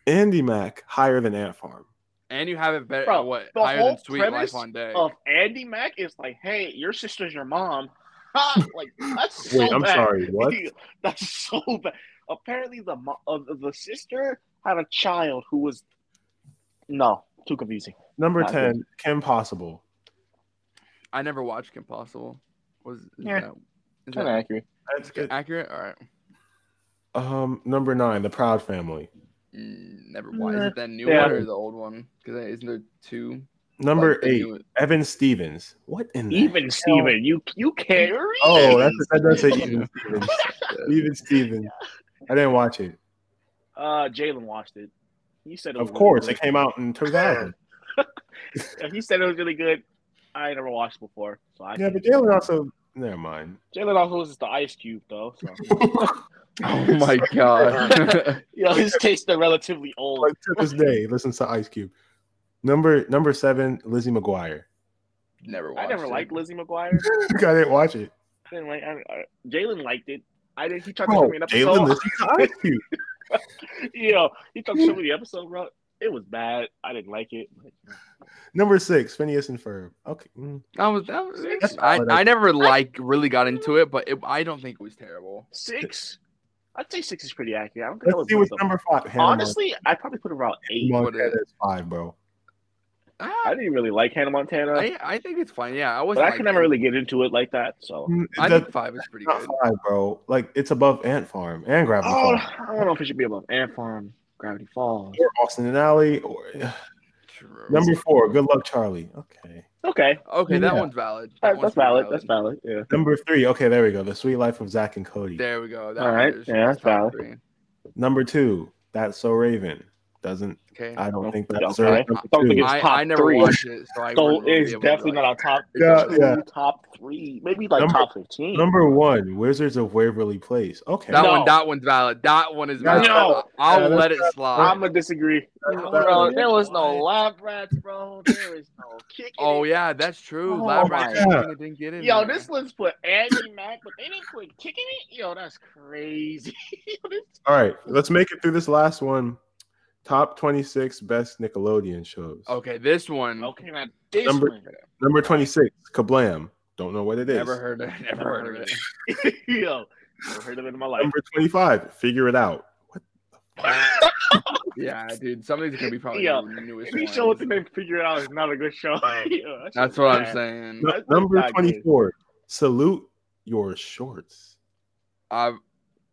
A: Andy Mack higher than Ant Farm.
C: and you have it better.
B: Bro,
C: what
B: the
C: higher than
B: whole
C: Sweet Life
B: premise
C: on Day?
B: of Andy Mack is like, hey, your sister's your mom. Ha, like that's so
A: Wait, I'm
B: bad.
A: sorry. What?
B: that's so bad. Apparently, the mo- uh, the sister had a child who was no too confusing.
A: Number
B: Not
A: 10, Kim Possible.
C: I never watched Kim Possible. Was is
B: Yeah.
C: that,
B: Kind
C: is that
B: of accurate.
A: That's good.
C: accurate? All right.
A: Um, number nine, The Proud Family.
C: Mm, never watched. Is
B: Yeah.
C: it that new
B: Yeah.
C: one or the old one? Because isn't there two?
A: Number
C: Like, the
A: eight,
C: new-
A: Evan Stevens. What in the
B: Even Steven, you you care?
A: Oh, that's that does say even Stevens. Even Steven. I didn't watch it.
B: Uh, Jalen watched it. He said, it was
A: Of
B: really
A: course,
B: good.
A: it came out in 2000.
B: If he said it was really good. I ain't never watched it before, so I
A: yeah, but Jalen also. Never mind.
B: Jalen also was just the Ice Cube though. So.
C: Oh my god.
B: you know, his tastes are relatively old.
A: Like, to this day, listens to Ice Cube. Number number seven, Lizzie McGuire.
C: never watched
B: I never
C: it.
B: liked Lizzie McGuire.
A: I didn't watch it.
B: I didn't like. I, I, Jalen liked it. I didn't. He tried to show
A: Oh,
B: me an
A: Jalen
B: episode.
A: listens to Ice Cube.
B: you know, he tried to show me the episode, bro. It was bad. I didn't like it.
A: Number six, Phineas and Ferb. Okay. mm.
C: I was, that was
B: That's
C: I,
A: solid.
C: I never like really got into it, but it, I don't think it was terrible.
B: Six. I'd say six is pretty accurate. I don't think I
A: Let's
B: was
A: see what's
B: messed up.
A: number five. Hannah
B: Honestly, I probably put around eight.
A: Montana.
C: what it is.
A: Montana is five, bro.
B: I
C: I,
B: didn't really like Hannah Montana,
C: I, I think it's fine. Yeah, I was.
B: Uh, but I could never really get into it like that. So,
C: I
A: Mm, That's
C: think five is pretty
A: not
C: good.
A: five, bro. Like it's above Ant Farm and Gravity
B: oh,
A: Falls,
B: I don't know if it should be above Ant Farm, Gravity Falls.
A: or Austin and Alley, or
C: True.
A: number four, Good Luck Charlie. Okay.
B: Okay,
C: Okay, that
A: Yeah.
C: one's valid. That
B: That-
C: one's
B: that's
C: pretty
B: valid. That's valid. Yeah.
A: Number three, okay, there we go. The Sweet Life of Zach and Cody.
C: There we go. That
B: All
C: one
B: right,
C: is
B: yeah, that's
C: top
B: valid.
C: three.
A: Number two, That's So Raven. Doesn't
C: Okay.
B: Uh,
A: I don't think that
B: Okay.
A: deserves
C: I
A: number
B: don't
A: two.
B: think it's
C: I,
B: top
C: I never
B: three.
C: watched it, so I
B: So
C: wouldn't really
B: it's
C: be able to,
B: definitely
C: like-
B: not our top.
A: Yeah,
B: two,
A: yeah.
B: Top three, maybe like
A: Number-
B: top fifteen.
A: Number one, Wizards of Waverly Place. Okay.
C: That
B: No.
C: one, that one's valid. That one is
A: No.
C: valid.
B: No.
C: I'll
A: Yeah,
C: let it
A: that's-
C: slide.
B: I'm gonna disagree.
A: That's
B: Bro,
A: valid.
B: there was no lab rats, bro. There is no kicking.
C: Oh
B: it.
C: yeah, that's true.
B: Oh,
C: Lab
B: my
C: rats
A: God.
C: didn't- didn't get in.
B: Yo,
C: there.
B: this list put Andy Mac, but they didn't put kicking it. Yo, that's crazy. Yo, this-
A: All right, let's make it through this last one. Top 26 best Nickelodeon shows.
C: Okay, this one.
B: okay, now this
A: Number-
B: one.
A: Number 26, Kablam. Don't know what it is.
C: Never heard of. Never heard of it.
B: Yo, never heard of it in my life.
A: Number 25, Figure It Out. What?
C: Yeah, dude. Some of these are gonna be probably
B: Yo,
C: the newest.
B: Any show with
C: ones.
B: the name Figure It Out is not a good show. Yo, that
C: That's
B: shit's
C: what I'm
B: bad.
C: saying.
A: Nu-
B: That's
A: Number
B: not good.
A: 24, Salute Your Shorts.
C: Oh, I've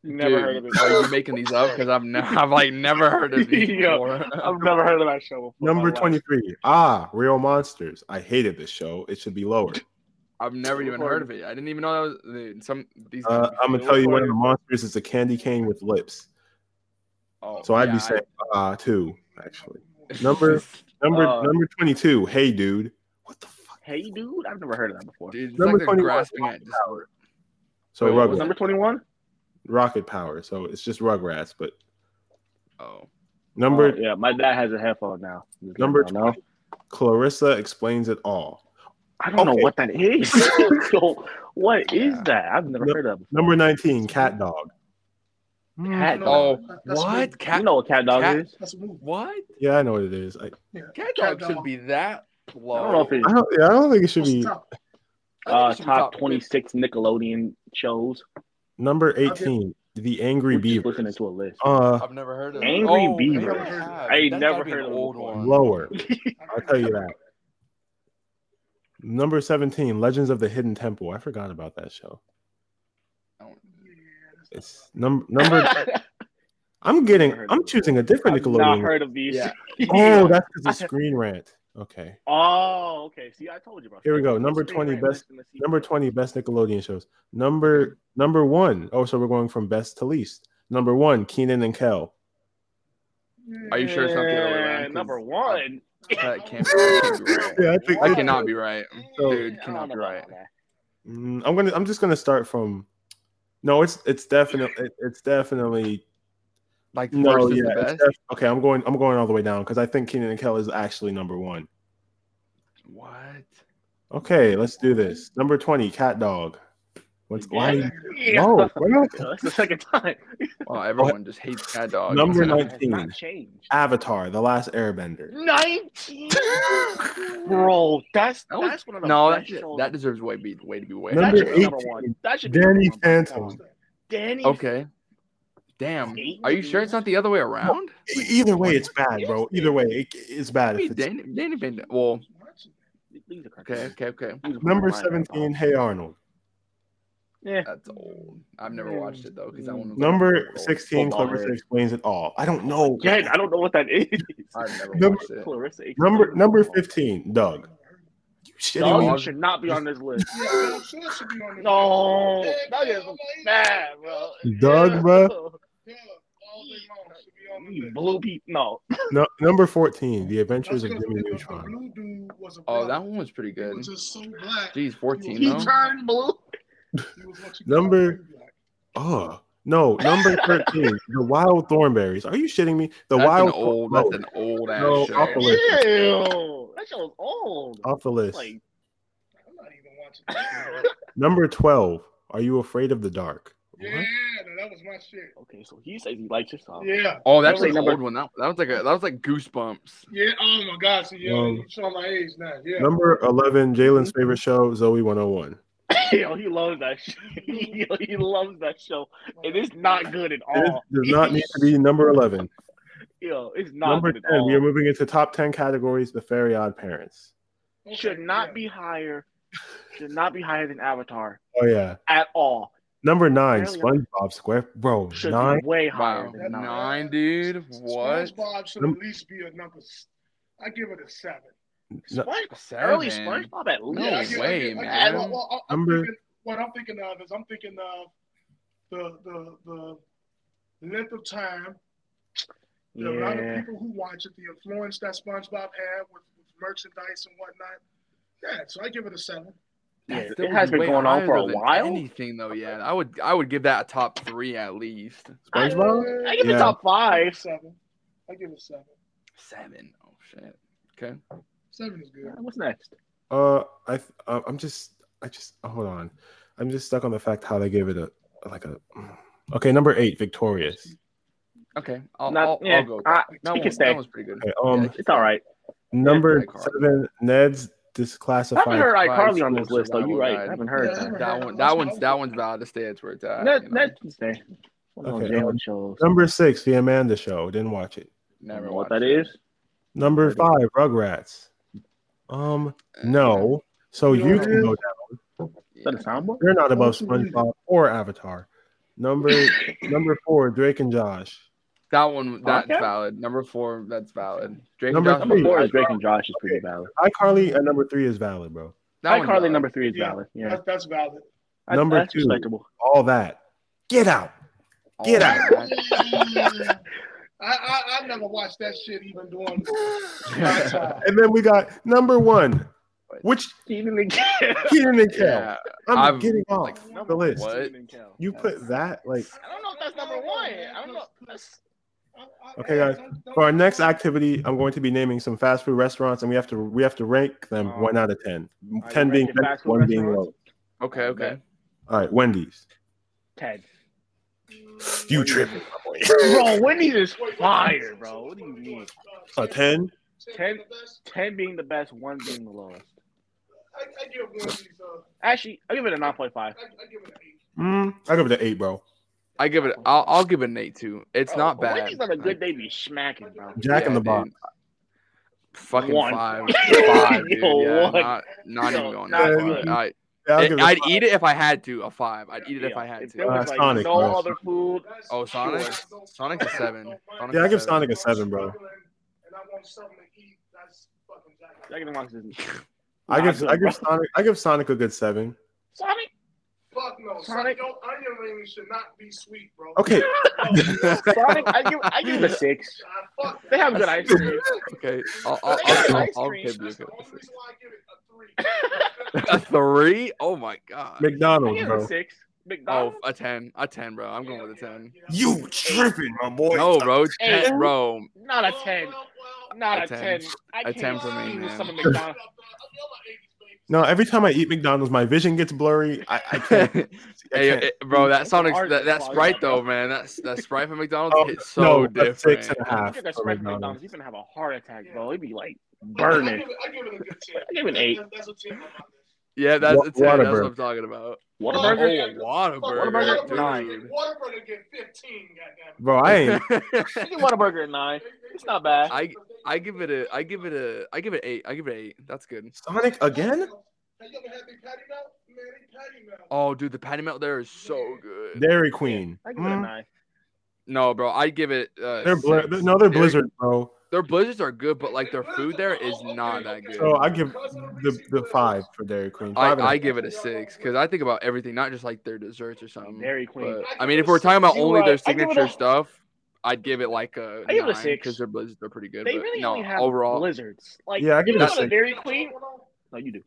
B: Never heard of it.
C: Are you Oh, making these up? Because I've never, I've like never heard of these
B: Yo,
C: before.
B: I've never heard of that show before. in my
A: Number
B: life.
A: 23, Ah, Real Monsters. I hated this show. It should be lower.
C: I've never even heard of it. I didn't even know that was dude, some these.
A: Uh, I'm going to tell you one of
C: them.
A: the monsters is a candy cane with lips.
C: Oh,
A: So I'd be
C: yeah, I-
A: saying, Ah, too, actually. number- Number,
C: Uh,
A: number 22, Hey Dude. What the fuck?
B: Hey, dude, I've never heard of that before.
C: Dude, it's
A: Number
C: like they're
A: 21,
C: grasping at just-
A: So
C: Wait, what
A: Rugrats.
C: was
B: Number twenty-one.
A: rocket power. So it's just Rugrats, but
C: Oh,
A: number
B: Oh, yeah, my dad has a headphone now. Just
A: Number
B: letting y'all know.
A: Clarissa explains it all.
B: I don't
A: Okay.
B: know what that is. so, what is
C: Yeah.
B: that? I've never
A: No-
B: heard of. it.
A: Number nineteen, cat dog.
B: Cat
A: Mm,
B: dog.
C: oh,
D: That's
C: what?
D: me.
C: Cat?
B: you know what cat dog
C: cat-
B: is?
D: That's a movie.
C: What?
A: Yeah, I know what it is. I,
C: Cat
D: Cat
C: dog should
D: dog.
C: be that low.
B: I don't know if
A: I
B: it's
A: don't. Yeah, I don't think it should
D: What's
A: be
D: top?
B: uh, top twenty-six Nickelodeon shows.
A: number eighteen. The Angry
B: We're just
A: Beaver.
B: listening to a list.
A: Uh,
C: I've never heard of
B: Angry
C: it. Oh, maybe
B: Beaver.
C: I have.
B: I ain't
C: That's
B: never
C: gotta be an
B: heard of it
C: old
B: before.
C: one.
A: lower. I'll tell you that. Number seventeen, Legends of the Hidden Temple. I forgot about that show. It's number number. I'm getting. I'm choosing a different
B: I've not
A: Nickelodeon.
B: heard of these.
C: Yeah.
A: Oh, that's because of Screen Rant. Okay.
B: Oh, okay. See, I told you about.
A: Here we
B: that.
A: go. Number
B: Screen
A: 20
B: Rant,
A: best-
B: listen to see-
A: Number 20 best Nickelodeon shows. Number number 1. Oh, so we're going from best to least. Number 1, Keenan and Kel.
C: Are you sure it's not the other way around? uh,
B: Yeah,
C: 'Cause
B: Number one.
C: That can't be, that can't be
A: Yeah,
C: right.
A: I think
C: That cannot be right.
A: So-
C: Dude,
B: I don't
C: cannot
B: know
C: be right.
B: about that.
A: Mm, I'm going to I'm just going to start from No, it's it's definitely it's definitely
C: Like first
A: No,
C: is
A: yeah.
C: the
A: it's
C: best.
A: def- okay, I'm going I'm going all the way down cuz I think Keenan and Kel is actually number 1.
C: What?
A: Okay, let's do this. Number 20, Cat Dog. What's
B: Again?
A: why?
B: Yeah.
A: No, we're not-
B: That's the second time.
C: Wow, Oh, everyone just hates cat dogs.
A: Number
C: It's like,
B: It has not
A: 19.
B: changed.
A: Avatar, The Last Airbender.
B: 19 bro that's
C: That was-
B: that's one of the
C: No, that,
B: best
C: should-
B: shows.
C: that deserves way be way to be way.
B: That
A: Number
B: should be number
A: 18,
B: one that should be
A: Danny
B: number one.
A: Phantom.
B: danny
C: Okay. Damn. Are you sure it's not the other way around?
A: E- Either way, it's bad, bro. Either way, it, it's bad.
C: Maybe
A: If it's,
C: Danny, Danny Van Dam- Well,
B: These are crazy.
C: okay, okay, okay.
B: These are
A: number
B: mine.
A: 17, Hey Arnold.
C: That's old. I've never watched it though, because that one. Was
A: Number
C: old.
A: 16,
B: Hold on.
A: Clarissa explains it all. I don't know.
B: Again, i don't know what that is
C: I've never
A: Number-
C: watched it.
B: Clarissa H.
A: Number
B: Clarissa.
A: number 15, Doug. You shitting
B: Dog
A: me?
C: Doug?
B: should not be on this list
D: Yeah, I'm sure it should be on there.
B: no
D: Hey,
B: that is
D: man,
B: bad bro
A: Doug, bro.
D: Yeah, all day long. Should be on the
B: You
D: list.
B: Blue beat. No.
A: No, number 14, The
D: That's
A: Adventures of
D: because
A: Jimmy
D: the- the
A: Neutron.
D: blue dude was a
C: Oh,
D: brother.
C: that one was pretty
D: He
C: good.
D: was just so black.
C: Jeez,
D: He
C: fourteen
B: He
C: though.
B: turned blue.
D: He was what you
A: Number-
D: call black.
A: Oh, no, number 13, The Wild Thornberries. Are you shitting me? The
C: That's
A: Wild
C: an old.
A: no,
C: That's an old ass
A: No,
C: show.
A: I'll-
B: Ew. That shit was old.
A: off the list.
B: Like,
D: I'm not even watching. that shit.
A: Number 12, Are You Afraid of the Dark?
D: yeah, no, that was my shit.
B: okay, so he says he likes yourself.
D: Yeah.
C: Oh, that's
D: That
C: an
D: was
B: number-
C: old one. That, that was like a. That was like Goosebumps.
D: Yeah. Oh my God. So yeah,
A: Um,
D: you showing my age now. Yeah.
A: Number 11, Jalen's favorite show, Zoe 101.
B: Yo, he loves that show. Yo, he loves that show. And it's not good at
A: It
B: all.
A: does not need to be number 11.
B: Yo, it's not
A: Number
B: good
A: 10, we
B: at
A: are
B: all.
A: moving into top 10 categories, The Fairy Odd Parents.
D: Okay,
B: Should not
D: yeah.
B: be higher. Should not be higher than Avatar
A: Oh, yeah.
B: at all.
A: Number 9,
B: Fairy
A: SpongeBob Square. Bro,
B: Should
A: 9.
B: be way higher
C: Wow,
B: than
D: That's
B: nine.
C: nine, dude. What?
D: SpongeBob should
A: Num-
D: at least be a number. s- I give it a seven.
A: No,
B: Sponge-
C: Seven.
B: early SpongeBob at
C: No
D: I
B: least.
D: give- I
C: way,
D: give- I give-
C: man.
D: well, well, I- I'm
A: Number-
D: thinking- what I'm thinking of is I'm thinking of the the the length of time, the amount of
B: Yeah.
D: people who watch it, the influence that SpongeBob had with, with merchandise and whatnot. Yeah, so I give it a seven.
B: Yeah,
C: That
B: it
C: still
B: has
C: was
B: been
C: way
B: going on
C: higher
B: for a
C: than
B: while.
C: Anything though, yeah. I would. I would give that a top three at least.
A: SpongeBob?
B: I give
A: Yeah.
B: it top
D: I give it
B: five.
D: seven. I give it seven.
C: Seven. Oh shit. Okay.
D: Seven is good.
B: What's next?
A: Uh, I th- uh, I'm just I just oh, hold on. I'm just stuck on the fact how they gave it a like a okay number eight victorious.
C: Okay. I'll,
B: Not-
C: I'll,
B: yeah,
C: I'll go. with
B: I-
C: that.
B: it
C: that,
B: can
C: one,
B: stay.
C: that was pretty good.
A: Okay, um,
C: Yeah, it can
B: It's all
C: stay.
B: right.
A: Number
C: Carly.
A: seven, Ned's
B: I haven't heard
A: disclassified.
B: iCarly
C: Five
B: on this
C: schools
B: list, though. You're right.
C: survival
B: I haven't
D: guide.
B: heard
D: Yeah, I
B: that.
D: haven't
C: That one. That one's. That one's valid to stay. It's where it's at.
B: That,
C: you know?
B: that can stay. One of those
A: Okay,
B: Jalen shows.
A: Number six, The Amanda Show. Didn't watch it.
B: Never
C: Never
B: know what
C: watched
B: that
C: it.
B: is.
A: Number five, Rugrats. Um, no. So you can go down.
B: Is
C: Uh, Yeah.
B: that a soundboard?
A: They're not above SpongeBob or Avatar. Number number four, Drake and Josh.
C: That one. That's
B: Podcast?
C: valid. Number four. That's valid. Drake
A: Number
C: and Josh,
B: Number four
A: three.
B: is Drake and Josh is pretty valid.
A: iCarly at number three is valid, bro.
C: That one's
B: iCarly
C: valid.
B: number three is
D: Yeah.
B: valid. Yeah.
D: That's, that's valid.
B: That's-
A: Number
B: that's
A: two.
B: respectable.
A: All that. Get out.
C: Oh,
A: Get out.
C: my God.
D: I, I I never watched that shit even doing my time.
A: And then we got number one, which
B: Keenan and Kel.
A: Keenan and Kel.
C: Yeah.
A: I'm
C: I've-
A: getting off
C: like,
A: the list.
C: What?
B: Keenan and Kel.
A: You put that like
B: I don't know if that's number one. I don't know. That's,
D: I- I-
A: Okay, guys.
D: don't- don't-
A: for our next activity, I'm going to be naming some fast food restaurants, and we have to we have to rank them
B: Um,
A: one out of ten.
B: you
A: Ten being
B: ranking
A: best,
B: fast food
A: one being low.
B: restaurants?
C: Okay. Okay.
A: All right, Wendy's.
B: Ted.
A: You tripping, my boy.
B: Bro, Wendy's is fire, bro. What do you mean?
A: A ten.
B: Ten. Ten being the best, one being the lowest.
D: I, I give one of these. Uh,
B: Actually, I give it a nine point five.
D: I, I give it an
A: Mm,
D: eight.
A: I give it an eight, bro.
C: I give it. I'll, I'll give it an eight too. It's not bad.
B: Wendy's on a
C: Like,
B: good day be smacking, bro.
A: Jack in the
C: dude.
A: Box.
C: Fucking
B: One.
C: five. Five, dude.
B: Yo,
C: Yeah,
B: one.
C: not, not even going
B: Not
C: that
A: even-
C: far. I,
A: Yeah, I'll give it a
C: I'd
A: five.
C: eat it if I had to. A five. I'd eat it if I had
B: There
A: Uh,
C: to.
B: was like
A: Sonic,
B: no
A: bro.
B: other food.
D: That's
C: Oh, Sonic?
D: sure.
C: Sonic's a seven. Sonic's
A: Yeah, I give
C: seven.
A: Sonic a seven, bro.
D: And I want something to eat. That's fucking Jack.
B: Jack in the Box is
A: I
B: not
A: give
B: good,
A: I give
B: bro.
A: Sonic I give Sonic a good seven.
B: Sonic.
D: Fuck no.
B: Sonic?
D: Sonic. Your onion rings should not be sweet, bro.
A: Okay,
B: Sonic. I give I give it a six.
D: I fuck
B: They
D: that.
B: have good ice cream.
C: Okay. I'll, I'll,
B: They got
C: I'll, I'll,
B: ice
C: I'll
B: cream.
C: give you a
D: That's the
C: good
D: only
C: six.
D: reason why I give it a three.
C: A three? Oh my god.
B: I
A: McDonald's,
B: give it a
A: bro.
B: six.
C: Oh,
B: McDonald's.
C: a ten. A ten, bro. I'm going with a ten.
D: Yeah.
A: You tripping, my boy?
C: No, bro.
B: Hey.
C: Ten, bro.
B: not a
D: Well,
B: ten.
D: well, well,
B: Not
C: A
B: a
C: 10.
B: ten. I
C: A
B: can't
C: 10 for me,
B: deal with
C: man.
B: Some of McDonald's.
A: No, every time I eat McDonald's, my vision gets blurry. I, I can't.
C: hey,
A: I can't.
C: eh, bro, that
B: It's
C: Sonic's
B: hard
C: that,
B: to
C: that
B: follow
C: Sprite
B: that.
C: though, man. That's that Sprite from McDonald's
A: Oh,
C: hits so
A: no, a
C: different.
A: six and a half.
B: You get that
A: for
B: spread from
A: McDonald's.
B: McDonald's, you're gonna have a heart attack, bro. It'd be like burning.
D: I give it a good 10.
B: I give it an eight.
D: That's a 10 on my list.
C: Yeah, that's
A: Wa-
C: a ten. That's
A: Whataburger.
C: what I'm talking about.
B: What
D: Whataburger?
B: burger?
C: Oh, Whataburger,
B: Whataburger, nine.
D: Whataburger get 15, goddamn.
A: Bro, I ain't.
B: I give Whataburger a nine. It's not bad.
C: I- I give it a. I give it a. I give it eight. I give it eight. That's good.
A: Sonic again?
C: Uh,
D: Have you ever had the patty melt? Man, they patty melt.
C: Oh, dude, the patty melt there is so good.
A: Dairy Queen.
B: I give it a
A: Mm,
B: nine.
C: No, bro, I give it. Uh,
A: They're, bl-
C: six.
A: no, they're
C: Dairy-
A: Blizzard, bro.
C: Their blizzards are good, but like their food there is not that good.
A: So I give the, the five for Dairy Queen.
C: I,
A: Five and a
C: I
A: half.
C: give it a six because I think about everything, not just like their desserts or something.
B: Dairy Queen.
C: Um, But, I mean, if we're talking about
B: You
C: only
B: are-
C: their
B: I give it
C: signature
B: a-
C: stuff, I'd give it like a
B: I give it a six.
C: because their blizzards are pretty good.
B: They
C: but
B: really
C: no,
B: only have
C: overall,
B: blizzards. Like
A: Yeah, I give
B: you
A: it a
B: go to
A: six.
B: Dairy Queen. No, you do.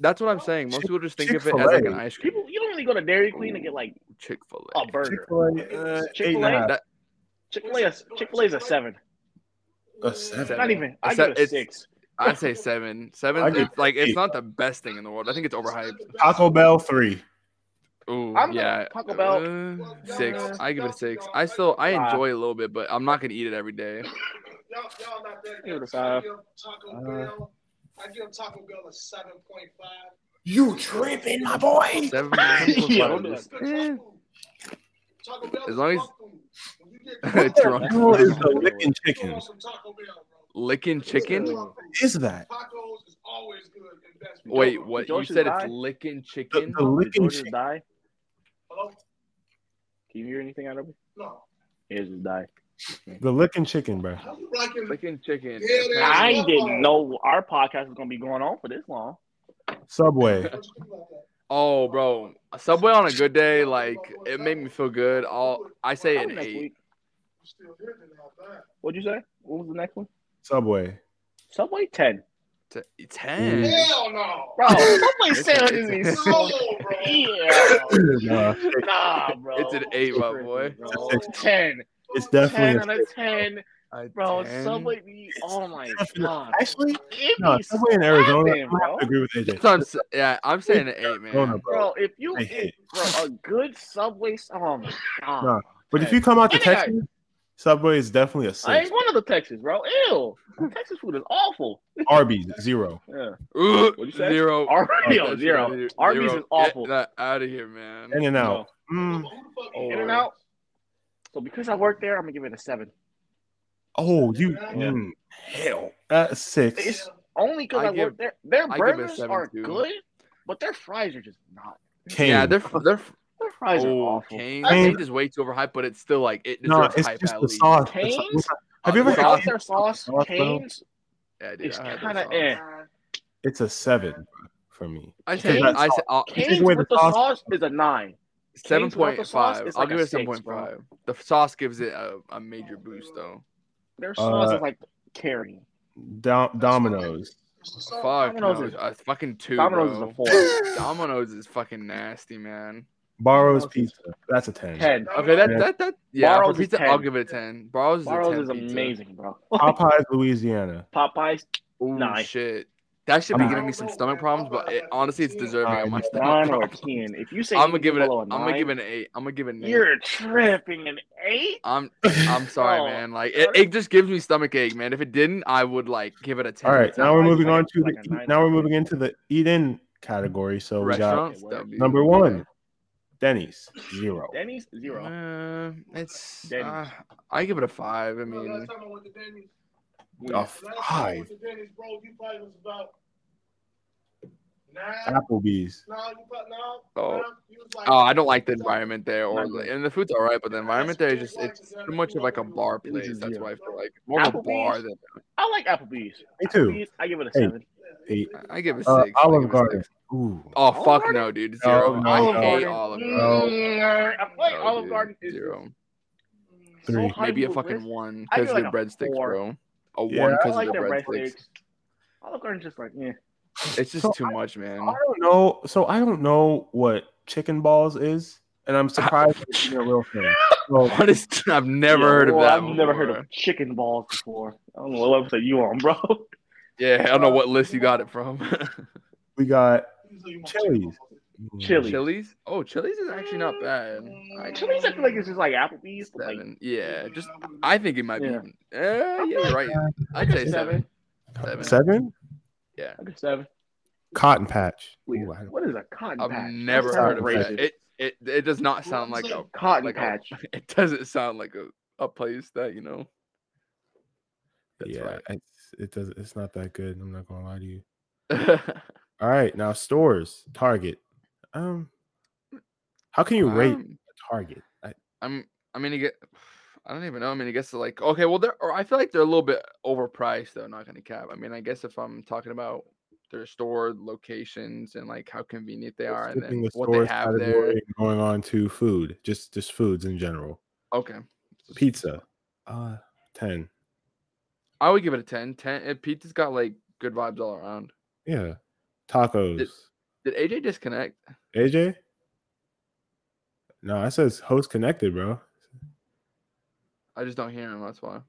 C: that's what I'm saying. Most
A: Chick-
C: people just think of it as like an
A: Chick-fil-A.
C: ice cream.
B: People, you don't really go to Dairy Queen to get like
C: Chick Fil
B: a
C: A.
B: burger.
A: Chick-fil-A, uh, eight and a
B: Oh, Chick-fil-A?
A: half.
B: Chick Fil A, Chick Fil A is a seven.
A: A seven.
B: Not even. I
C: It's
B: give
C: a-
B: it a
C: it's-
B: six.
C: I'd say seven. Seven.
A: I give
C: It's like it's
A: eight.
C: not the best thing in the world. I think it's overhyped.
A: Taco Bell three.
C: Ooh,
B: I'm gonna
C: yeah.
B: talk about-
C: uh, six. I give it a six. I still I
B: Five.
C: enjoy it a little bit, but I'm not gonna eat it every day.
D: Y'all, y'all not that
B: Give it a
D: good.
B: five.
D: I give Taco
A: Uh-huh.
D: Bell. I give Taco Bell a seven point five.
A: You tripping, my boy?
C: Seven.
B: Yeah, don't do
C: Just-
D: Good
C: eh.
D: Taco food. Taco Bell
C: As
D: is
C: long as-
D: junk food. When you get-
C: What the Drunk.
A: Hell is the licking
D: You
A: chicken?
D: want some Taco Bell, bro.
C: Licking chicken.
D: Junk food.
A: Is that
D: Tacos is always good and best.
C: Wait, what? You
B: Josh's
C: said it's
B: died?
C: licking chicken.
A: the, the
B: Did
A: licking
B: George just
A: chicken?
B: die?
D: Hello?
B: Can you hear anything out of me?
D: No.
B: George just died.
A: The licking chicken, bro.
D: How you liking
C: Licking chicken.
D: Yeah, they-
B: I didn't know our podcast was gonna be going on for this long.
A: Subway.
D: what you think about that?
C: Oh, bro, a Subway on a good day, like it made me feel good. I'll I say
B: Probably
C: an
B: next
C: eight.
B: week.
D: You still here than all that.
B: What'd you say? What was the next one?
A: Subway.
B: Subway ten.
C: to ten.
A: Mm.
D: Hell no.
B: Bro, Subway
C: It's a-
B: seven
C: it's
B: is
C: a-
B: so
D: No, bro.
B: yeah.
A: Nah,
B: Nah, bro.
C: It's an eight, my boy.
B: Bro.
A: It's a
B: Ten.
A: it's
B: Ten
A: definitely
B: out
A: a,
B: of ten.
C: A
B: Bro,
C: 10?
B: Subway be oh my
A: definitely-
B: god.
A: actually.
B: Give
A: No,
B: me
A: Subway in Arizona.
B: seven,
A: I have
B: bro.
A: to agree with AJ.
C: That's what I'm s- yeah, I'm saying an eight,
A: Arizona,
C: man.
A: bro.
B: Bro, if you
A: I
B: if,
A: hate.
B: bro, a good Subway, oh my god.
A: Nah, But if you come out to
B: Anyway.
A: Texas, Subway is definitely a
B: I
A: six.
B: ain't going to the Texas, bro. Ew, Texas food is awful.
A: Arby's zero.
C: Oh,
B: Yeah,
C: Ugh,
B: What'd you say?
C: Zero.
B: Arby's
C: That's
B: zero.
C: really-
B: Arby's
C: zero.
B: is awful.
C: Get that out of here, man.
A: In and out. Mm.
D: Who the fuck
C: Oh.
D: eat
B: Hmm. In and out. So because I work there, I'm gonna give it a seven.
A: Oh, you
D: Yeah.
A: mm, hell uh, six.
B: It's only because I,
C: I
B: work
C: give-
B: there. Their
C: I give it a
B: burgers
C: seven,
B: are
C: too.
B: good, but their fries are just not.
A: Kane.
C: Yeah, they're f- they're f-
B: Their fries are
C: oh,
B: awful.
C: Kane.
A: Kane.
C: Kane is way too overhyped, but it's still like it
A: no,
C: deserves
A: it's
C: hype
A: just
C: at
A: the
C: least.
A: sauce. The
B: Kane?
A: sauce- Have you
C: Uh,
A: ever
C: the
A: had?
B: Without their sauce,
A: Sauce, bro.
B: Canes
C: Yeah, dude,
B: is
C: I had that
B: kind of
C: sauce.
B: eh.
A: It's a seven bro, for me.
C: I say
B: Kane's
C: I say uh,
A: take
B: Canes
A: away
B: with
A: the
B: the
A: sauce-
B: sauce, is a nine.
C: seven
B: without the
C: point
B: sauce,
C: five.
B: it's
C: I'll
B: like
C: give
B: a
C: it a seven
B: six,
C: point
B: bro.
C: five. The sauce gives it a, a major boost though.
B: Their
C: Uh,
B: sauce is like carrying.
A: Dom- Domino's.
D: So,
C: Fuck,
B: Domino's
C: no,
B: is-
C: a fucking two.
B: Domino's
C: bro.
B: is a four.
C: Domino's is fucking nasty, man.
A: Barrows Pizza. That's a ten.
B: Ten.
D: I
C: Okay, that
A: Yeah.
C: that that yeah.
B: Barrows
C: for
B: is
C: pizza, I'll
B: 10.
C: give it a ten. Barrows is, a
B: Barrows
C: 10
B: is
C: pizza.
B: amazing, bro.
A: Popeyes, Louisiana.
B: Popeyes
C: Ooh,
B: Nine.
C: shit. That should be
A: I'm-
C: giving me some stomach problems, but it, honestly, it's deserving of my
A: Nine.
C: stomach
B: nine or a
C: problems.
B: ten. If you say
C: I'm gonna give it. A,
B: below
C: I'm gonna give
B: nine,
C: it an eight. I'm gonna give it an eight.
B: You're tripping an eight.
C: I'm I'm sorry,
B: Oh.
C: man. Like it, it just gives me stomach ache, man. If it didn't, I would like give it a ten.
A: All right, now we're moving on to
B: Like a
A: the
B: nine.
A: now we're moving into the eat-in category. So we got
C: restaurants.
B: got-
C: that'd be-
A: number one, Denny's zero.
B: Denny's zero.
C: Uh, it's.
B: Denny's.
C: Uh, I give it a five. I
D: You know,
C: mean,
D: last time I went to Denny's,
A: A
D: last time I went
A: five.
D: to Denny's, bro, you probably was about nine.
A: Applebee's.
D: No, you probably no.
C: Oh.
D: nine. You was like-
C: oh, I don't like the environment there, or
B: Not good.
C: and the food's alright, but the environment there is just it's too much of like a bar
B: It was
C: place.
B: just
C: That's
B: zero.
C: what I feel like more of a
B: Applebee's?
C: bar than
B: I like Applebee's.
A: Me too.
B: Applebee's, I give it a
A: Hey.
B: seven.
A: Eight.
C: I give it six.
A: Uh,
C: I give
A: Olive
C: it
A: Garden.
C: six.
A: Ooh.
C: Oh
B: Olive
C: fuck
B: Garden?
C: no, dude.
A: No,
C: Zero.
A: no,
C: I
A: no.
C: hate Olive Garden.
A: Oh.
B: Mm, I feel like
C: No,
B: Olive
C: dude,
B: Garden is
C: Oh, zero.
D: Mm,
A: Three.
B: So high
C: Maybe a
B: to the
C: fucking
B: list.
C: one
B: I
C: because
B: give
C: of
B: it
C: the
B: like a
C: breadsticks,
B: four.
C: bro. A
A: Yeah,
C: one
B: I
C: because
B: like
C: of the
B: their breadsticks.
C: breadsticks.
B: Olive Garden's just like, eh.
C: It's just
A: So
C: too much, man.
A: I don't know. So I don't know what chicken balls is, and I'm surprised it's a real thing. So,
C: What is? I've never
B: Yeah,
C: heard of
B: well,
C: that.
B: I've never heard
C: before.
B: of chicken balls before. I don't know what website you on, bro.
C: Yeah, I don't know what list you got it from.
A: we got
D: Usually you want
A: Chili's.
B: Chili.
C: Chili's. Oh, Chili's is actually not bad. I,
B: Mm, Chili's, I feel like it's just like Applebee's. but Like,
C: seven. Yeah, just I think it might be.
B: Yeah.
C: even- Eh, yeah, you're right. I'd say seven. Seven.
A: Seven.
C: Yeah,
B: I give seven.
A: Cotton Patch.
B: Weird.
A: Ooh, I don't-
B: What is a cotton
C: I've
B: patch?
C: never
B: That sounds
C: heard of
B: racist.
C: that. It it it does not sound like a
B: cotton
C: like a-
B: patch.
C: it doesn't sound like a, a place that you know. That's
A: yeah,
C: right.
A: it's, it does. It's not that good. I'm not gonna lie to you.
C: um,
A: All right, now stores. Target.
C: Um,
A: Um, how can you rate Target? I,
C: I'm I'm gonna get. I don't even know. I mean, I guess they're like okay, well, they're. Or I feel like they're a little bit overpriced though. Not gonna cap. I mean, I guess if I'm talking about their store locations and like how convenient they are and
A: Skipping
C: then
A: the
C: what they
A: stores
C: have there.
A: category and Going on to food, just just foods in general.
C: Okay.
A: Pizza, uh, ten.
C: I would give it a 10. 10 and pizza's got like good vibes all around.
A: Yeah, tacos.
C: Did AJ disconnect?
A: AJ. No, that says host connected, bro.
C: I just don't hear him. That's why.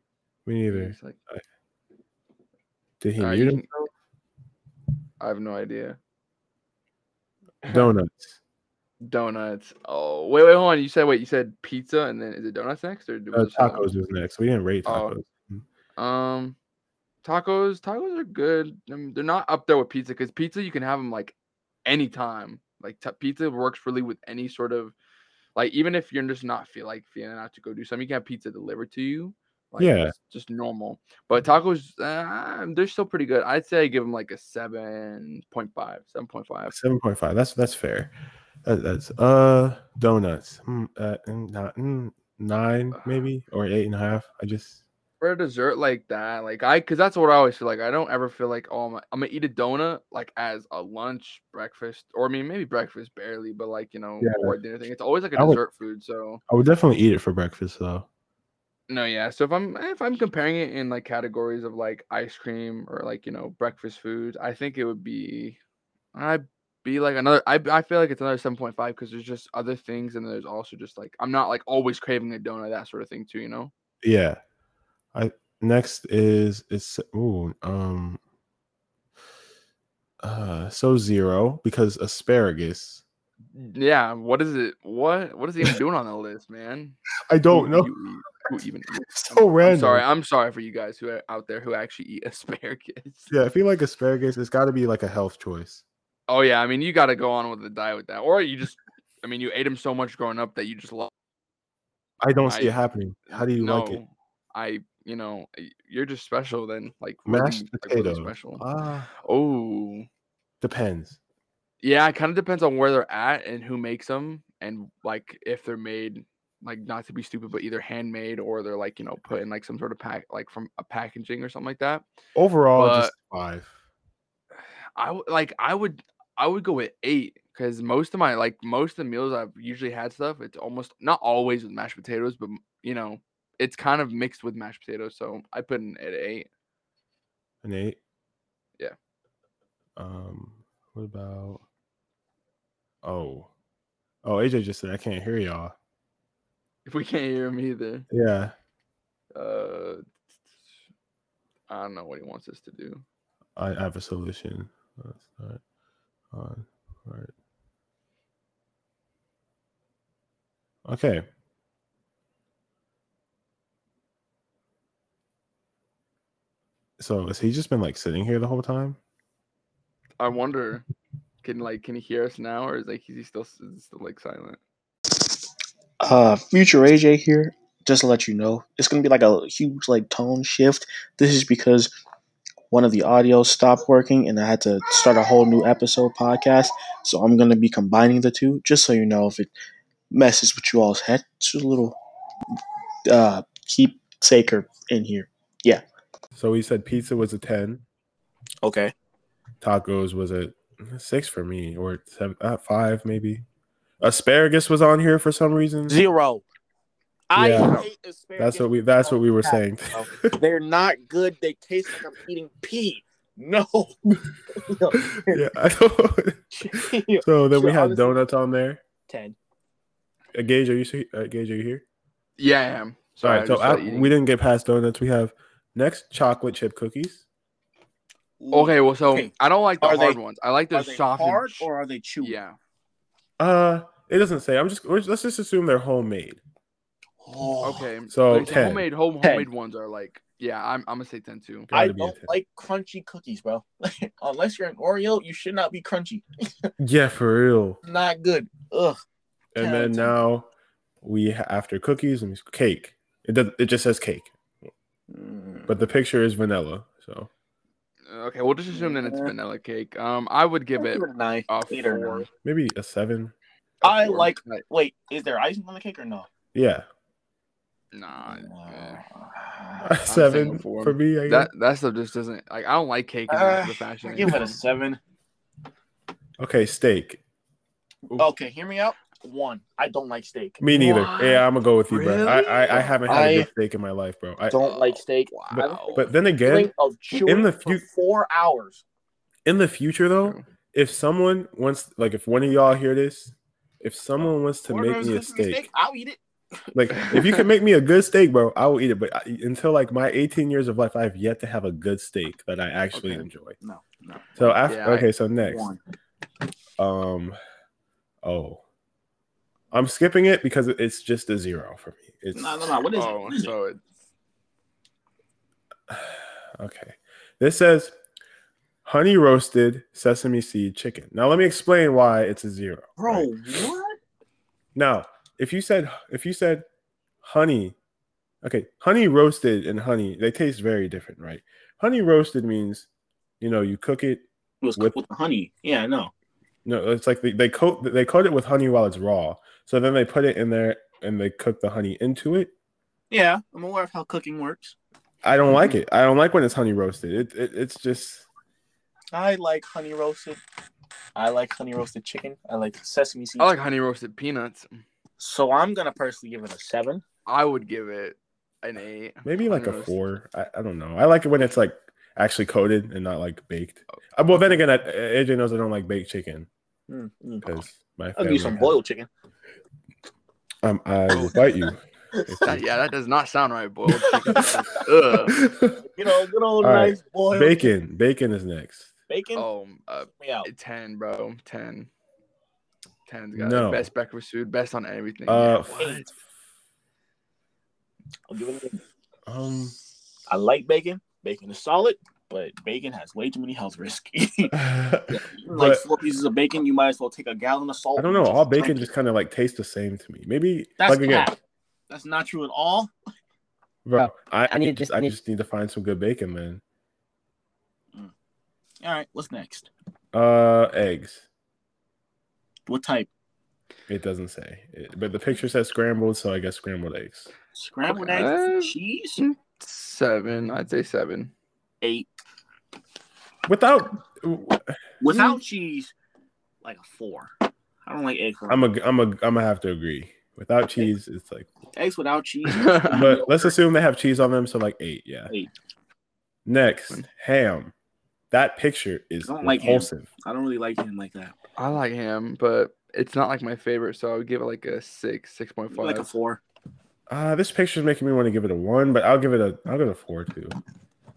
A: Me neither.
C: He's like,
A: Did he
C: "All right,
A: mute
C: Mm. you
A: him?
C: can- I have no idea.
A: Donuts.
C: Donuts. Oh, wait, wait, hold on. You said, wait, you said pizza and then is it donuts next or do
A: Uh,
C: was there something
A: tacos was next. We didn't rate
C: Oh.
A: tacos.
C: else? Um, tacos. Tacos are good. I mean, they're not up there with pizza because pizza, you can have them like anytime. Like t- pizza works really with any sort of like, even if you're just not feel like feeling out to go do something, you can have pizza delivered to you. Like,
A: Yeah.
C: it's just normal. But tacos, uh, they're still pretty good. I'd say I give them like a 7.5, 7.5.
A: Seven point five. That's that's fair. That, that's uh donuts. Mm, uh, mm, not, mm, nine
C: Uh.
A: maybe or eight and a half. I just
C: for a dessert like that, like I, cause that's what I always feel like. I don't ever feel like, oh, I'm, I'm gonna eat a donut like as a lunch, breakfast, or I mean maybe breakfast barely, but like you know,
A: Yeah.
C: or a dinner thing. It's always like a
A: I would-
C: dessert food. So
A: I would definitely eat it for breakfast though.
C: no, yeah. So if I'm if I'm comparing it in like categories of like ice cream or like you know breakfast foods, I think it would be, I'd be like another. I I feel like it's another seven point five because there's just other things, and there's also just like I'm not like always craving a donut that sort of thing too. You know.
A: Yeah. I next is it's ooh um uh so zero because asparagus.
C: Yeah, what is it? What what is he even doing on the list, man?
A: I don't
C: Who
A: know.
C: you eat- who even eat-
A: So
C: I'm
A: random.
C: sorry, I'm sorry for you guys who are out there who actually eat asparagus.
A: Yeah, I feel like asparagus. It's got to be like a health choice.
C: Oh yeah, I mean you got to go on with the diet with that, or you just, I mean you ate them so much growing up that you just love.
A: I don't see
C: I-
A: it happening. How do you like it?
C: I you know y- you're just special then, like
A: Mashed
C: like, really
A: potato.
C: special.
A: Ah,
C: oh
A: depends.
C: yeah, it kind of depends on where they're at and who makes them, and like if they're made like not to be stupid, but either handmade or they're like you know put in like some sort of pack like from a packaging or something like that.
A: Overall,
C: But-
A: just five.
C: I would like I would I would go with eight because most of my like most of the meals I've usually had stuff it's almost not always with mashed potatoes but m- you know it's kind of mixed with mashed potatoes so I put in at eight.
A: An eight.
C: Yeah.
A: Um. What about? Oh. Oh, AJ just said I can't hear y'all.
C: If we can't hear him either,
A: Yeah.
C: uh, I don't know what he wants us to do.
A: I have a solution. That's not on. Right. Okay. So has he just been like sitting here the whole time?
C: I wonder can like can he hear us now or is like is he still s- is still like silent?
B: Uh, future AJ here. Just to let you know, it's gonna be like a huge like tone shift. This is because one of the audio stopped working, and I had to start a whole new episode podcast. So I'm gonna be combining the two, just so you know if it messes with you all's head. It's just a little uh keepsaker in here.
A: So he said pizza was a ten,
B: Okay.
A: tacos was a six for me, or seven, uh, five maybe. Asparagus was on here for some reason.
E: Zero. I
A: Yeah.
E: hate asparagus.
A: That's what we. That's what we were saying.
E: They're not good. They taste like I'm eating pee. No.
A: yeah. I don't- so then we
E: So
A: had
E: honestly-
A: donuts on there.
E: Ten.
A: Uh, Gage, are you see- uh, Gage? Are you here?
C: Yeah, I am.
A: All
C: Sorry,
A: right. So af- we didn't get past donuts. We have next chocolate chip cookies.
C: okay. Well, so
E: Okay.
C: I don't like the
E: Are they-
C: hard ones. I like the
E: Are they
C: soft and
E: hard
C: ch-
E: or are they chewy?
C: yeah.
A: Uh, it doesn't say. I'm just we're- let's just assume they're homemade.
E: Oh,
C: Okay.
A: So,
C: like, the
A: 10.
C: homemade home
E: 10.
C: homemade ones are like yeah, I'm I'm gonna say ten too.
E: I
A: Gotta be a
E: don't
A: 10.
E: like crunchy cookies, bro. Unless you're an Oreo, you should not be crunchy.
A: Yeah, for real.
E: Not good. Ugh.
A: And
E: Yeah,
A: then
E: it's-
A: now we ha- after cookies and cake. It does, it just says cake,
C: Mm.
A: but the picture is vanilla. So
C: Okay, we'll just assume that it's
E: Yeah.
C: vanilla cake. Um, I would give
E: Give
C: it
E: it a nine.
C: a
E: Eight or
C: four.
E: nine.
A: maybe a seven.
C: a
E: I
C: four.
E: like- Wait, is there icing on the cake or no?
A: Yeah.
C: Nah. yeah.
A: Seven
C: before.
A: for me. I guess.
C: That that stuff just doesn't like I don't like cake in
E: Uh,
C: the
E: I
C: fashion.
E: give it a
C: anymore.
E: seven.
A: okay, steak.
E: Okay, hear me out. One, I don't like steak.
A: Me neither. Yeah, I'm gonna go with you, bro. I,
C: Really?
A: I I haven't had a
E: I-
A: good steak in my life, bro. I,
E: Don't like steak.
C: Wow.
A: but then again,
E: Think of chewing in
A: the
E: the
A: fu-
E: for four hours.
A: in the future though, if someone wants, like, if one of y'all hear this, if someone wants to
E: Four
A: make
E: hours
A: me a
E: is gonna be
A: steak,
E: I'll eat it.
A: Like, if you can make me a good steak, bro, I will eat it. But I, until like my 18 years of life, I have yet to have a good steak that I actually
C: Okay.
A: enjoy.
E: No, no.
A: So after,
C: Yeah, I-
A: okay, so next,
E: One.
A: um, oh, I'm skipping it because it- it's just a zero for me. It's
E: No, no, no. What is it?
C: oh,
E: What is it?
C: so it's
A: okay. This says honey roasted sesame seed chicken. Now let me explain why it's a zero,
E: Bro,
A: right?
E: what?
A: Now, if you said if you said honey, okay, honey roasted and honey, they taste very different, right? Honey roasted means, you know, you cook it.
E: It was
A: With-
E: cooked with the honey. Yeah, I know.
A: No, it's like they, they coat they coat it with honey while it's raw. So then they put it in there and they cook the honey into it.
E: Yeah, I'm aware of how cooking works.
A: I don't
E: Mm-hmm.
A: like it. I don't like when it's honey roasted. It, it it's just
E: I like honey roasted. I like honey roasted chicken. I like sesame seeds.
C: I like honey roasted peanuts.
E: so I'm gonna personally give it a seven.
C: I would give it an eight.
A: maybe like
C: Honey
A: a
C: roasted.
A: four. I, I don't know. I like it when it's like actually coated and not like baked. Uh, Well, then again, I, AJ knows I don't like baked chicken
E: Mm, mm.
A: because my
E: I'll give
A: family
E: you some
A: has-
E: boiled chicken.
A: Um, I will bite you.
C: That- yeah, that does not sound right, boiled chicken. Ugh.
E: You know, good old
A: All right.
E: nice boiled
A: Bacon. Bacon is next.
E: Bacon.
C: Oh, uh,
E: Me out.
C: ten, bro, ten. Ten's got
A: No.
C: the best breakfast food, best on everything.
A: Uh,
C: Yeah,
A: f-
C: what?
E: I'll give it a-
A: um,
E: I like bacon. Bacon is solid, but bacon has way too many health risks. like
A: I
E: four pieces of bacon, you might as well take a gallon of salt.
A: don't know. All bacon just kind of like tastes the same to me. Maybe
E: That's
A: like again,
E: cap. That's not true at all.
A: bro. I, I
F: I need
A: need
F: just-
A: I
F: need-
A: just need to find some good bacon, man.
E: All right, what's next?
A: Uh, eggs.
E: What type?
A: It doesn't say, It- but the picture says scrambled, so I guess scrambled eggs.
E: Scrambled eggs,
C: Uh,
E: with cheese,
C: Seven, I'd say seven.
E: eight
A: Without,
E: without cheese, like a four. I don't like eggs.
A: I'm a I'm a I'm gonna have to agree. Without cheese, it's like.
E: eggs without cheese.
A: But let's assume they have cheese on them, so like eight, yeah.
E: Eight.
A: Next, ham. That picture is
E: I don't like ham.
A: repulsive.
E: I don't really like him like that.
C: I like ham, but it's not like my favorite, so I would give it like a six, six point five.
E: Like a four.
A: Uh, this picture is making me want to give it a one, but I'll give it a I'll give it a four too.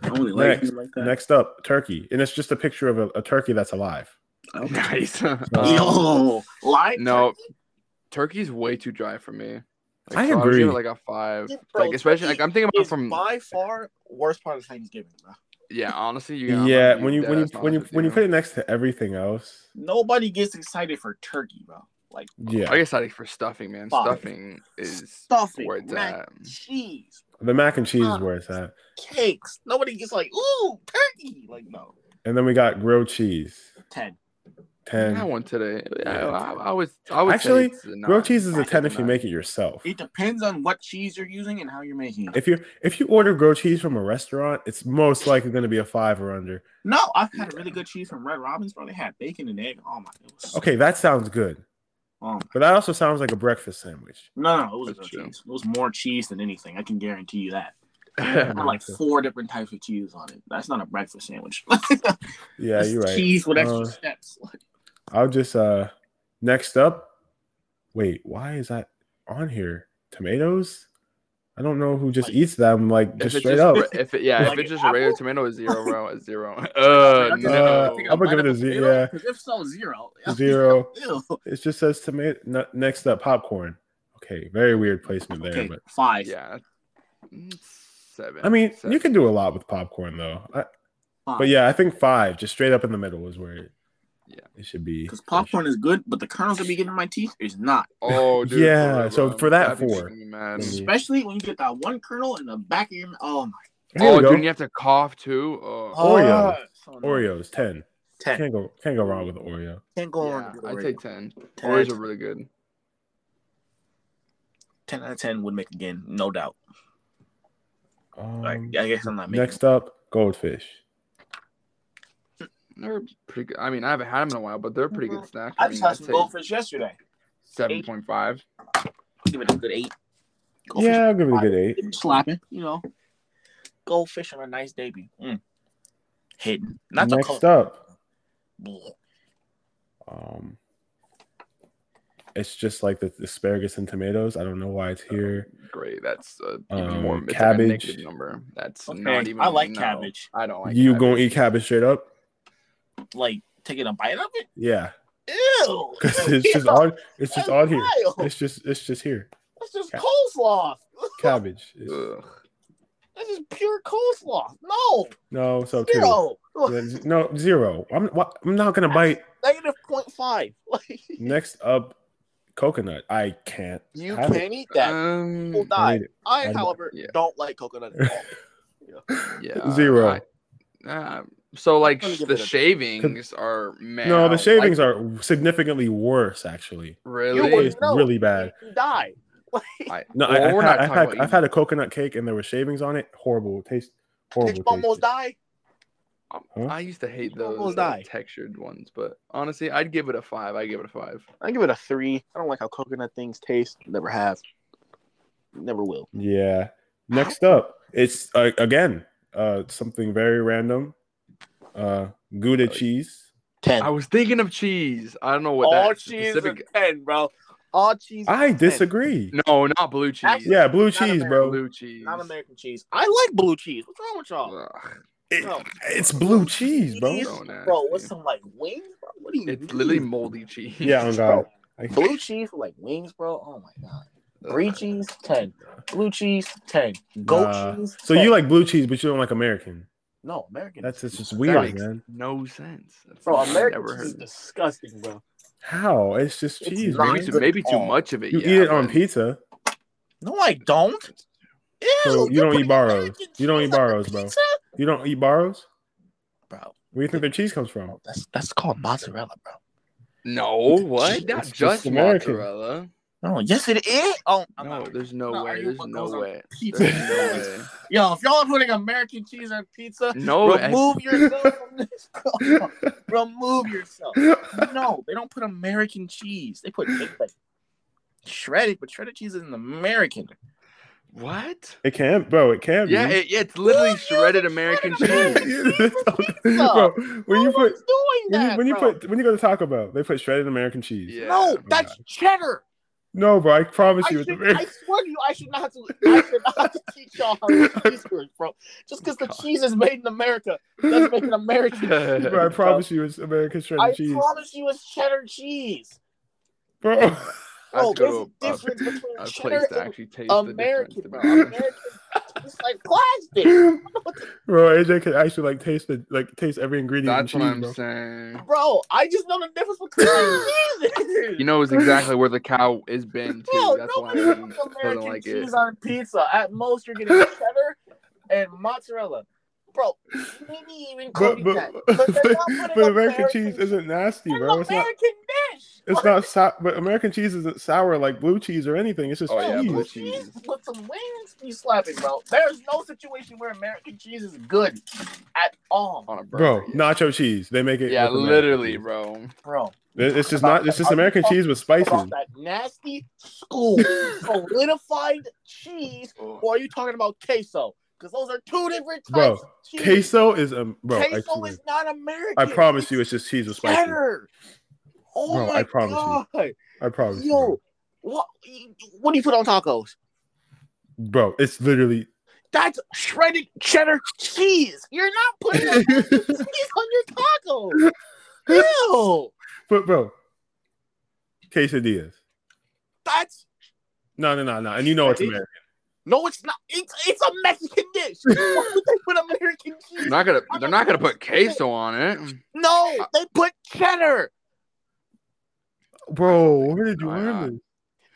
E: I don't really like
A: Next.
E: him like that.
A: Next up, turkey, and it's just a picture of a, a turkey that's alive.
E: Okay.
C: nice.
A: Uh,
C: Um,
E: Yo, like
C: no, turkey's way too dry for me. Like,
A: I
C: so would give
A: agree.
C: it, like a five,
E: Yeah, bro,
C: like especially like
E: turkey
C: I'm thinking about
E: is
C: from
E: by far worst part of Thanksgiving, bro.
C: yeah. Honestly, you
A: Yeah,
C: I'm gonna
A: when
C: be
A: you
C: dead
A: when you
C: ass
A: when you
C: honest
A: when you
C: with
A: put it next to everything else,
E: Nobody gets excited for turkey, bro. Like
A: yeah,
C: I guess I like for stuffing, man.
E: Fuck.
C: Stuffing is
E: stuffing,
C: where it's
E: mac,
C: at.
E: cheese,
A: the mac and cheese is where it's at,
E: cakes. Nobody gets like, ooh, turkey. Like no,
A: and then we got grilled cheese.
E: ten.
A: Ten.
C: I one today.
A: Yeah.
C: Yeah, I, I was. I would say
A: Actually,
C: it's a nine.
A: grilled cheese is a
C: I'd
A: ten
C: say
A: if you
C: nine.
A: make it yourself.
E: It depends on what cheese you're using and how you're making it.
A: If you if you order grilled cheese from a restaurant, it's most likely going to be a five or under.
E: No, I've had really good cheese from Red Robin's, bro. They had bacon and egg. Oh my, it was.
A: Okay, that sounds good,
E: Oh my.
A: but that also sounds like a breakfast sandwich.
E: No, no, it was
C: That's
E: good
C: true.
E: cheese. It was more cheese than anything. I can guarantee you that.
A: Yeah.
E: It had like four different types of cheese on it. That's not a breakfast sandwich.
A: Yeah, you're right.
E: Cheese with extra
A: Uh,
E: steps.
A: I'll just uh next up. Wait, why is that on here? Tomatoes? I don't know who just
E: Like-
A: eats them like
C: If
A: just
C: it's
A: straight
C: just,
A: up.
C: re- if it, yeah,
E: Like
C: if it's just
E: an
C: a regular
E: apple?
C: tomato, it's zero, bro. It's zero. Uh,
E: Like,
A: Uh,
C: no.
A: I'm
E: take
A: gonna
E: bite
A: give it
E: of
A: a
E: the
A: ze-
E: potato?
A: yeah.
E: 'Cause if so, zero.
A: Zero.
E: Ew.
A: It just says tomato. n- next up, popcorn. Okay, very weird placement there,
E: Okay,
A: but
E: five.
C: Yeah. Mm, Seven.
A: I mean,
C: seven.
A: you can do a lot with popcorn though. I,
E: Five.
A: but yeah, I think five, just straight up in the middle, is where it,
C: Yeah.
A: it should be.
E: Because popcorn is good, but the kernels that be getting in my teeth is not.
C: Oh, dude,
A: Yeah,
C: real,
A: so
C: bro.
A: for that
C: That'd be
A: four.
C: making me mad.
A: Mhm.
E: Especially when you get that one kernel in the back of your mouth. Oh my.
A: Here we
C: Oh, dude,
A: go.
C: and you have to cough too. Oh,
A: Oreo.
E: Ah, so annoying.
A: Oreos, ten.
E: Ten.
A: Can't go, can't go wrong with Oreo.
E: Can't go
C: yeah,
E: on.
C: I'd say ten.
E: Ten.
C: Oreos are really good.
E: ten out of ten would make again, no doubt.
A: Um,
E: Like I guess I'm not making.
A: next up, goldfish.
C: They're pretty good. I mean, I haven't had them in a while, but they're a pretty good snack.
E: I just
C: mean,
E: had some goldfish yesterday.
C: Seven point five.
E: Give it a good eight.
A: yeah, I'll give it a good eight.
E: slapping, you know. Goldfish on a nice day, be mm. hidden. Not the
A: next
E: color.
A: up,
E: Bleh.
A: um, it's just like the asparagus and tomatoes. I don't know why it's here.
C: Great. That's uh, even
A: Um,
C: more it's like a negative
A: cabbage.
C: number. That's
E: Okay,
C: not even.
E: I like
C: no.
E: cabbage.
C: I don't like.
A: you
C: cabbage.
A: gonna eat cabbage straight up?
E: Like taking a bite of it.
A: Yeah,
E: Ew.
A: because it's just on. It's just on here.
E: That's
A: It's just it's just here.
E: just coleslaw.
A: Cabbage. It's-
C: Ugh.
E: That's just pure coleslaw. No,
A: no, so two.
E: zero.
A: Yeah, z- No zero. I'm wha- I'm not gonna bite.
E: Negative point five. Like
A: Next up, coconut. I can't.
E: you
A: have it.
E: can't eat that.
C: Um,
E: People
A: I
E: die.
A: hate it.
E: I,
A: I-
E: however,
C: yeah.
E: don't like coconut at all.
C: yeah,
A: Zero.
C: I- uh, so like
E: I'm gonna
C: sh-
E: give
C: the
E: it a-
C: shavings are man.
A: No, the shavings are significantly worse. Actually,
E: You
A: it
E: wouldn't
C: really.
A: tastes
E: know.
A: really bad.
E: You die.
C: I,
A: No,
C: well,
A: I, have
C: we're
A: had, I've,
C: not talking
A: had,
C: about
A: I've
C: eating.
A: had a coconut cake and there were shavings on it. Horrible taste. Horrible.
E: Did you almost
A: taste.
E: die?
C: Um,
A: Huh?
C: I used to hate
E: You
C: those
E: almost
C: uh,
E: died.
C: textured ones, but honestly, I'd give it a five. I give it a five.
E: I give it a three. I don't like how coconut things taste. Never have. Never will.
A: Yeah. Next up, it's uh, again uh, something very random. Uh,
C: Oh,
A: Gouda cheese.
E: Ten.
C: I was thinking of cheese. I don't know what
E: All
C: that
E: cheese
C: specific.
E: is a ten, bro. All cheese.
A: I disagree.
C: No, not blue cheese.
A: Yeah, blue cheese,
E: American
A: bro.
C: blue cheese.
E: Not American cheese. I like blue cheese. What's wrong with y'all?
C: Ugh,
A: It- it's blue cheese, bro.
E: Cheese?
C: so nasty.
E: Bro, what's some like wings? Bro? What do you
C: It's
E: mean?
C: literally moldy cheese.
A: Yeah, on God. I-
E: blue cheese with like wings, bro. Oh my god.
C: Ugh.
E: Brie cheese ten. Blue cheese ten. Goat
A: Nah.
E: cheese.
A: So you
E: 10.
A: like blue cheese, but you don't like American.
E: no American?
A: That's it's just
C: That
A: weird,
C: makes
A: man.
C: No sense. That's
E: bro.
C: something I've
E: American
C: never
E: cheese is
C: heard. of.
E: disgusting, bro.
A: How? It's just
E: It's
A: cheese.
E: not
A: man.
C: Maybe, too, maybe too much of it.
A: You
C: yeah,
A: eat it on
C: but-
A: pizza.
E: No, I don't. Ew,
A: So you don't
E: put
A: eat Barros.
E: American
A: You don't
E: cheese
A: eat
E: on
A: Barros,
E: the
A: bro.
E: pizza?
A: You don't eat barros.
E: Bro,
A: Where do you think their cheese comes from?
E: that's that's called mozzarella, bro.
C: No,
A: It's
C: what? Not
A: just
C: just
A: American.
C: mozzarella.
E: No, yes it is. Oh, I'm
C: no,
E: not.
C: there's no
E: No,
C: way.
E: you
C: There's
E: put
C: no
E: those on
C: way.
E: pizza.
C: There's no way.
E: Yo, if y'all are putting American cheese on pizza,
C: No, I-
E: remove yourself from this. remove yourself. No, they don't put American cheese. They put they put shredded, but shredded cheese isn't American.
C: What?
A: It can't, bro. It can't.
C: Yeah,
A: be.
C: it, yeah, it's literally
E: Yeah,
C: shredded
E: it's
C: American
E: shredded
C: cheese.
A: bro, when you
E: No one's
A: put
E: doing
A: when you,
E: that,
A: when you
E: bro.
A: put when you go to Taco Bell, they put shredded American cheese.
C: Yeah.
E: no,
A: bro.
E: that's cheddar.
A: No, bro, I promise
E: I,
A: you, it's
E: should, I
A: American.
E: swear to you, I should not have to, I should not have to teach y'all how to make cheeseburgers, bro.
A: Oh
E: Just because the cheese is made in America doesn't make it American.
A: Bro, I
E: bro.
A: promise you, it's American shredded
E: I
A: cheese,
E: promise you, it's cheddar cheese.
A: bro.
C: I
E: Bro,
C: have to go to a,
E: there's a difference between
C: a, a
E: cheddar
C: place to
E: and
C: actually taste
E: American,
C: the
E: bro.
C: difference. to be honest.
E: American tastes like plastic,
A: bro, AJ can actually like taste the like taste every ingredient
C: That's
A: in
C: what
A: cheese,
C: I'm
A: bro.
C: saying.
E: bro. I just know the difference between cheeses.
C: You know, it's exactly where the cow is been too.
E: bro,
C: That's why I
E: nobody
C: didn't-
E: puts
C: doesn't
E: American
C: like it.
E: cheese on pizza. At most, you're getting cheddar and mozzarella. Bro, maybe even
A: But
E: cooking
A: but,
E: that.
A: but,
E: But, they're not
A: but
E: putting
A: American, cheese isn't nasty,
E: It's an
A: bro. It's not.
E: American dish.
A: It's
E: Like,
A: not sou- but American cheese isn't sour like blue cheese or anything. It's just
C: Oh, yeah,
A: cheese.
C: blue
E: blue
C: cheese.
E: cheese with some wings. You slapping, bro. There's no situation where American cheese is good at all,
C: On a burger,
A: Bro,
C: yeah.
A: nacho cheese. They make it.
C: Yeah,
A: with American
C: literally,
A: cheese.
C: bro.
E: bro.
A: It- It's just
E: About
A: not. It's
E: that-
A: just
E: are you
A: American cheese with spices.
E: About that nasty school solidified cheese,
C: Oh.
E: or are you talking about queso? Because those are two different types.
A: Bro,
E: of cheese.
A: Queso is um, bro. I,
E: queso
A: swear.
E: is not American.
A: I promise you, it's just cheese with spices.
E: cheddar. Oh
A: Bro,
E: my
A: I promise
E: god,
A: I promise. you,
E: yo, what? What do you put on tacos?
A: bro. Bro, it's literally.
E: That's shredded cheddar cheese. You're not putting American cheese on your tacos. Ew,
A: But bro, quesadillas.
E: that's
A: No, no, no, no. And you know it's
E: Quesadilla?
A: American.
E: no, it's not. It's it's a Mexican dish. Why would they put American cheese?
C: They're not gonna. They're not gonna put queso on it.
E: No, they put cheddar.
A: Bro, where did you
C: I- I-
A: learn this?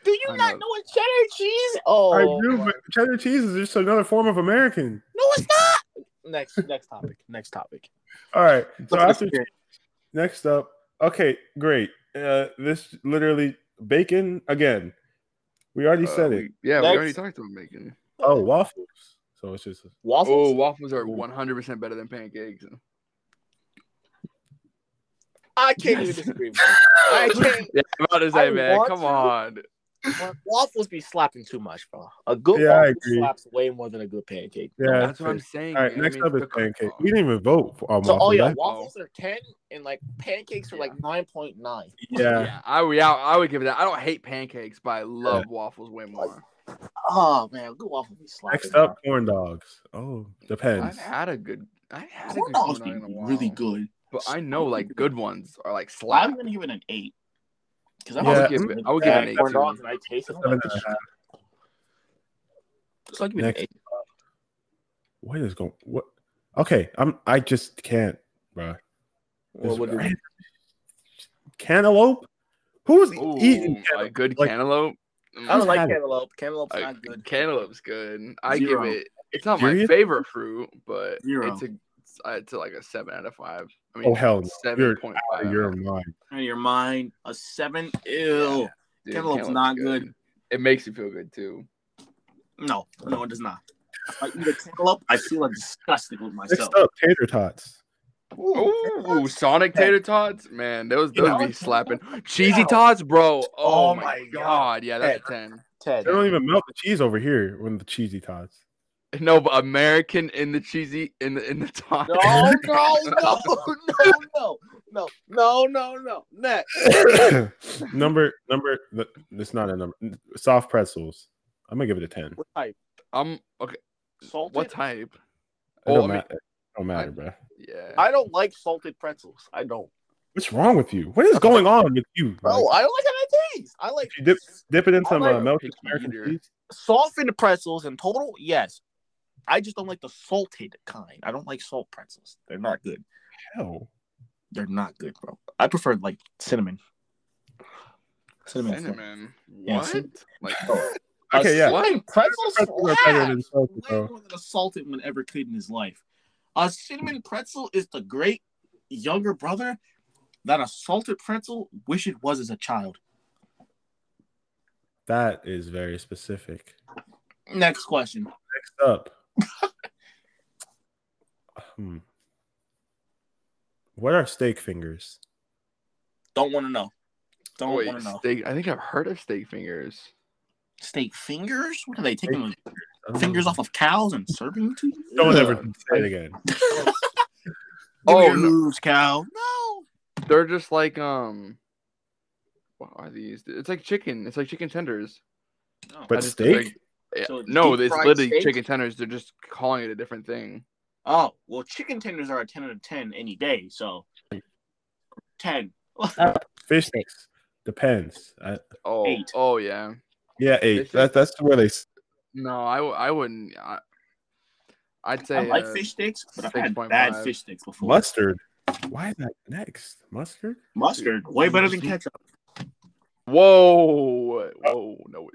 E: Do you
C: I
E: not
C: know.
E: know what cheddar cheese? Oh,
A: I do, but cheddar cheese is just another form of American.
E: no, it's not. Next, next topic. Next topic.
A: All right. So
E: Let's
A: after
E: hear it.
A: next up, okay, great. Uh, this literally bacon again. We already
C: Uh,
A: said
C: we-
A: it.
C: yeah, we
E: Next.
C: already talked about bacon.
A: Oh, waffles. So it's just
C: Oh,
E: Waffles?
C: waffles are 100% better than pancakes.
E: I can't even disagree with you. I can't.
C: Yeah, I'm about to say,
E: I
C: man,
E: want
C: come
E: to.
C: on.
E: Wa- Waffles be slapping too much, bro. A good
A: Yeah, I
E: waffle
A: agree.
E: slaps way more than a good pancake.
A: yeah.
C: That's what I'm saying.
A: All right,
C: man. I
A: next
C: mean,
A: up is
C: the-
A: pancake. We didn't even vote for on
E: So, oh
A: waffles.
E: yeah,
A: I-
E: waffles are ten, and like pancakes are like nine point nine.
A: yeah.
C: Yeah, I would. Yeah, I would give it that. I don't hate pancakes, but I love waffles way more.
E: Oh man, good waffle be slapping.
A: Next up, corn dogs. Oh, depends.
C: I've had a good. I had a
E: corn
C: good
E: dogs be
C: corn dog in a
E: really
C: while,
E: good.
C: but I know like good ones are like
E: Well,
C: slap.
E: I'm gonna give it an eight because
A: Yeah,
E: always
A: I would
C: give it- I would give it an eight,
E: Corn
C: too.
E: dogs, and I taste it.
A: Seven
E: I'm like,
A: and a
E: "Shit."
A: half.
E: So I'll give it an
A: Next.
E: eight.
A: What is going? What? Okay, I'm. I just can't, bro.
E: Well, what is it?
A: Cantaloupe. Who's
C: Ooh,
A: eating?
C: a
A: cantaloupe?
C: good
A: Like-
C: cantaloupe.
E: I don't
A: Who's
C: Mm,
E: like
A: had it?
E: cantaloupe. Cantaloupe's
C: I-
E: not good.
C: Cantaloupe's good. I
E: Zero.
C: give it. It's not my
A: Serious?
C: favorite fruit, but
E: Zero.
C: it's a. It's, uh, it's like a seven out of five. I mean,
A: Oh hell, no.
C: seven
A: You're-
C: point five.
A: you're mine.
E: In your mind, a seven. Ew.
C: Dude,
E: Cantaloupe's not good.
C: It makes you feel good too.
E: No, no, it does not. I eat a cantaloupe. I feel like disgusted with myself.
A: Next up, tater tots.
E: Oh,
C: Ooh, Sonic tater tots, man, those those
E: Yeah.
C: be slapping. Cheesy tots, bro. Oh, my, god. yeah, that's a ten.
E: Ted.
A: They don't even melt the cheese over here when the cheesy tots.
C: No, but American in the cheesy in the in the tots.
E: No, no, no, no, no, no, no, no, no. Next.
A: number number. th- It's not a number. Soft pretzels. I'm gonna give it a ten.
E: What type?
C: I'm okay.
E: Salted?
C: What type?
A: It don't,
C: Oh, I mean-
A: matter. It don't matter, bro.
C: Yeah.
E: I don't like salted pretzels. I don't.
A: What's wrong with you? What is going on with you, bro?
E: Bro, I don't like how that tastes. I like
A: If you dip, dip it in
E: I
A: some
E: like
A: uh,
E: a
A: melted
C: picky
A: American
C: eater.
A: cheese.
E: softened pretzels in total. Yes. I just don't like the salted kind. I don't like salt pretzels. They're not good.
A: Hell,
E: They're not good, bro. I prefer like cinnamon. Cinnamon.
C: Cinnamon.
E: Yeah,
C: What?
E: cinnamon.
C: Like
A: Oh, Okay, yeah.
E: Cinnamon pretzels
A: Pretzels are better than
E: slaps
A: salted,
E: way
A: bro.
E: more than a salted one ever could in his life. A cinnamon pretzel is the great younger brother that a salted pretzel wish it was as a child.
A: That is very specific.
E: Next question.
A: Next up. hmm. What are steak fingers?
E: Don't want to know. Don't
C: oh,
E: want
C: wait,
E: to know.
C: steak. I think I've heard of steak fingers.
E: Steak fingers? What are they taking
A: I don't
E: fingers
A: know.
E: off of cows and serving them to you?
A: Don't ever
C: Ugh.
A: say it again.
E: Give me
C: Oh,
E: your
C: no.
E: hooves, cow. No.
C: They're just like um. What are these? It's like chicken. It's like chicken tenders. I
A: But
C: just-
A: steak?
C: Yeah,
E: So it's
C: no,
E: deep
C: it's
E: fried
C: literally
E: steak?
C: chicken tenders. They're just calling it a different thing.
E: Oh, well, chicken tenders are a 10 out of 10 any day, so 10.
A: Fish sticks. Depends. I,
C: Oh,
E: Eight.
C: oh yeah.
A: yeah,
C: Fish
A: eight. That, that's where they. s-
C: No, I, w- I wouldn't. I, I'd say
E: I like
C: uh,
E: fish sticks, but I've had
C: 6.5.
E: bad fish sticks before.
A: Mustard. Why is that next? Mustard?
E: Mustard, way better than ketchup.
C: Whoa, whoa, no,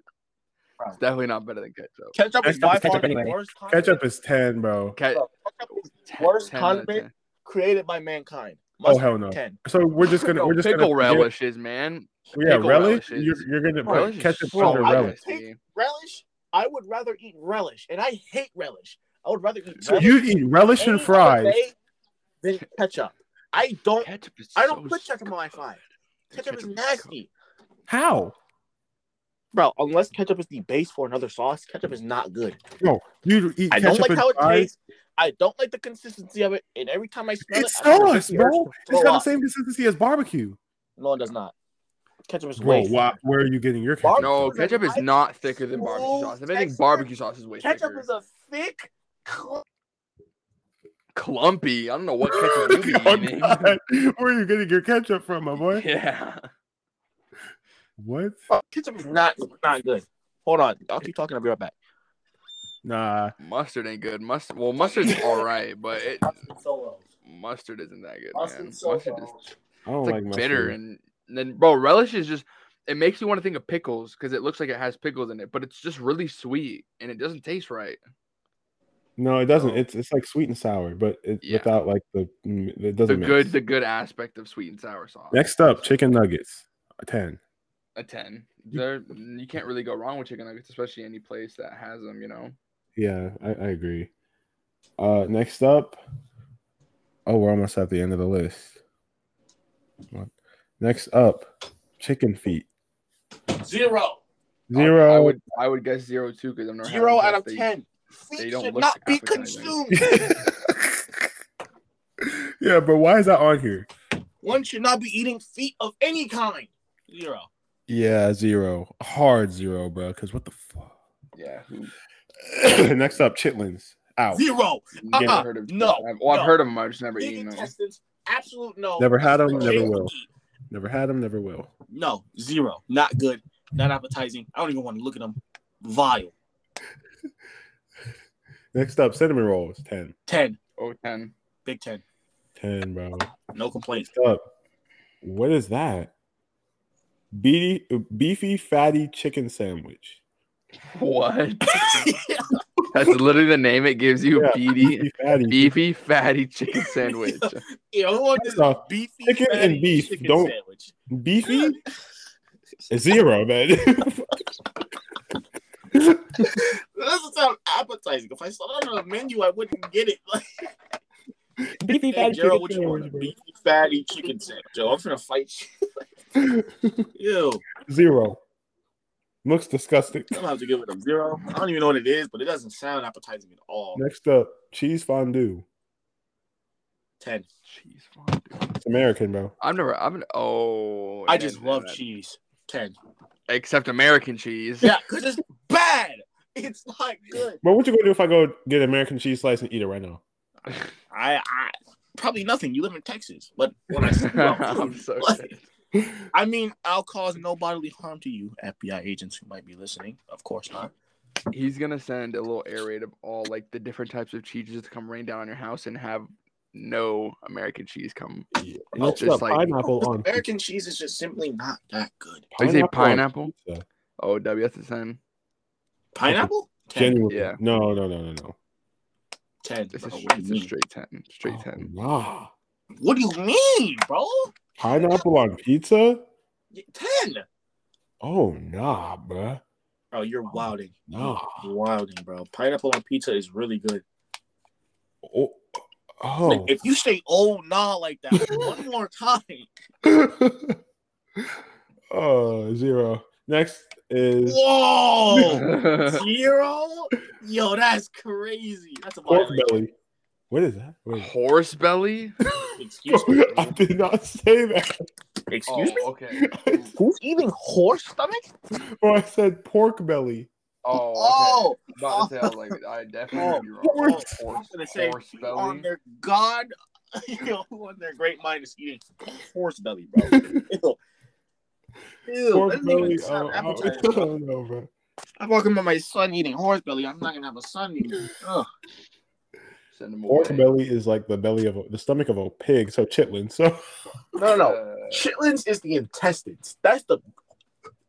E: Bro.
C: it's definitely not better than ketchup.
E: Ketchup is
A: Ketchup-
E: by
A: ketchup
E: far the
A: anyway.
E: worst condiment,
A: Ketchup is 10, bro.
C: Cat,
E: Bro, ketchup is
C: ten-
E: worst
C: 10 out of
E: condiment?
C: 10.
E: created by mankind.
A: Oh,
E: Mustard,
A: hell no.
E: 10.
A: So we're just gonna
C: No,
A: we're just
C: pickle
A: gonna forget-
C: relishes, man.
A: Yeah,
C: pickle
A: relish.
C: relishes.
A: You're, you're gonna put
C: Relish is
A: ketchup
C: so
A: under
E: I
A: relish.
E: would
C: nasty.
E: Relish, I would rather eat relish, and I hate relish. I would rather eat
A: So
E: relish
A: you eat relish
E: any
A: and
E: other
A: fries.
E: day than ketchup. I don't
C: Ketchup is
E: I don't
C: so
E: put ketchup
C: good.
E: on my fries. Ketchup is
C: Ketchup
E: nasty.
A: How?
E: Bro, unless ketchup is the base for another sauce, ketchup is not good.
A: You eat
E: I
A: ketchup
E: don't like
A: and
E: how it
A: fries.
E: tastes. I don't like the consistency of it. And every time I smell
A: It's
E: it, I feel
A: sauce,
E: the urge
A: bro.
E: to
A: It's
E: throw
A: got the
E: up.
A: same consistency as barbecue.
E: No, it does not. Ketchup is
A: Bro,
E: way.
A: why, where are you getting your ketchup?
E: Barbecue
C: No,
A: from?
E: Ketchup is
C: ketchup is
E: like
C: not thicker than barbecue
E: smooth
C: sauce. If anything,
E: texture.
C: barbecue sauce is way
E: Ketchup
C: thicker.
E: is a thick. cl-
C: Clumpy. I don't know what ketchup you
A: Oh,
C: be eating.
A: God. Where are you getting your ketchup from, my boy?
C: Yeah.
A: What?
E: Ketchup is not not good. Hold on, I'll keep talking. I'll be right back.
A: Nah.
C: Mustard ain't good. Mustard, well, mustard's all right, but it
E: Solos.
C: mustard isn't that good, man.
E: Mustard
C: Mustard is
E: solos.
A: I don't
C: it's like
A: like
C: bitter,
A: mustard.
C: and then bro, relish is just it makes you want to think of pickles because it looks like it has pickles in it, but it's just really sweet and it doesn't taste right.
A: No, it doesn't. It's it's like sweet and sour, but it,
C: Yeah.
A: without like the mm, it
C: The
A: doesn't. mix.
C: good, the good aspect of sweet and sour sauce.
A: Next up, chicken nuggets. A ten.
C: a ten. There, you can't really go wrong with chicken nuggets, especially any place that has them. You know.
A: Yeah, I, I agree. Uh, next up, oh, we're almost at the end of the list. Come on. Next up, chicken feet.
E: Zero.
A: Zero.
C: I would I would guess zero too because I'm not
E: Zero out of
C: they,
E: ten.
C: they
E: Feet
C: don't
E: should
C: look
E: not be
C: African, I guess.
E: consumed.
A: yeah, but why is that on here?
E: One should not be eating feet of any kind. Zero.
A: Yeah, zero. Hard zero, bro. Because what the fuck?
C: Yeah. Who,
A: Next up, chitlins. Out.
E: Zero.
C: you
E: Uh-uh,
C: never heard of
E: no,
C: I've, well,
E: no.
C: I've heard of them. I've just never
E: Big
C: eaten them.
E: intestines. Absolute no.
A: Never had them, never
E: Can't
A: will.
E: eat.
A: Never had them. Never will.
E: No. Zero. Not good. Not appetizing. I don't even want to look at them. Vile.
A: Next up, cinnamon rolls. Ten.
E: Ten.
C: Oh, 10.
E: Big ten.
A: Ten, bro.
E: No complaints.
A: Next up, what is that? Beady, beefy fatty chicken sandwich.
C: What? That's literally the name it gives you.
A: Yeah.
C: Beady,
A: Beefy fatty.
C: beefy, fatty chicken sandwich.
E: yeah, who wants
A: First
E: this
A: off,
E: beefy
A: chicken and
E: fatty
A: beef
E: chicken
A: don't-
E: sandwich?
A: Beefy. Zero, man.
E: That doesn't sound appetizing. If I saw that on the menu, I wouldn't get it. Like,
A: beefy
E: hey,
A: fatty
E: Gerald, what
A: chicken
E: you want? A
A: sandwich. bro.
E: beefy fatty chicken sandwich. Yo, I'm gonna fight you. Ew.
A: Zero. Looks disgusting.
E: I'm gonna have to give it a zero. I don't even know what it is, but it doesn't sound appetizing at all.
A: Next up, cheese fondue.
E: Ten.
C: Cheese fondue.
A: It's American, bro.
C: I've never. I've been, oh.
E: I
C: yeah,
E: just
C: yeah,
E: love
C: yeah.
E: cheese. Ten.
C: Except American cheese.
E: Yeah, because it's bad. It's not good.
A: But what you gonna do if I go get an American cheese slice and eat it right now?
E: I, I probably nothing. You live in Texas, but when I speak about
C: I'm
E: food,
C: so
E: like,
C: sick.
E: I mean, I'll cause no bodily harm to you, FBI agents who might be listening. Of course not.
C: He's gonna send a little air raid of all like the different types of cheeses to come rain down on your house and have no American cheese come.
A: Next
C: just
A: up,
C: like-
A: pineapple on
E: American cheese is just simply not that good.
C: Did you say
A: on
C: pineapple?
A: pizza.
C: Oh, WSSN.
E: Pineapple? Ten.
A: Genuinely.
C: Yeah.
A: No, no, no, no, no.
E: Ten.
C: It's
E: Bro,
C: a,
E: what, do
C: it's
E: you
C: a
E: mean?
C: straight ten. Straight
A: Oh,
C: ten.
A: Nah.
E: what do you mean, bro?
A: Pineapple on pizza?
E: Ten.
A: Oh nah, bruh.
E: Bro, you're wilding.
A: Nah.
E: Wilding, bro. Pineapple on pizza is really good.
A: Oh.
E: Like,
A: oh.
E: if you say "oh nah" like that one more time,
A: oh, zero. Next is
E: whoa, zero, yo, that's crazy. That's a
A: pork
E: violation.
A: belly. What is that?
E: Oh.
A: What is that?
C: Horse belly?
E: Excuse me.
A: I did not say that.
E: Excuse
C: Oh,
E: me.
C: okay.
E: Who's eating horse stomach?
A: Oh, I said pork belly.
C: Oh, okay.
E: Oh,
C: About to say, I was like, I definitely would be wrong.
A: horse.
E: I'm
C: Horse,
E: gonna say
C: horse
E: who on
C: belly.
E: their god, you know, who on their great mind is eating horse belly, bro. Ew. Ew,
A: pork
E: that doesn't
A: belly.
E: even sound
A: oh, oh,
E: appetizing.
A: I don't know, bro.
E: I'm walking by my son eating horse belly. I'm not gonna have a son eating. Ugh.
C: Send them
A: Pork
C: away.
A: belly is like the belly of a, the stomach of a pig, so chitlin. So
E: No, no.
C: Uh,
E: Chitlins is the intestines. That's the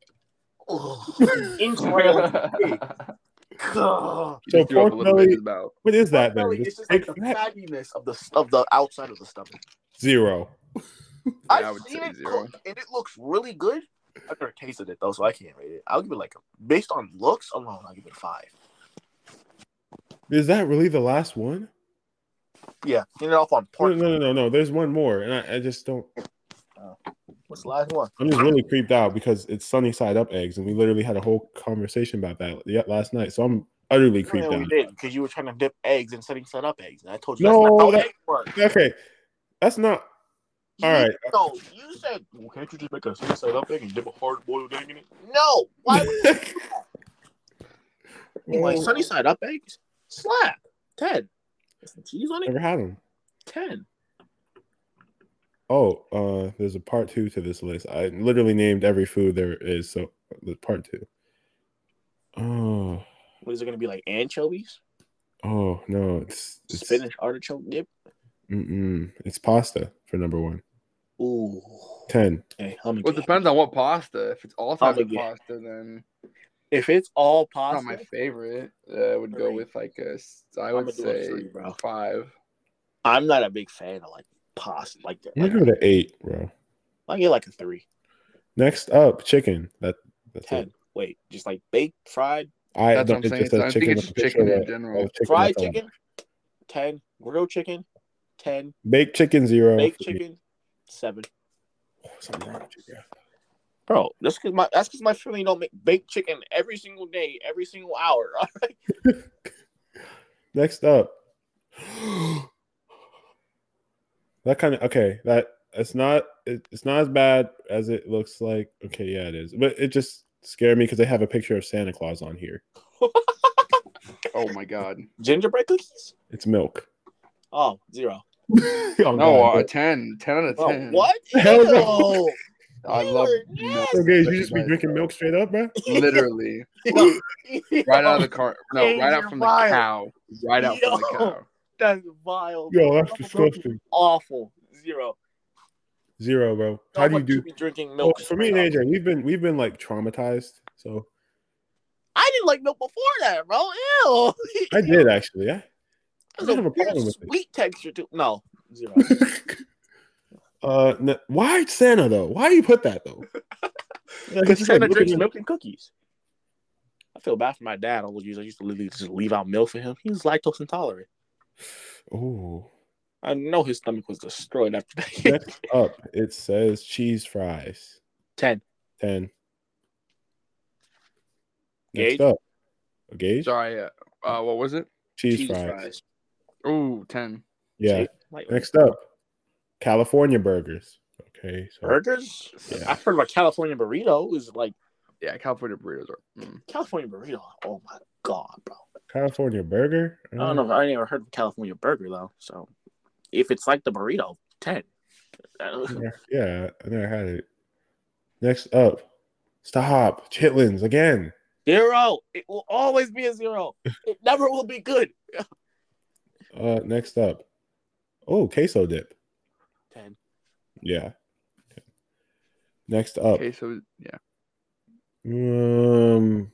E: Ugh. entrail. Gah.
C: you
A: So
C: just threw up a
A: pork
C: little bit in
A: belly-
C: his mouth.
A: what is that then?
E: Belly, it's just like
A: Big
E: the
A: fat?
E: fattiness of the of the outside of the stomach.
A: Zero.
C: Yeah, I
E: I've
C: would
E: seen
C: say
E: it
C: zero.
E: cooked, and it looks really good. I've never tasted it though, so I can't rate it. I'll give it like a, based on looks alone. I'll give it a five.
A: Is that really the last one?
E: Yeah, end it off on
A: No,
E: pork.
A: no, no, no, no. There's one more, and I, I just don't.
E: What's the last one?
A: I'm just really creeped out because it's sunny side up eggs, and we literally had a whole conversation about that yeah, last night. So I'm utterly
E: Oh, Yeah,
A: creeped
E: we
A: out.
E: did because you were trying to dip eggs and setting set up eggs, and I told you
A: No,
E: that's not how
A: that-
E: eggs work.
A: Okay, that's not
E: You-
A: all right.
E: No, you said well, can't you just make a setting set up egg and dip a hard boiled egg in it? No, why would you do that? Anyway,
A: Well,
E: sunny side up eggs, slap ten. Is the cheese on it?
A: never had them.
E: Ten.
A: Oh, uh, there's a part two to this list. I literally named every food there is, so the part two. Oh,
E: What is it going to be like? Anchovies,
A: oh no, it's it's
E: spinach artichoke dip.
A: Mm-mm. It's pasta for number one.
E: Ooh.
A: Ten.
E: Hey, I'm
C: Well, it depends on what pasta. If it's all types of
E: Obligate.
C: pasta, then
E: If it's all
C: it's
E: pasta,
C: not Oh, my favorite. Uh, I would go
E: Three.
C: with like a, s- I
E: I'm
C: would
E: gonna do a
C: say
E: three, bro.
C: five.
E: I'm not a big fan of like pasta. Like, that.
A: I'm gonna
E: like
A: go to eight, bro.
E: I get like a three.
A: Next up, chicken. That that's
E: Ten.
A: it.
E: Wait, just like baked, fried,
A: I
C: That's
A: don't
C: what I'm
A: it
C: saying.
A: just
C: So I
A: says
C: think
A: chicken.
C: it's
A: with a
C: just
A: picture
C: chicken
A: of
C: in
A: a-
C: general.
A: of chicken
E: fried
A: at the
E: chicken, ten. Grilled chicken, ten.
A: bottom. Baked chicken zero.
E: baked
A: for me.
E: chicken, seven.
A: Oh, something wrong with you, bro.
E: Bro, that's cause my that's cause my family don't make baked chicken every single day, every single hour. All right.
A: Next up. that kind of okay. That it's not it, it's not as bad as it looks like. Okay, yeah, it is. But it just scared me because they have a picture of Santa Claus on here.
C: Oh my god.
E: Gingerbread cookies?
A: It's milk.
E: Oh, zero.
A: oh,
C: No,
A: God.
C: uh, 10. 10 out of
E: Oh,
A: Hmm.
C: 10.
E: what?
A: Hell
E: no.
C: I love
E: Ew,
C: milk.
A: So, guys, you just be
C: Like,
A: drinking milk straight up, bro.
C: Literally. Right out of the car. No, right out from the cow. Right out from the cow.
E: That's vile.
A: Yo, that's
E: Double
A: disgusting.
E: Awful. Zero.
A: Zero, bro. How do you
E: Someone
A: do?
E: should be drinking
A: Well,
E: milk?
A: for me and
E: straight up.
A: AJ, we've been we've been like traumatized. So
E: I didn't like milk before that, bro. Ew.
A: I did actually. Yeah. I
E: There's
A: don't
E: a
A: have a
E: weird
A: problem with it.
E: sweet texture too. No, zero.
A: Uh, n- why Santa though? Why do you put that though? Like, it's
E: Because
A: just
E: Santa
A: like
E: drinks
A: looking-
E: milk and cookies. I feel bad for my dad. I was used I used to literally just leave out milk for him. He was lactose intolerant.
A: Ooh.
E: I know his stomach was destroyed after that.
A: Next up, it says cheese fries.
E: Ten.
A: Ten.
E: Gage?
A: Next up, Gage
C: Sorry. Uh, uh, what was it?
A: cheese, fries.
C: Ooh, 10.
A: Yeah.
E: Cheese- like,
A: Next up, California burgers. Okay. So
E: burgers.
A: Yeah.
E: I've heard about California burrito. Is like
C: Yeah, California burritos are. Mm.
E: California burrito. Oh my god, bro.
A: California burger.
E: I don't know. if I never heard of California burger though. So if it's like the burrito, ten. Uh,
A: Never- Yeah, I never had it. Next up, stop chitlins again.
E: Zero. It will always be a zero. It never will be good.
A: Uh, next up, oh queso dip.
E: Ten.
A: Yeah. Next up,
C: Okay, so yeah.
A: um,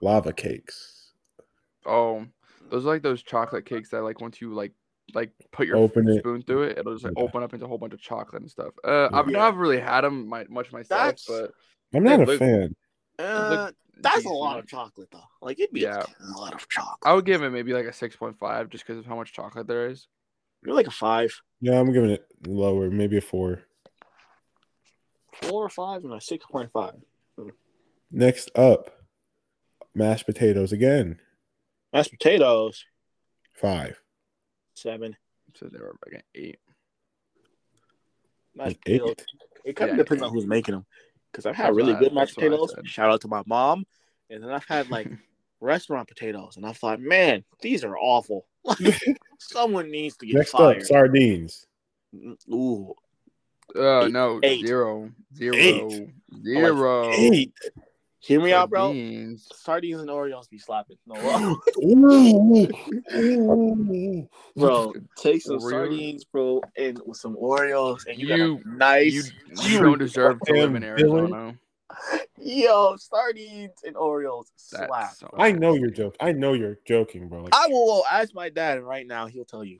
A: lava cakes.
C: Oh, those are like those chocolate cakes that like once you like like put your
A: Open it.
C: spoon through it, it'll just like
A: Yeah.
C: open up into a whole bunch of chocolate and stuff. Uh, I've
E: Yeah.
C: not really had them my, much myself,
E: That's-
C: but
A: I'm not
C: They
A: a
C: look-
A: fan.
E: Uh,
C: look
E: that's a
C: decent.
E: lot of chocolate though. Like it'd be
C: Yeah.
E: a lot of chocolate.
C: I would give it maybe like a six point five just because of how much chocolate there is.
E: You're like a five,
A: Yeah, I'm giving it lower, maybe a four.
E: four or five, and a six point five.
A: Next up, mashed potatoes again.
E: Mashed potatoes,
A: Five.
E: seven.
C: So they were like an eight.
E: Mashed
A: Eight.
E: potatoes. It kind of
C: Yeah,
E: depends
C: yeah.
E: on who's making them. Because I've had
C: That's
E: really
C: what I-
E: good mashed
C: that's what I
E: potatoes.
C: said.
E: Shout out to my mom. And then I've had like restaurant potatoes, and I thought, man, these are awful. Like, someone needs to get
A: Next up,
E: fired. Mm,
A: sardines.
E: Ooh,
C: Uh,
E: Eight-
C: no,
E: eight.
C: zero, zero, zero.
A: Eight. Eight.
E: hear me out, bro.
C: Sardines.
E: Sardines and Oreos be slapping. No, uh,
A: Ooh, ooh.
E: bro, take some
C: Oreos?
E: sardines, bro, and with some Oreos, and you,
C: You-
E: got a nice.
C: You, you don't deserve to live in
A: damn villain.
C: Arizona.
E: Yo, sardines and Oreos
C: That's
E: slap.
C: so
A: I know you're
C: disgusting.
A: joking. I know you're joking, bro. Like,
E: I will, will ask my dad right now. He'll tell you.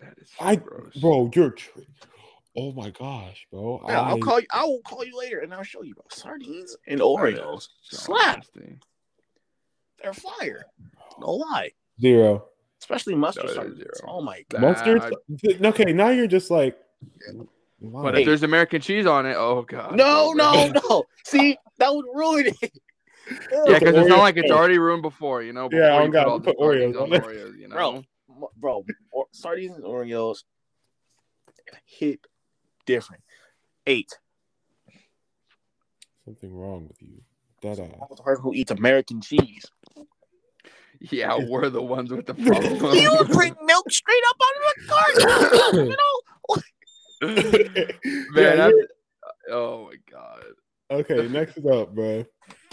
C: That is so
A: I,
C: gross.
A: bro, you're. Tr- oh my gosh, bro.
E: Yeah, I'll
A: I-
E: call you. I will call you later, and I'll show you, bro. Sardines and Oreos
C: So
E: slap.
C: nasty.
E: They're fire. No lie.
A: Zero.
E: Especially mustard
C: That is
E: sardines.
C: zero.
E: Oh my god.
C: That-
A: Mustard. Okay, now you're just like. why?
C: But
E: Hey.
C: if there's American cheese on it, oh god.
E: No,
C: it's
E: no,
C: over.
E: no. See, that would ruin it.
C: Yeah, because it's
A: Oreo-
C: not like it's already ruined before, you know. Before
A: Yeah, oh,
C: you
A: God,
C: all
A: we
C: the
A: put Oreos
C: sardines
A: on it.
C: Oreos, you know.
E: Bro. M- bro, or, sardines and Oreos hit different. Eight.
A: Something wrong with you. Dead
E: I'm
A: ass.
E: the person who eats American cheese.
C: Yeah, we're the ones with the
E: You
C: problem.
E: drink milk straight up out of the carton. you know,
A: Man,
C: Man, I'm- oh my god.
A: okay, next is up, bro.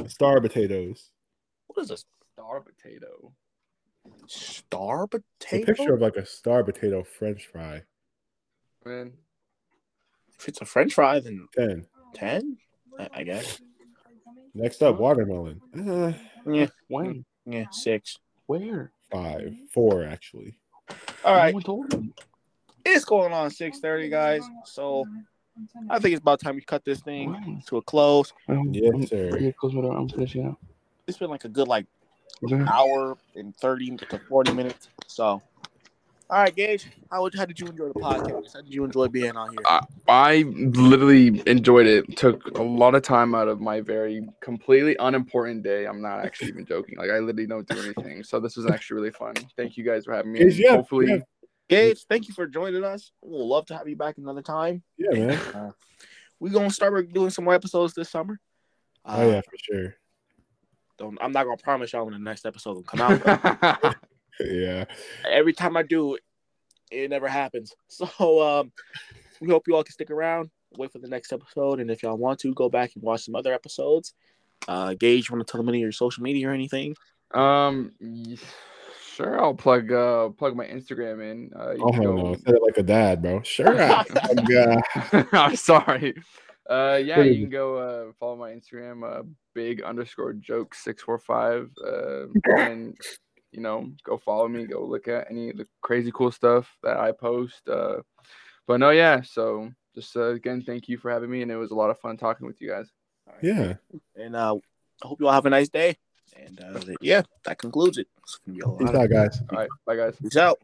A: Star potatoes.
E: what is this?
C: Star potato.
E: Star
A: It's a
E: potato?
A: picture of like a star potato French fry.
C: Man.
E: if it's a French fry, then
A: Ten.
E: ten, I, I guess.
A: Next up, watermelon. Uh,
E: Yeah,
C: When?
E: yeah, six.
C: Where?
A: five, four actually.
E: All right,
C: No one told me.
E: it's going on six thirty, guys. So I think it's about time we cut this thing to a close.
A: Yes, sir.
C: I'm finishing up.
E: It's been like a good like hour and thirty to forty minutes. So, all right, Gage, how would how did you enjoy the podcast? How did you enjoy being on here?
C: I literally enjoyed it. Took a lot of time out of my very completely unimportant day. I'm not actually even joking. Like I literally don't do anything. So this was actually really fun. Thank you guys for having me. and
A: Yes, yeah,
C: Hopefully,
A: yeah.
E: Gage, thank you for joining us. We'll love to have you back another time.
A: Yeah, man.
E: We're gonna start doing some more episodes this summer. Uh,
A: Oh yeah, for sure.
E: don't, I'm not gonna promise y'all when the next episode will come out. but
A: Yeah.
E: every time I do, it never happens. So um, we hope you all can stick around, wait for the next episode, and if y'all want to, go back and watch some other episodes. Uh, Gage, you want to tell them any of your social media or anything?
C: um, y- sure. I'll plug uh plug my Instagram in. Uh, you
A: Oh
C: can
A: hell
C: go-
A: no, said it like a dad, bro. Sure. I- oh, my God.
C: I'm sorry. Uh, yeah,
A: Pretty
C: you can go uh, follow my Instagram, uh, big underscore joke six four five, uh, and you know, go follow me. Go look at any of the crazy cool stuff that I post. Uh, but no, yeah. So just uh, again, thank you for having me, and it was a lot of fun talking with you guys.
A: Yeah.
E: And uh, I hope you all have a nice day. And uh, yeah, that concludes it. It's gonna be a
A: Peace
E: lot of-
A: out, guys.
C: All right, bye guys.
E: Peace out.